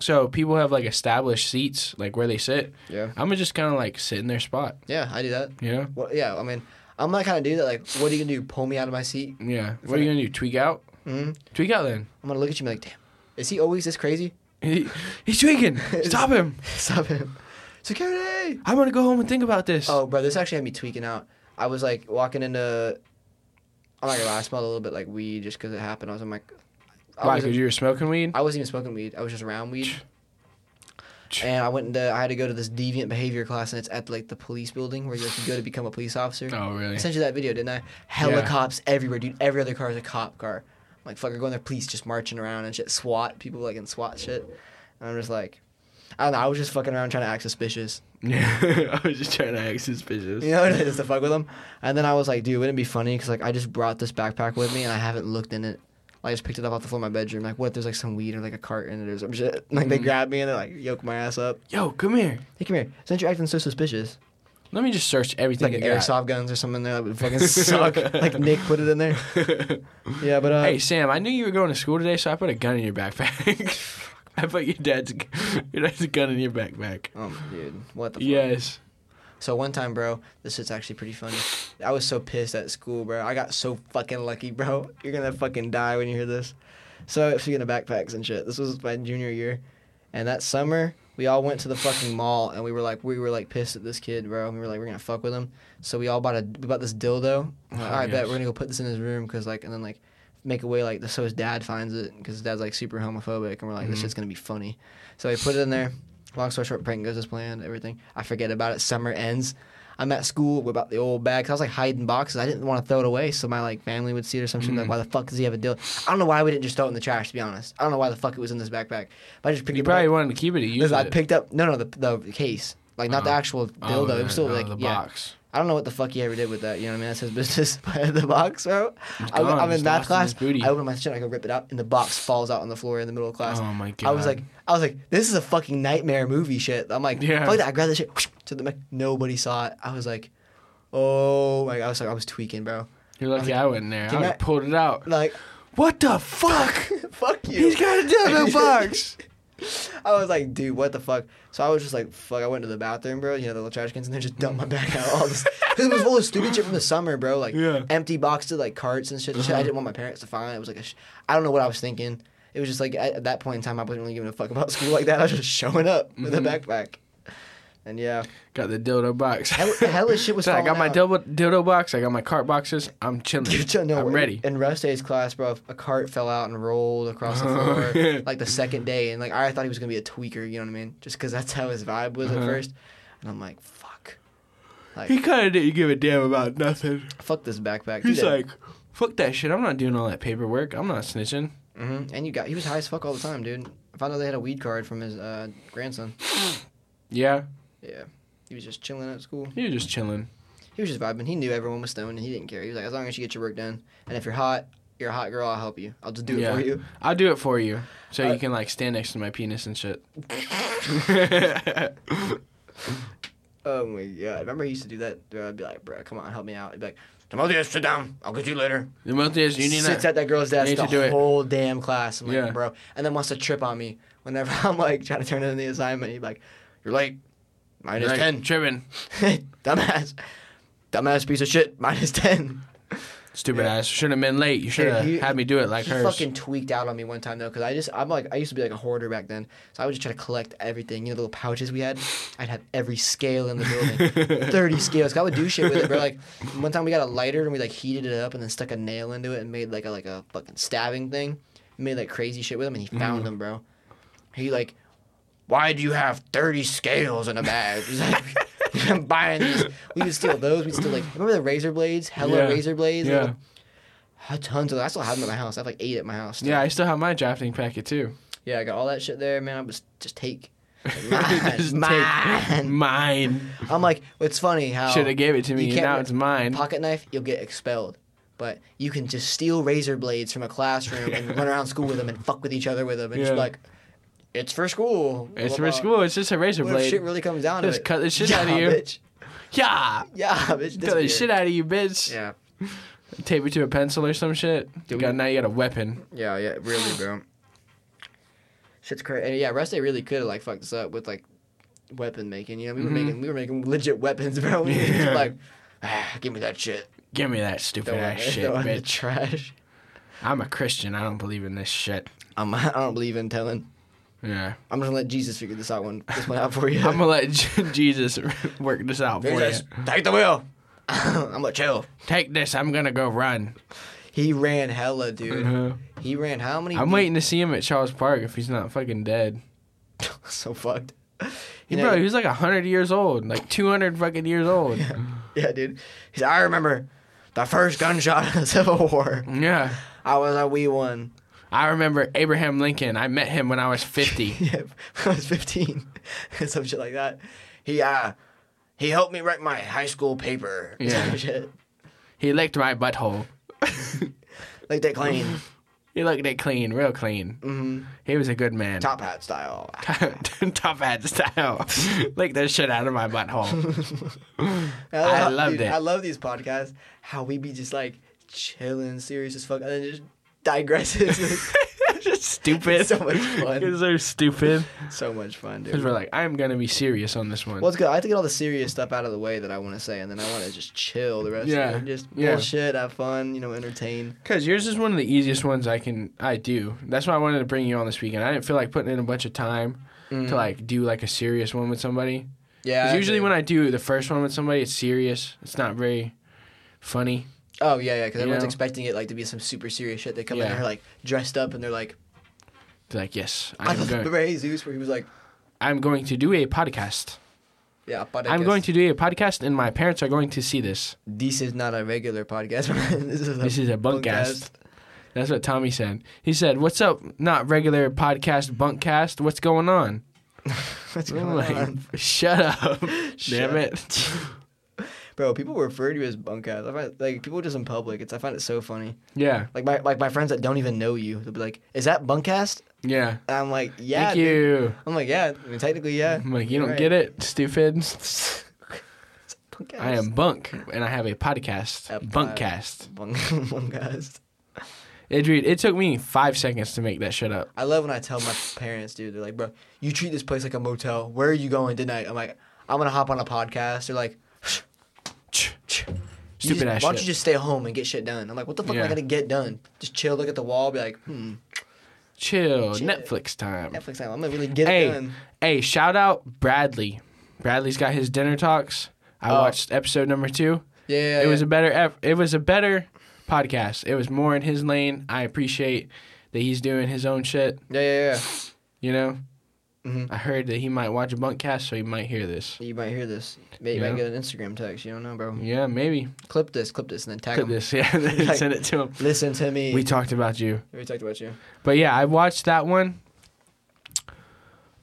Speaker 2: so people have like established seats, like where they sit.
Speaker 1: Yeah.
Speaker 2: I'm gonna just kind of like sit in their spot.
Speaker 1: Yeah, I do that.
Speaker 2: You know?
Speaker 1: Well, yeah, I mean, I'm not kind of dude that like, what are you gonna do? Pull me out of my seat?
Speaker 2: Yeah. What are you gonna do? Tweak out?
Speaker 1: hmm
Speaker 2: Tweak out then.
Speaker 1: I'm gonna look at you and be like, damn, is he always this crazy? (laughs)
Speaker 2: He, he's tweaking. Stop him.
Speaker 1: Stop him. Security!
Speaker 2: I'm gonna go home and think about this.
Speaker 1: Oh, bro, this actually had me tweaking out. I was like walking into. I'm not gonna lie, I smelled a little bit like weed just because it happened. I was on my. I
Speaker 2: Why?
Speaker 1: wasn't-
Speaker 2: Because you were smoking weed.
Speaker 1: I wasn't even smoking weed. I was just around weed.
Speaker 2: Ch-
Speaker 1: And I went into I had to go to this deviant behavior class and it's at like the police building where you have to go to become a police officer.
Speaker 2: Oh really?
Speaker 1: I sent you that video, didn't I? Hella cops everywhere, dude. Every other car is a cop car. I'm like fucker going there, police just marching around and shit. SWAT people like in SWAT shit. And I'm just like, I don't know. I was just fucking around trying to act suspicious.
Speaker 2: Yeah. (laughs) I was just trying to act
Speaker 1: (laughs)
Speaker 2: suspicious.
Speaker 1: You know, just to fuck with them. And then I was like, dude, wouldn't it be funny? Because like I just brought this backpack with me and I haven't looked in it. I just picked it up off the floor of my bedroom. Like, what? There's like some weed or like a cart in it or some shit. (laughs) Like they grabbed me and they like yoke my ass up.
Speaker 2: Yo, come here.
Speaker 1: Mm-hmm. Hey, come here. Since you're acting so suspicious,
Speaker 2: Let me just search everything.
Speaker 1: like
Speaker 2: you got.
Speaker 1: airsoft guns or something in there that would (laughs) fucking suck. like Nick put it in there. Yeah, but uh,
Speaker 2: (laughs) hey Sam, I knew you were going to school today, so I put a gun in your backpack. (laughs) I put your dad's (laughs) your dad's gun in your backpack.
Speaker 1: um, dude, what the? fuck?
Speaker 2: Yes.
Speaker 1: So one time, bro, this shit's actually pretty funny. I was so pissed at school, bro. I got so fucking lucky, bro. (laughs) You're gonna fucking die when you hear this. So speaking of backpacks and shit, this was my junior year, and that summer we all went to the fucking mall and we were like, we were like pissed at this kid, bro. We were like, we're gonna fuck with him. So we all bought a we bought this dildo. I'm like,
Speaker 2: Oh,
Speaker 1: all right, bet
Speaker 2: yes.
Speaker 1: we're gonna go put this in his room because like, and then like make a way like so his dad finds it because his dad's like super homophobic and we're like
Speaker 2: Mm-hmm.
Speaker 1: this shit's gonna be funny. So we put it in there. Long story short, prank goes as planned. Everything. I forget about it. Summer ends. I'm at school with about the old bag. 'cause I was like hiding boxes. I didn't want to throw it away, so my like family would see it or something. Like,
Speaker 2: Mm.
Speaker 1: why the fuck does he have a deal? I don't know why we didn't just throw it in the trash. To be honest, I don't know why the fuck it was in this backpack. But I just picked
Speaker 2: You
Speaker 1: it up.
Speaker 2: probably wanted to keep it. You used
Speaker 1: Listen, I
Speaker 2: it.
Speaker 1: picked up no, no, the the case, like not the
Speaker 2: Oh.
Speaker 1: actual dildo. it was still
Speaker 2: oh,
Speaker 1: like
Speaker 2: the
Speaker 1: yeah.
Speaker 2: box.
Speaker 1: I don't know what the fuck he ever did with that. You know what I mean? That's his (laughs) business. But the box, bro. I,
Speaker 2: gone.
Speaker 1: am
Speaker 2: It's
Speaker 1: in math
Speaker 2: lost in
Speaker 1: class.
Speaker 2: his booty.
Speaker 1: I open my shit. I go rip it out, and the box falls out on the floor in the middle of class.
Speaker 2: Oh my god.
Speaker 1: I was like, I was like, this is a fucking nightmare movie shit. I'm like,
Speaker 2: Yeah.
Speaker 1: fuck that. I grabbed this shit (sniffs) to the mic. Nobody saw it. I was like, oh my. God. I was like, I was tweaking, bro.
Speaker 2: you're lucky I, wasn't there. I
Speaker 1: Can
Speaker 2: would
Speaker 1: I-
Speaker 2: have pulled it out.
Speaker 1: Like, (laughs)
Speaker 2: What the fuck?
Speaker 1: fuck you.
Speaker 2: He's got
Speaker 1: (laughs)
Speaker 2: a dildo box.
Speaker 1: I was like, dude, what the fuck? So I was just like, fuck. I went to the bathroom, bro. You know the little trash cans, and then just dumped my back out. All this, 'cause it was full of stupid shit from the summer, bro. Like
Speaker 2: Yeah. Uh-huh.
Speaker 1: empty boxes, like carts and shit. Shit I didn't want my parents to find. It was like, a sh- I don't know what I was thinking. It was just like at, at that point in time, I wasn't really giving a fuck about school like that. I was just showing up with a
Speaker 2: Mm-hmm.
Speaker 1: backpack. And
Speaker 2: (laughs)
Speaker 1: yeah,
Speaker 2: Got the dildo box.
Speaker 1: Hell- hella shit was
Speaker 2: (laughs) So I got
Speaker 1: falling
Speaker 2: my
Speaker 1: out.
Speaker 2: dildo, dildo box. I got my cart boxes. I'm
Speaker 1: (laughs)
Speaker 2: chilling.
Speaker 1: You're telling- no,
Speaker 2: I'm
Speaker 1: in-
Speaker 2: ready.
Speaker 1: In rest days class, bro, a cart fell out and rolled across
Speaker 2: (laughs)
Speaker 1: the
Speaker 2: Oh,
Speaker 1: floor
Speaker 2: yeah.
Speaker 1: like the second day, and like I thought he was gonna be a tweaker, you know what I mean? Just because that's how his vibe was at first, and I'm like, fuck,
Speaker 2: Uh-huh. He kind of didn't give a damn about nothing.
Speaker 1: fuck this backpack.
Speaker 2: He's like, fuck that shit. I'm not doing all that paperwork. I'm not snitching.
Speaker 1: hmm and you got he was high as fuck all the time, dude. I found out they had a weed card from his uh, grandson.
Speaker 2: Yeah,
Speaker 1: Yeah, he was just chilling at school.
Speaker 2: he was just chilling.
Speaker 1: He was just vibing. He knew everyone was stoned, and he didn't care. He was like, as long as you get your work done, and if you're hot, you're a hot girl. I'll help you. I'll just do it
Speaker 2: Yeah.
Speaker 1: for you.
Speaker 2: I'll do it for you, so
Speaker 1: Uh,
Speaker 2: you can like stand next to my penis and
Speaker 1: (laughs)
Speaker 2: shit. (laughs)
Speaker 1: Oh my god! Remember he used to do that? Bro, I'd be like, bro, come on, help me out. He'd be like, Timotheus, sit down. I'll get you later.
Speaker 2: the most is you need
Speaker 1: Sits
Speaker 2: that.
Speaker 1: at that girl's desk
Speaker 2: need to
Speaker 1: the
Speaker 2: do it.
Speaker 1: whole damn class. I'm like,
Speaker 2: Yeah.
Speaker 1: bro, and then wants to trip on me whenever (laughs) I'm like trying to turn in the assignment. He'd be like, you're late. Minus
Speaker 2: Right,
Speaker 1: ten.
Speaker 2: tripping.
Speaker 1: (laughs) dumbass. Dumbass piece of shit. Minus ten.
Speaker 2: Stupid
Speaker 1: Yeah.
Speaker 2: ass. Should have been late. You should have
Speaker 1: he-
Speaker 2: had me do it like
Speaker 1: he
Speaker 2: hers.
Speaker 1: fucking tweaked out on me one time though, because I just I'm like I used to be like a hoarder back then, so I would just try to collect everything. You know, the little pouches we had. I'd have every scale in the
Speaker 2: (laughs)
Speaker 1: building, thirty scales. 'Cause I would do shit with it, bro. Like one time we got a lighter and we like heated it up and then stuck a nail into it and made like a like a fucking stabbing thing. made like crazy shit with him and he
Speaker 2: Mm.
Speaker 1: found them, bro. He like, why do you have thirty scales in a bag? He's like, (laughs) I'm buying these. We would steal those. We'd steal like remember the razor blades, hella
Speaker 2: Yeah.
Speaker 1: razor blades.
Speaker 2: yeah,
Speaker 1: I had tons of. I still have them at my house. I have like eight at my house. still.
Speaker 2: yeah. I still have my drafting packet too.
Speaker 1: yeah. I got all that shit there, man. I was just take.
Speaker 2: (laughs) Just
Speaker 1: Mine,
Speaker 2: take (laughs)
Speaker 1: mine. (laughs)
Speaker 2: mine.
Speaker 1: I'm like, it's funny how
Speaker 2: Should have gave it to me.
Speaker 1: you
Speaker 2: and
Speaker 1: can't
Speaker 2: Now
Speaker 1: re-
Speaker 2: it's mine.
Speaker 1: pocket knife, you'll get expelled. But you can just steal razor blades from a classroom
Speaker 2: (laughs)
Speaker 1: and run around school with them and fuck with each other with them and just
Speaker 2: Yeah.
Speaker 1: be like, it's for school.
Speaker 2: It's
Speaker 1: Blah,
Speaker 2: for
Speaker 1: blah.
Speaker 2: school. It's just a razor
Speaker 1: What if
Speaker 2: blade.
Speaker 1: shit really comes down to
Speaker 2: Just
Speaker 1: it?
Speaker 2: cut the shit
Speaker 1: yeah,
Speaker 2: out of you.
Speaker 1: Bitch.
Speaker 2: yeah.
Speaker 1: Yeah, bitch.
Speaker 2: Cut the shit out of you, bitch.
Speaker 1: Yeah,
Speaker 2: Tape it to a pencil or some shit. You
Speaker 1: we-
Speaker 2: got, now you got a weapon.
Speaker 1: yeah, yeah. Really, bro. Shit's crazy. And yeah, Rest Day really could have like fucked us up with like weapon making. You know, we were
Speaker 2: Mhm.
Speaker 1: making we were making legit weapons, (laughs) bro. We were just
Speaker 2: Yeah.
Speaker 1: like, ah, give me that shit.
Speaker 2: Give me that stupid
Speaker 1: Don't
Speaker 2: ass
Speaker 1: (laughs) want-
Speaker 2: shit,
Speaker 1: don't want the
Speaker 2: bitch.
Speaker 1: Trash.
Speaker 2: I'm a Christian. I don't believe in this shit.
Speaker 1: I'm, (laughs) I don't believe in telling.
Speaker 2: Yeah.
Speaker 1: I'm gonna let Jesus figure this out one this (laughs) one out for you.
Speaker 2: I'm gonna let (laughs) J- Jesus work this out for
Speaker 1: Jesus,
Speaker 2: you.
Speaker 1: take the wheel. (laughs) I'm gonna chill.
Speaker 2: Take this. I'm gonna go run.
Speaker 1: He ran hella, dude.
Speaker 2: Mhm.
Speaker 1: He ran Mm-hmm. how many?
Speaker 2: I'm waiting to see him at Charles Park if he's not fucking dead.
Speaker 1: (laughs) so fucked. You
Speaker 2: He,
Speaker 1: know,
Speaker 2: bro, he was like hundred years old, like two hundred fucking years old.
Speaker 1: yeah, dude. He's I remember the first gunshot of the Civil War.
Speaker 2: yeah.
Speaker 1: I was a wee one. (laughs)
Speaker 2: I remember Abraham Lincoln. I met him when I was
Speaker 1: (laughs)
Speaker 2: 50.
Speaker 1: Yeah, when I was 15, (laughs) some shit like that. He uh, he helped me write my high school paper. (laughs)
Speaker 2: Yeah.
Speaker 1: Some shit.
Speaker 2: he licked my butthole.
Speaker 1: Like that
Speaker 2: (laughs)
Speaker 1: clean.
Speaker 2: He looked it clean, real clean. Mm-hmm. He was a good man. (laughs)
Speaker 1: Top hat style.
Speaker 2: Top
Speaker 1: (laughs)
Speaker 2: hat style. Lick the shit out of my butthole. I
Speaker 1: love-
Speaker 2: loved
Speaker 1: dude,
Speaker 2: it.
Speaker 1: I love these podcasts. How we be just like chilling, serious as fuck, and then just
Speaker 2: (laughs)
Speaker 1: digresses.
Speaker 2: Just stupid.
Speaker 1: So much fun.
Speaker 2: It's so stupid.
Speaker 1: so much fun, dude.
Speaker 2: Because we're like, I'm going to be serious on this one.
Speaker 1: Well, it's good. I have to get all the serious stuff out of the way that I want to say, and then I want to just chill the rest
Speaker 2: Yeah.
Speaker 1: of it. Just
Speaker 2: Yeah.
Speaker 1: bullshit, have fun, you know, entertain.
Speaker 2: Because yours is one of the easiest ones I can I do. That's why I wanted to bring you on this weekend. I didn't feel like putting in a bunch of time
Speaker 1: Mm.
Speaker 2: to like do like a serious one with somebody.
Speaker 1: Yeah.
Speaker 2: 'Cause usually when I do the first one with somebody, it's serious. It's not very funny.
Speaker 1: Oh, yeah, yeah, because
Speaker 2: You
Speaker 1: everyone's
Speaker 2: know?
Speaker 1: expecting it, like, to be some super serious shit. They come in
Speaker 2: Yeah.
Speaker 1: and they're, like, dressed up, and they're like,
Speaker 2: It's like yes,
Speaker 1: I
Speaker 2: I'm
Speaker 1: (laughs) love
Speaker 2: going.
Speaker 1: Bray Zeus, where he was like,
Speaker 2: I'm going to do a podcast.
Speaker 1: yeah, but I
Speaker 2: I'm
Speaker 1: guess
Speaker 2: going to do a podcast, and my parents are going to see this.
Speaker 1: This is not a regular podcast. (laughs) this is a,
Speaker 2: This is a bunkcast. That's what Tommy said. He said, "What's up? Not regular podcast, bunkcast. What's going on?"
Speaker 1: (laughs) What's
Speaker 2: I'm
Speaker 1: going
Speaker 2: like,
Speaker 1: on?
Speaker 2: Shut up!
Speaker 1: (laughs) Shut
Speaker 2: Damn it!
Speaker 1: (laughs) Bro, people refer to you as bunkcast. I find, like, people just in public, it's I find it so funny.
Speaker 2: yeah,
Speaker 1: Like, my like my friends that don't even know you, they'll be like, is that bunkcast?
Speaker 2: yeah.
Speaker 1: And I'm like, yeah.
Speaker 2: Thank
Speaker 1: dude."
Speaker 2: you.
Speaker 1: I'm like, yeah, I mean, technically, yeah.
Speaker 2: I'm like, you don't
Speaker 1: Right.
Speaker 2: get
Speaker 1: (laughs)
Speaker 2: it, stupid.
Speaker 1: Bunkcast.
Speaker 2: I am Bunk, and I have a podcast,
Speaker 1: A pod- (laughs)
Speaker 2: Bunkcast.
Speaker 1: Bunk- Bunkcast.
Speaker 2: Adrian, it took me five seconds to make that shit up.
Speaker 1: I love when I tell my parents, dude. They're like, bro, you treat this place like a motel. Where are you going tonight? I'm like, I'm gonna hop on a podcast. They're like,
Speaker 2: Ch- ch-
Speaker 1: you just-
Speaker 2: Stupid ass
Speaker 1: Why don't
Speaker 2: shit.
Speaker 1: you just stay home and get shit done? I'm like, what the fuck am
Speaker 2: Yeah.
Speaker 1: I gonna get done? Just chill, look at the wall, be like, hmm,
Speaker 2: Chill.
Speaker 1: Chill.
Speaker 2: Netflix time.
Speaker 1: Netflix time. I'm gonna really get it
Speaker 2: Hey,
Speaker 1: done.
Speaker 2: hey! Shout out Bradley. Bradley's got his dinner talks. I
Speaker 1: Oh.
Speaker 2: watched episode number two.
Speaker 1: Yeah, yeah,
Speaker 2: it was
Speaker 1: yeah.
Speaker 2: a better. ep- It was a better podcast. It was more in his lane. I appreciate that he's doing his own shit.
Speaker 1: yeah, yeah,
Speaker 2: You know.
Speaker 1: Mhm.
Speaker 2: I heard that he might watch a bunk cast, so he might hear this.
Speaker 1: yeah. You might hear this. Maybe
Speaker 2: Yeah.
Speaker 1: might get an Instagram text. You don't know, bro.
Speaker 2: Yeah, maybe.
Speaker 1: Clip this, clip this, and then tag
Speaker 2: Clip
Speaker 1: 'em.
Speaker 2: this. (laughs) Yeah, then
Speaker 1: Like-
Speaker 2: send it to him.
Speaker 1: Listen to me.
Speaker 2: We talked about you,
Speaker 1: we talked about you.
Speaker 2: but yeah, I watched that one.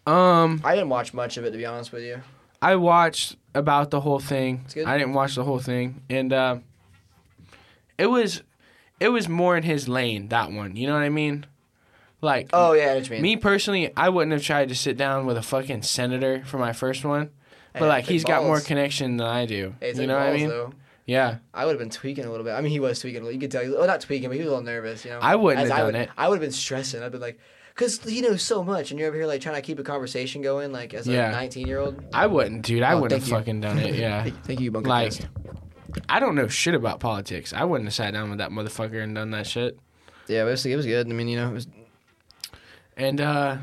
Speaker 2: Um,
Speaker 1: I didn't watch much of it to be honest with you.
Speaker 2: Mm. I watched about the whole thing.
Speaker 1: good.
Speaker 2: I didn't watch the whole thing, and uh, it was it was more in his lane that one. You know what I mean? Like,
Speaker 1: Oh yeah, that's me.
Speaker 2: me personally, I wouldn't have tried to sit down with a fucking senator for my first one, but
Speaker 1: Hey,
Speaker 2: like
Speaker 1: it's like
Speaker 2: he's got more
Speaker 1: balls.
Speaker 2: connection than I do.
Speaker 1: Hey, it's
Speaker 2: you
Speaker 1: like
Speaker 2: know what I
Speaker 1: balls,
Speaker 2: mean?
Speaker 1: though.
Speaker 2: Yeah,
Speaker 1: I would have been tweaking a little bit. I mean, he was tweaking a little. You could tell. He was, well, not tweaking, but he was a little nervous. You know,
Speaker 2: I wouldn't
Speaker 1: As
Speaker 2: have
Speaker 1: I
Speaker 2: done
Speaker 1: would,
Speaker 2: it.
Speaker 1: I would have been stressing. I've been like, because you know so much, and you're over here like trying to keep a conversation going, like as
Speaker 2: Yeah.
Speaker 1: a 19 year old.
Speaker 2: I wouldn't, dude. I
Speaker 1: Oh,
Speaker 2: wouldn't have
Speaker 1: thank you.
Speaker 2: fucking done
Speaker 1: (laughs)
Speaker 2: it. Yeah,
Speaker 1: Thank you, Bunker
Speaker 2: like.
Speaker 1: Test.
Speaker 2: I don't know shit about politics. I wouldn't have sat down with that motherfucker and done that shit.
Speaker 1: Yeah, but it was, it was good. I mean, you know, it was.
Speaker 2: And uh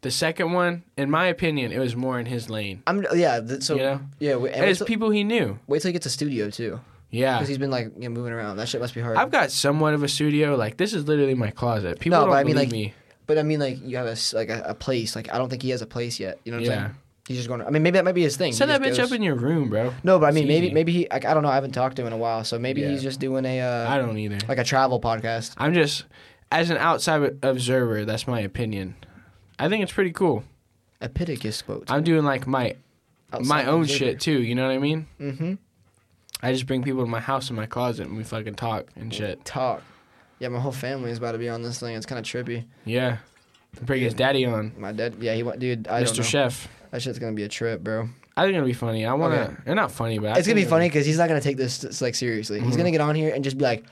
Speaker 2: the second one, in my opinion, it was more in his lane.
Speaker 1: I'm yeah. Th- so
Speaker 2: You know?
Speaker 1: yeah, wait, and
Speaker 2: And
Speaker 1: wait,
Speaker 2: it's
Speaker 1: till,
Speaker 2: people he knew.
Speaker 1: wait till he gets a studio too,
Speaker 2: Yeah.
Speaker 1: because he's been like you know, moving around. That shit must be hard.
Speaker 2: I've got somewhat of a studio. Like this is literally my closet. People
Speaker 1: No,
Speaker 2: don't
Speaker 1: but I mean,
Speaker 2: believe
Speaker 1: like-
Speaker 2: me.
Speaker 1: but I mean, like you have a s- like a, a place. Like I don't think he has a place yet. You know what I'm
Speaker 2: Yeah.
Speaker 1: saying? He's just going. I mean, maybe that might be his thing.
Speaker 2: Set
Speaker 1: He
Speaker 2: that bitch
Speaker 1: just
Speaker 2: up
Speaker 1: goes-
Speaker 2: in your room, bro.
Speaker 1: No, but I mean,
Speaker 2: It's
Speaker 1: maybe
Speaker 2: easy.
Speaker 1: maybe he. Like, I don't know. I haven't talked to him in a while, so maybe
Speaker 2: Yeah.
Speaker 1: he's just doing a. Uh,
Speaker 2: I don't either.
Speaker 1: like a travel podcast.
Speaker 2: I'm just as an outside observer, that's my opinion. I think it's pretty cool.
Speaker 1: Epictetus quote.
Speaker 2: I'm doing like my my
Speaker 1: Outside
Speaker 2: own
Speaker 1: observer.
Speaker 2: shit too, you know what I mean?
Speaker 1: Mm-hmm.
Speaker 2: I just bring people to my house in my closet and we fucking talk and shit.
Speaker 1: Talk. Yeah, my whole family is about to be on this thing. It's kind of trippy.
Speaker 2: Yeah. Bring his daddy on.
Speaker 1: My dad, yeah, he went, dude. I don't know.
Speaker 2: Mr. Chef.
Speaker 1: That shit's gonna be a trip, bro.
Speaker 2: I think it'll be funny. I wanna.
Speaker 1: Okay.
Speaker 2: They're not funny, but I
Speaker 1: it's gonna
Speaker 2: think Mm-hmm.
Speaker 1: be
Speaker 2: it'll
Speaker 1: funny because he's not gonna take this like seriously. He's gonna get on here and just be like,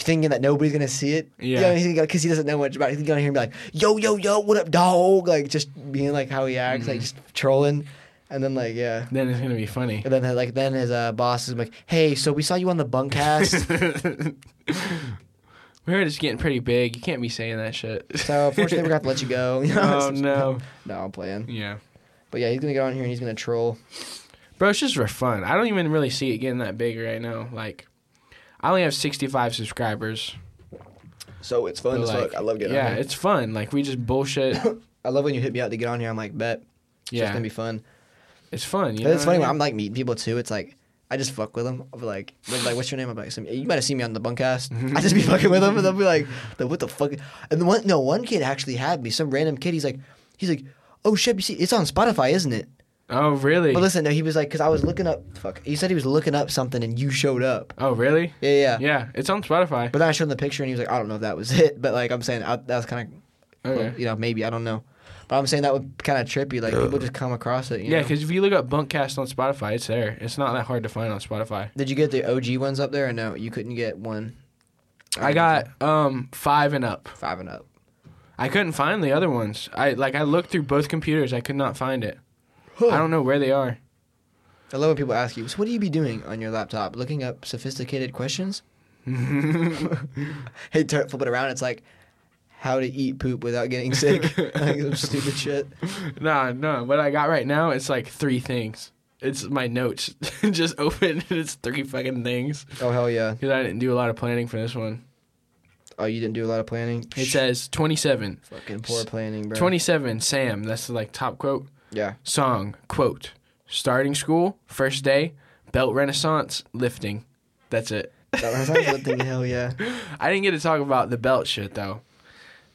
Speaker 1: thinking that nobody's gonna see it.
Speaker 2: Yeah.
Speaker 1: you know, because he doesn't know much about it. He's gonna hear him be like, "Yo, yo, yo, what up, dog?" Like just being like how he acts,
Speaker 2: Mm-hmm.
Speaker 1: like just trolling, and then like yeah.
Speaker 2: Then it's gonna
Speaker 1: (laughs)
Speaker 2: be funny.
Speaker 1: And then like then his uh, boss is like, "Hey, so we saw you on the bunk cast.
Speaker 2: We heard it's getting pretty big. You can't be saying that shit.
Speaker 1: so unfortunately, we're gonna have to let you go." (laughs) You know?
Speaker 2: (laughs) oh no.
Speaker 1: No, I'm playing.
Speaker 2: Yeah.
Speaker 1: But yeah, he's gonna get on here and he's gonna troll.
Speaker 2: Bro, it's just for fun. I don't even really see it getting that big right now. Like, I only have 65 subscribers.
Speaker 1: So it's fun
Speaker 2: But,
Speaker 1: as
Speaker 2: like,
Speaker 1: fuck. I love getting
Speaker 2: Yeah,
Speaker 1: on here.
Speaker 2: it's fun. Like, we just
Speaker 1: (coughs)
Speaker 2: bullshit.
Speaker 1: I love when you hit me out to get on here. I'm like, bet. It's
Speaker 2: Yeah.
Speaker 1: just gonna be fun.
Speaker 2: It's fun. You
Speaker 1: But
Speaker 2: know
Speaker 1: it's
Speaker 2: what I
Speaker 1: funny
Speaker 2: mean?
Speaker 1: when I'm like meeting people too. It's like I just fuck with them. I'll be like, they'll be like, what's your name? I'm like, some, you might have seen me on the
Speaker 2: (laughs)
Speaker 1: bunkcast. I just be fucking with them, and they'll be like, the, what the fuck? And the one, no, one kid actually had me. Some random kid. He's like, he's like, oh shit, you see, it's on Spotify, isn't it?
Speaker 2: Oh, really?
Speaker 1: But listen, no, he was like, because I was looking up. Fuck, he said he was looking up something, and you showed up.
Speaker 2: oh, really?
Speaker 1: Yeah, yeah.
Speaker 2: Yeah, it's on Spotify.
Speaker 1: But then I showed him the picture, and he was like, I don't know if that was (laughs) it, but like I'm saying, I, that was kind of
Speaker 2: Okay.
Speaker 1: you know, maybe I don't know. But I'm saying that would kind of trip you. Like people just come across it. You
Speaker 2: Yeah,
Speaker 1: know?
Speaker 2: because if you look up Bunkcast on Spotify, it's there. It's not that hard to find on Spotify.
Speaker 1: did you get the OG ones up there or no? You couldn't get one
Speaker 2: I got um five and up.
Speaker 1: five and up.
Speaker 2: I couldn't find the other ones. I like I looked through both computers. I could not find it. I don't know where they are. (laughs)
Speaker 1: I love when people ask you, so what do you be doing on your laptop? Looking up sophisticated
Speaker 2: (laughs)
Speaker 1: questions? hey, turn, flip it around. It's like how to eat poop without getting
Speaker 2: (laughs)
Speaker 1: sick. (laughs) like some stupid shit.
Speaker 2: Nah, no. What I got right now, it's like three things. It's my notes (laughs) just open. And it's three fucking things
Speaker 1: Oh hell yeah.
Speaker 2: because I didn't do a lot of planning for this one.
Speaker 1: Oh, you didn't do a lot of planning.
Speaker 2: It says twenty-seven.
Speaker 1: fucking poor planning, bro.
Speaker 2: 27 Sam, that's the like top quote.
Speaker 1: Yeah.
Speaker 2: Song, quote, starting school, first day, belt renaissance, lifting. That's it.
Speaker 1: That was like thing. Hell yeah.
Speaker 2: I didn't get to talk about the belt shit though.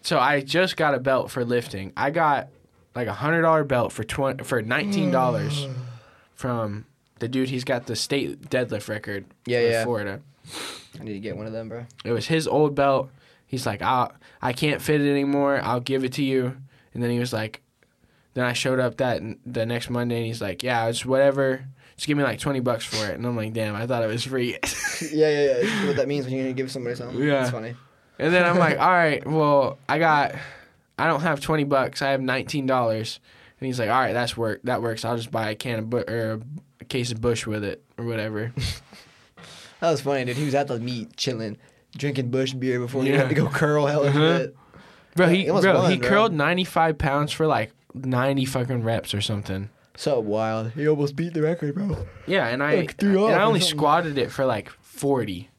Speaker 2: So I just got a belt for lifting. I got like a hundred dollar belt for twenty for nineteen dollars
Speaker 1: Mm.
Speaker 2: from the dude. He's got the state deadlift record.
Speaker 1: Yeah,
Speaker 2: for
Speaker 1: yeah.
Speaker 2: Florida.
Speaker 1: I need to get one of them, bro.
Speaker 2: It was his old belt. He's like, I I can't fit it anymore. I'll give it to you. And then he was like, then I showed up that the next Monday, and he's like, yeah, it's whatever. Just give me like twenty bucks for it. And I'm like, damn, I thought it was free.
Speaker 1: (laughs)
Speaker 2: (laughs)
Speaker 1: yeah, yeah, yeah. What that means when you're gonna give somebody something.
Speaker 2: Yeah.
Speaker 1: It's funny.
Speaker 2: And then I'm like, all right, well, I got, I don't have twenty bucks. I have nineteen dollars. And he's like, all right, that's work. That works. I'll just buy a can of bu- or a case of Bush with it or whatever.
Speaker 1: That was funny, dude. He was at the meet chilling, drinking Bush beer before he
Speaker 2: Yeah.
Speaker 1: had to go curl hell and
Speaker 2: Uh-huh.
Speaker 1: shit.
Speaker 2: Bro, he
Speaker 1: It was
Speaker 2: bro,
Speaker 1: fun,
Speaker 2: he
Speaker 1: bro.
Speaker 2: curled ninety five pounds for like ninety fucking reps or something.
Speaker 1: So wild. He almost beat the record, bro.
Speaker 2: Yeah, and I
Speaker 1: Like, threw
Speaker 2: and
Speaker 1: up
Speaker 2: I
Speaker 1: or
Speaker 2: only
Speaker 1: something.
Speaker 2: squatted it for like forty,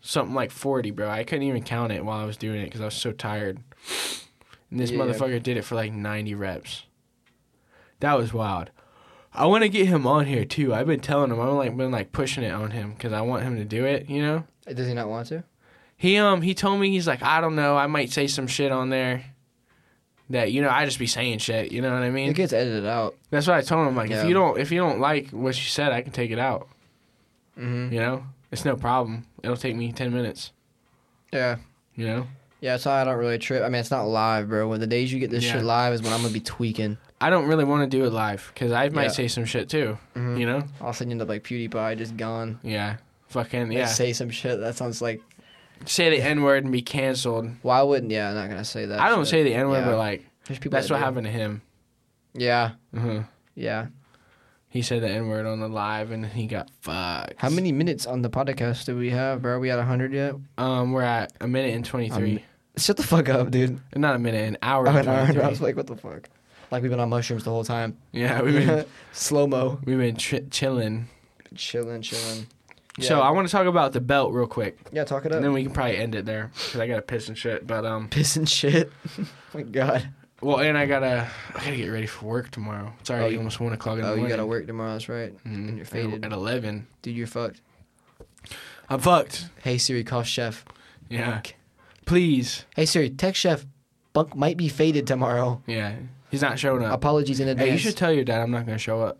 Speaker 2: something like forty, bro. I couldn't even count it while I was doing it because I was so tired. And this
Speaker 1: Yeah.
Speaker 2: motherfucker did it for like ninety reps. That was wild. I want to get him on here too. I've been telling him. I've like been like pushing it on him because I want him to do it. You know.
Speaker 1: Does he not want to?
Speaker 2: He um he told me he's like I don't know. I might say some shit on there. That you know I just be saying shit. You know what I mean?
Speaker 1: It gets edited out.
Speaker 2: That's what I told him. Like,
Speaker 1: Yeah.
Speaker 2: if you don't, if you don't like what you said, I can take it out.
Speaker 1: Mhm.
Speaker 2: You know, it's no problem. It'll take me ten minutes.
Speaker 1: Yeah.
Speaker 2: You know,
Speaker 1: Yeah, that's why I don't really trip. I mean, it's not live, bro. When the days you get this
Speaker 2: Yeah.
Speaker 1: shit live is when I'm gonna be tweaking.
Speaker 2: I don't really want to do it live because I might
Speaker 1: Yeah.
Speaker 2: say some shit too.
Speaker 1: Mhm.
Speaker 2: You know,
Speaker 1: I'll send you end up like PewDiePie, just gone.
Speaker 2: yeah, fucking
Speaker 1: Yeah.
Speaker 2: yeah. Say,
Speaker 1: say some shit. That sounds like
Speaker 2: the n word and be canceled.
Speaker 1: why wouldn't? Yeah, I'm not gonna say that.
Speaker 2: I don't
Speaker 1: shit.
Speaker 2: say the n word,
Speaker 1: Yeah.
Speaker 2: but like
Speaker 1: There's people.
Speaker 2: that's
Speaker 1: that
Speaker 2: what
Speaker 1: do. Mm-hmm.
Speaker 2: happened to him.
Speaker 1: Yeah.
Speaker 2: uh
Speaker 1: Yeah.
Speaker 2: He said the n word on the live and he got fucked.
Speaker 1: How many minutes on the podcast do we have, bro? Are we at 100 yet?
Speaker 2: Um, we're at a minute and twenty three.
Speaker 1: Shut the fuck up, dude.
Speaker 2: Not a minute, an hour.
Speaker 1: Oh, (laughs)
Speaker 2: and
Speaker 1: an hour and I
Speaker 2: 23.
Speaker 1: was like, what the fuck? Like we've been on mushrooms the whole time.
Speaker 2: (clears throat) yeah,
Speaker 1: (laughs)
Speaker 2: we've been
Speaker 1: Slow mo.
Speaker 2: we've been tri- chilling.
Speaker 1: Chilling, chilling.
Speaker 2: So
Speaker 1: Yeah.
Speaker 2: I want to talk about the belt real quick.
Speaker 1: Yeah, talk it
Speaker 2: And
Speaker 1: up.
Speaker 2: then we can probably end it there because I got to piss and shit. But um,
Speaker 1: (laughs) Piss and
Speaker 2: (laughs)
Speaker 1: shit. oh my god.
Speaker 2: well, and I gotta I gotta get ready for work tomorrow. It's
Speaker 1: Oh,
Speaker 2: already
Speaker 1: you-
Speaker 2: almost one o'clock in the
Speaker 1: Oh,
Speaker 2: morning.
Speaker 1: you gotta work tomorrow, that's right.
Speaker 2: Mhm.
Speaker 1: And you're
Speaker 2: At-
Speaker 1: faded.
Speaker 2: at eleven.
Speaker 1: Dude, you're fucked.
Speaker 2: I'm fucked.
Speaker 1: Hey Siri, call chef.
Speaker 2: Yeah. Please.
Speaker 1: Hey Siri, text chef. Bunk might be faded tomorrow.
Speaker 2: Yeah. He's not showing up.
Speaker 1: Apologies in advance.
Speaker 2: Hey, you should tell your dad I'm not gonna show up.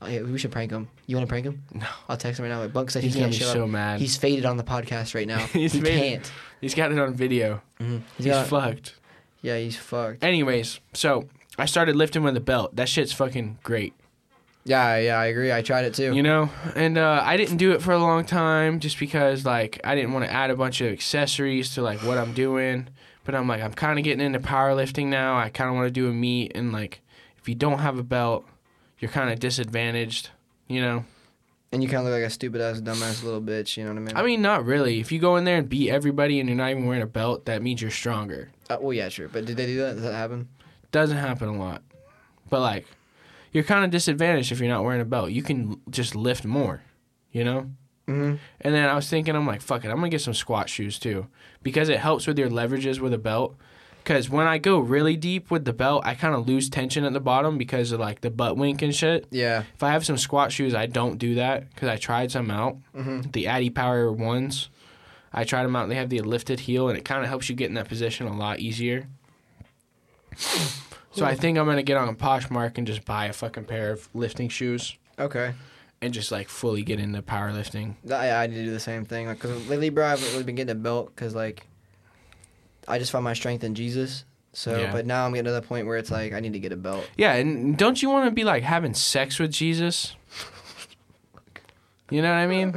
Speaker 1: Oh, yeah, we should prank him. You want to prank him?
Speaker 2: No.
Speaker 1: I'll text him right now. Like, Bunk said
Speaker 2: He's
Speaker 1: he
Speaker 2: gonna
Speaker 1: can't
Speaker 2: be
Speaker 1: show
Speaker 2: so
Speaker 1: up.
Speaker 2: mad.
Speaker 1: He's faded on the podcast right now.
Speaker 2: (laughs) He's
Speaker 1: he
Speaker 2: faded.
Speaker 1: can't.
Speaker 2: He's got it on video.
Speaker 1: Mhm.
Speaker 2: He's
Speaker 1: got-
Speaker 2: fucked.
Speaker 1: Yeah, he's fucked.
Speaker 2: Anyways, so I started lifting with a belt. That shit's fucking great.
Speaker 1: Yeah, yeah, I agree. I tried it too.
Speaker 2: you know and uh, i didn't do it for a long time just because like i didn't want to add a bunch of accessories to like what i'm doing but i'm like i'm kind of getting into powerlifting now i kind of want to do a meet and like if you don't have a belt you're kind of disadvantaged you know
Speaker 1: and you kind of look like a stupid ass, dumbass little bitch. You know what I mean?
Speaker 2: i mean not really if you go in there and beat everybody and you're not even wearing a belt that means you're stronger
Speaker 1: uh, well, yeah, sure. But did they do that? Does that happen?
Speaker 2: doesn't happen a lot but like you're kind of disadvantaged if you're not wearing a belt you can just lift more you know
Speaker 1: Mm-hmm.
Speaker 2: And then I was thinking, I'm like, fuck it, I'm gonna get some squat shoes too, because it helps with your leverages with a belt. Because when I go really deep with the belt, I kind of lose tension at the bottom because of like the butt wink and shit.
Speaker 1: Yeah.
Speaker 2: If I have some squat shoes, I don't do that because I tried some out,
Speaker 1: Mm-hmm.
Speaker 2: the Addy Power ones. I tried them out. and They have the lifted heel, and it kind of helps you get in that position a lot easier. So I think I'm gonna get on Poshmark and just buy a fucking pair of lifting shoes
Speaker 1: Okay.
Speaker 2: and just like fully get into powerlifting.
Speaker 1: I, I need to do the same thing. Like, cause lately, bro, I haven't really been getting a belt because, like, I just find my strength in Jesus. So,
Speaker 2: Yeah.
Speaker 1: but now I'm getting to the point where it's like I need to get a belt.
Speaker 2: (laughs) Yeah, and don't you want to be like having sex with Jesus? You know what I mean?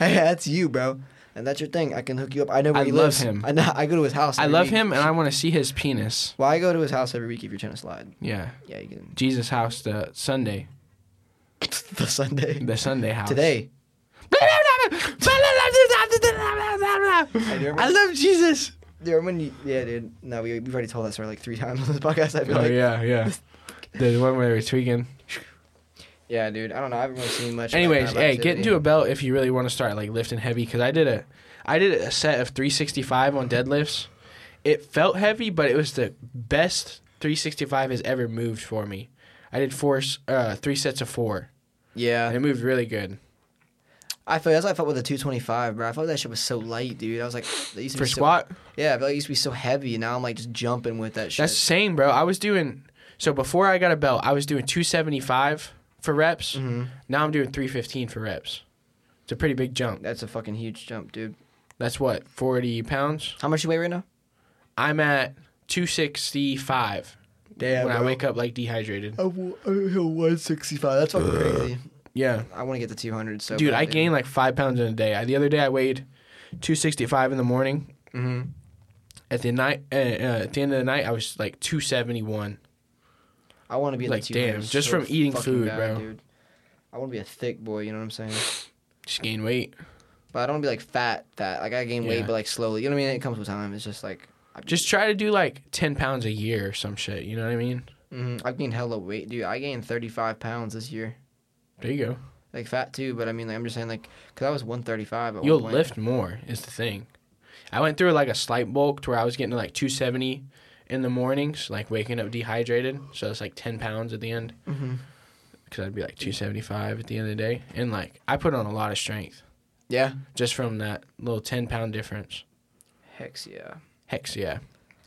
Speaker 1: Hey, that's you, bro, and that's your thing. I can hook you up. I know where
Speaker 2: I
Speaker 1: he
Speaker 2: love
Speaker 1: lives.
Speaker 2: him.
Speaker 1: I know. I go to his house.
Speaker 2: I
Speaker 1: every
Speaker 2: love
Speaker 1: week.
Speaker 2: him and I want to see his penis.
Speaker 1: Well, I go to his house every week if you're trying to slide.
Speaker 2: Yeah.
Speaker 1: Yeah, you can. (laughs)
Speaker 2: Jesus house the Sunday.
Speaker 1: the Sunday.
Speaker 2: The Sunday house.
Speaker 1: Today.
Speaker 2: I love Jesus.
Speaker 1: Do you remember when you, yeah, dude. No, we, we've already told that story like three (laughs) times on this podcast. I feel
Speaker 2: Oh
Speaker 1: like.
Speaker 2: yeah, yeah. The one where they were tweaking.
Speaker 1: Yeah, dude. I don't know. I haven't really seen much. of that
Speaker 2: Anyways,
Speaker 1: kind of
Speaker 2: hey, get
Speaker 1: activity.
Speaker 2: into a belt if you really want to start like lifting heavy. Cause I did a, I did a set of 365 on deadlifts. It felt heavy, but it was the best 365 has ever moved for me. I did four, s- uh, three sets of four,
Speaker 1: Yeah.
Speaker 2: and it moved really good
Speaker 1: I feel that's what I felt with the 225, bro. I felt that shit was so light, dude. I was like, that used to
Speaker 2: for
Speaker 1: be so-
Speaker 2: squat.
Speaker 1: yeah, I felt like it used to be so heavy. and Now I'm like just jumping with that shit.
Speaker 2: That's the same, bro. I was doing so before I got a belt. I was doing 275 for reps.
Speaker 1: Mhm.
Speaker 2: Now I'm doing 315 for reps. It's a pretty big jump.
Speaker 1: That's a fucking huge jump, dude.
Speaker 2: That's what 40 pounds.
Speaker 1: How much you weigh right now?
Speaker 2: I'm at 265.
Speaker 1: Damn, Oh.
Speaker 2: when I wake up like dehydrated.
Speaker 1: I hit 165. That's fucking crazy.
Speaker 2: Yeah,
Speaker 1: I want to get to 200. So
Speaker 2: dude,
Speaker 1: bad,
Speaker 2: I gained like five pounds in a day. I, the other day I weighed two sixty five in the morning.
Speaker 1: Mhm.
Speaker 2: At the night, uh, uh, at the end of the night, I was like two seventy one.
Speaker 1: I want to be in
Speaker 2: like,
Speaker 1: the
Speaker 2: damn,
Speaker 1: 200s
Speaker 2: just
Speaker 1: so
Speaker 2: from eating
Speaker 1: fucking
Speaker 2: food,
Speaker 1: bad,
Speaker 2: bro.
Speaker 1: Dude. I want to be a thick boy. You know what I'm saying?
Speaker 2: Just gain weight.
Speaker 1: But I don't want to be like fat, fat. Like I gain weight,
Speaker 2: Yeah.
Speaker 1: but like slowly. You know what I mean? It comes with time. It's just like I
Speaker 2: Just try to do like ten pounds a year or some shit. You know what I mean?
Speaker 1: Mhm. I've gained hella weight, dude. I gained 35 pounds this year.
Speaker 2: There you go.
Speaker 1: like fat too, but I mean, like I'm just saying, like, cause I was 135. At
Speaker 2: You'll
Speaker 1: one point.
Speaker 2: lift more is the thing. I went through like a slight bulk to where I was getting to like two seventy in the mornings, like waking up dehydrated. So it's like ten pounds at the end.
Speaker 1: Mhm.
Speaker 2: Cause I'd be like two seventy five at the end of the day, and like I put on a lot of strength.
Speaker 1: Yeah.
Speaker 2: just from that little 10 pound difference.
Speaker 1: Hex yeah.
Speaker 2: Hex, yeah.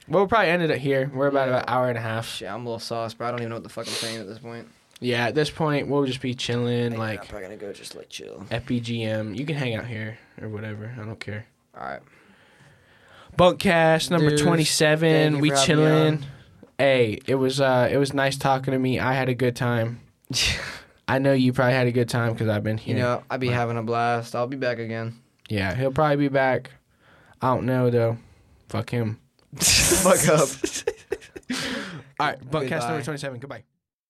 Speaker 2: Well, we'll probably end it here. We're about
Speaker 1: Yeah.
Speaker 2: an hour and a half.
Speaker 1: Shit, I'm a little sauce, bro. I don't even know what the fuck I'm saying at this point.
Speaker 2: Yeah, at this point, we'll just be chilling,
Speaker 1: I'm
Speaker 2: like
Speaker 1: probably gonna go just like chill.
Speaker 2: FBGM. You can hang out here or whatever. I don't care.
Speaker 1: All right.
Speaker 2: Bunkcast number
Speaker 1: Dude, thank
Speaker 2: 27.
Speaker 1: you
Speaker 2: We
Speaker 1: for having me
Speaker 2: chilling. Hey, it was uh, it was nice talking to me. I had a
Speaker 1: (laughs)
Speaker 2: good time. I know you probably had a good time because I've been
Speaker 1: You
Speaker 2: here.
Speaker 1: know, I'd be having a blast. I'll be back again. (laughs)
Speaker 2: Yeah, he'll probably be back. I don't know though. Fuck him.
Speaker 1: fuck up. (laughs)
Speaker 2: All right, Bunkcast
Speaker 1: Goodbye.
Speaker 2: number 27. Goodbye.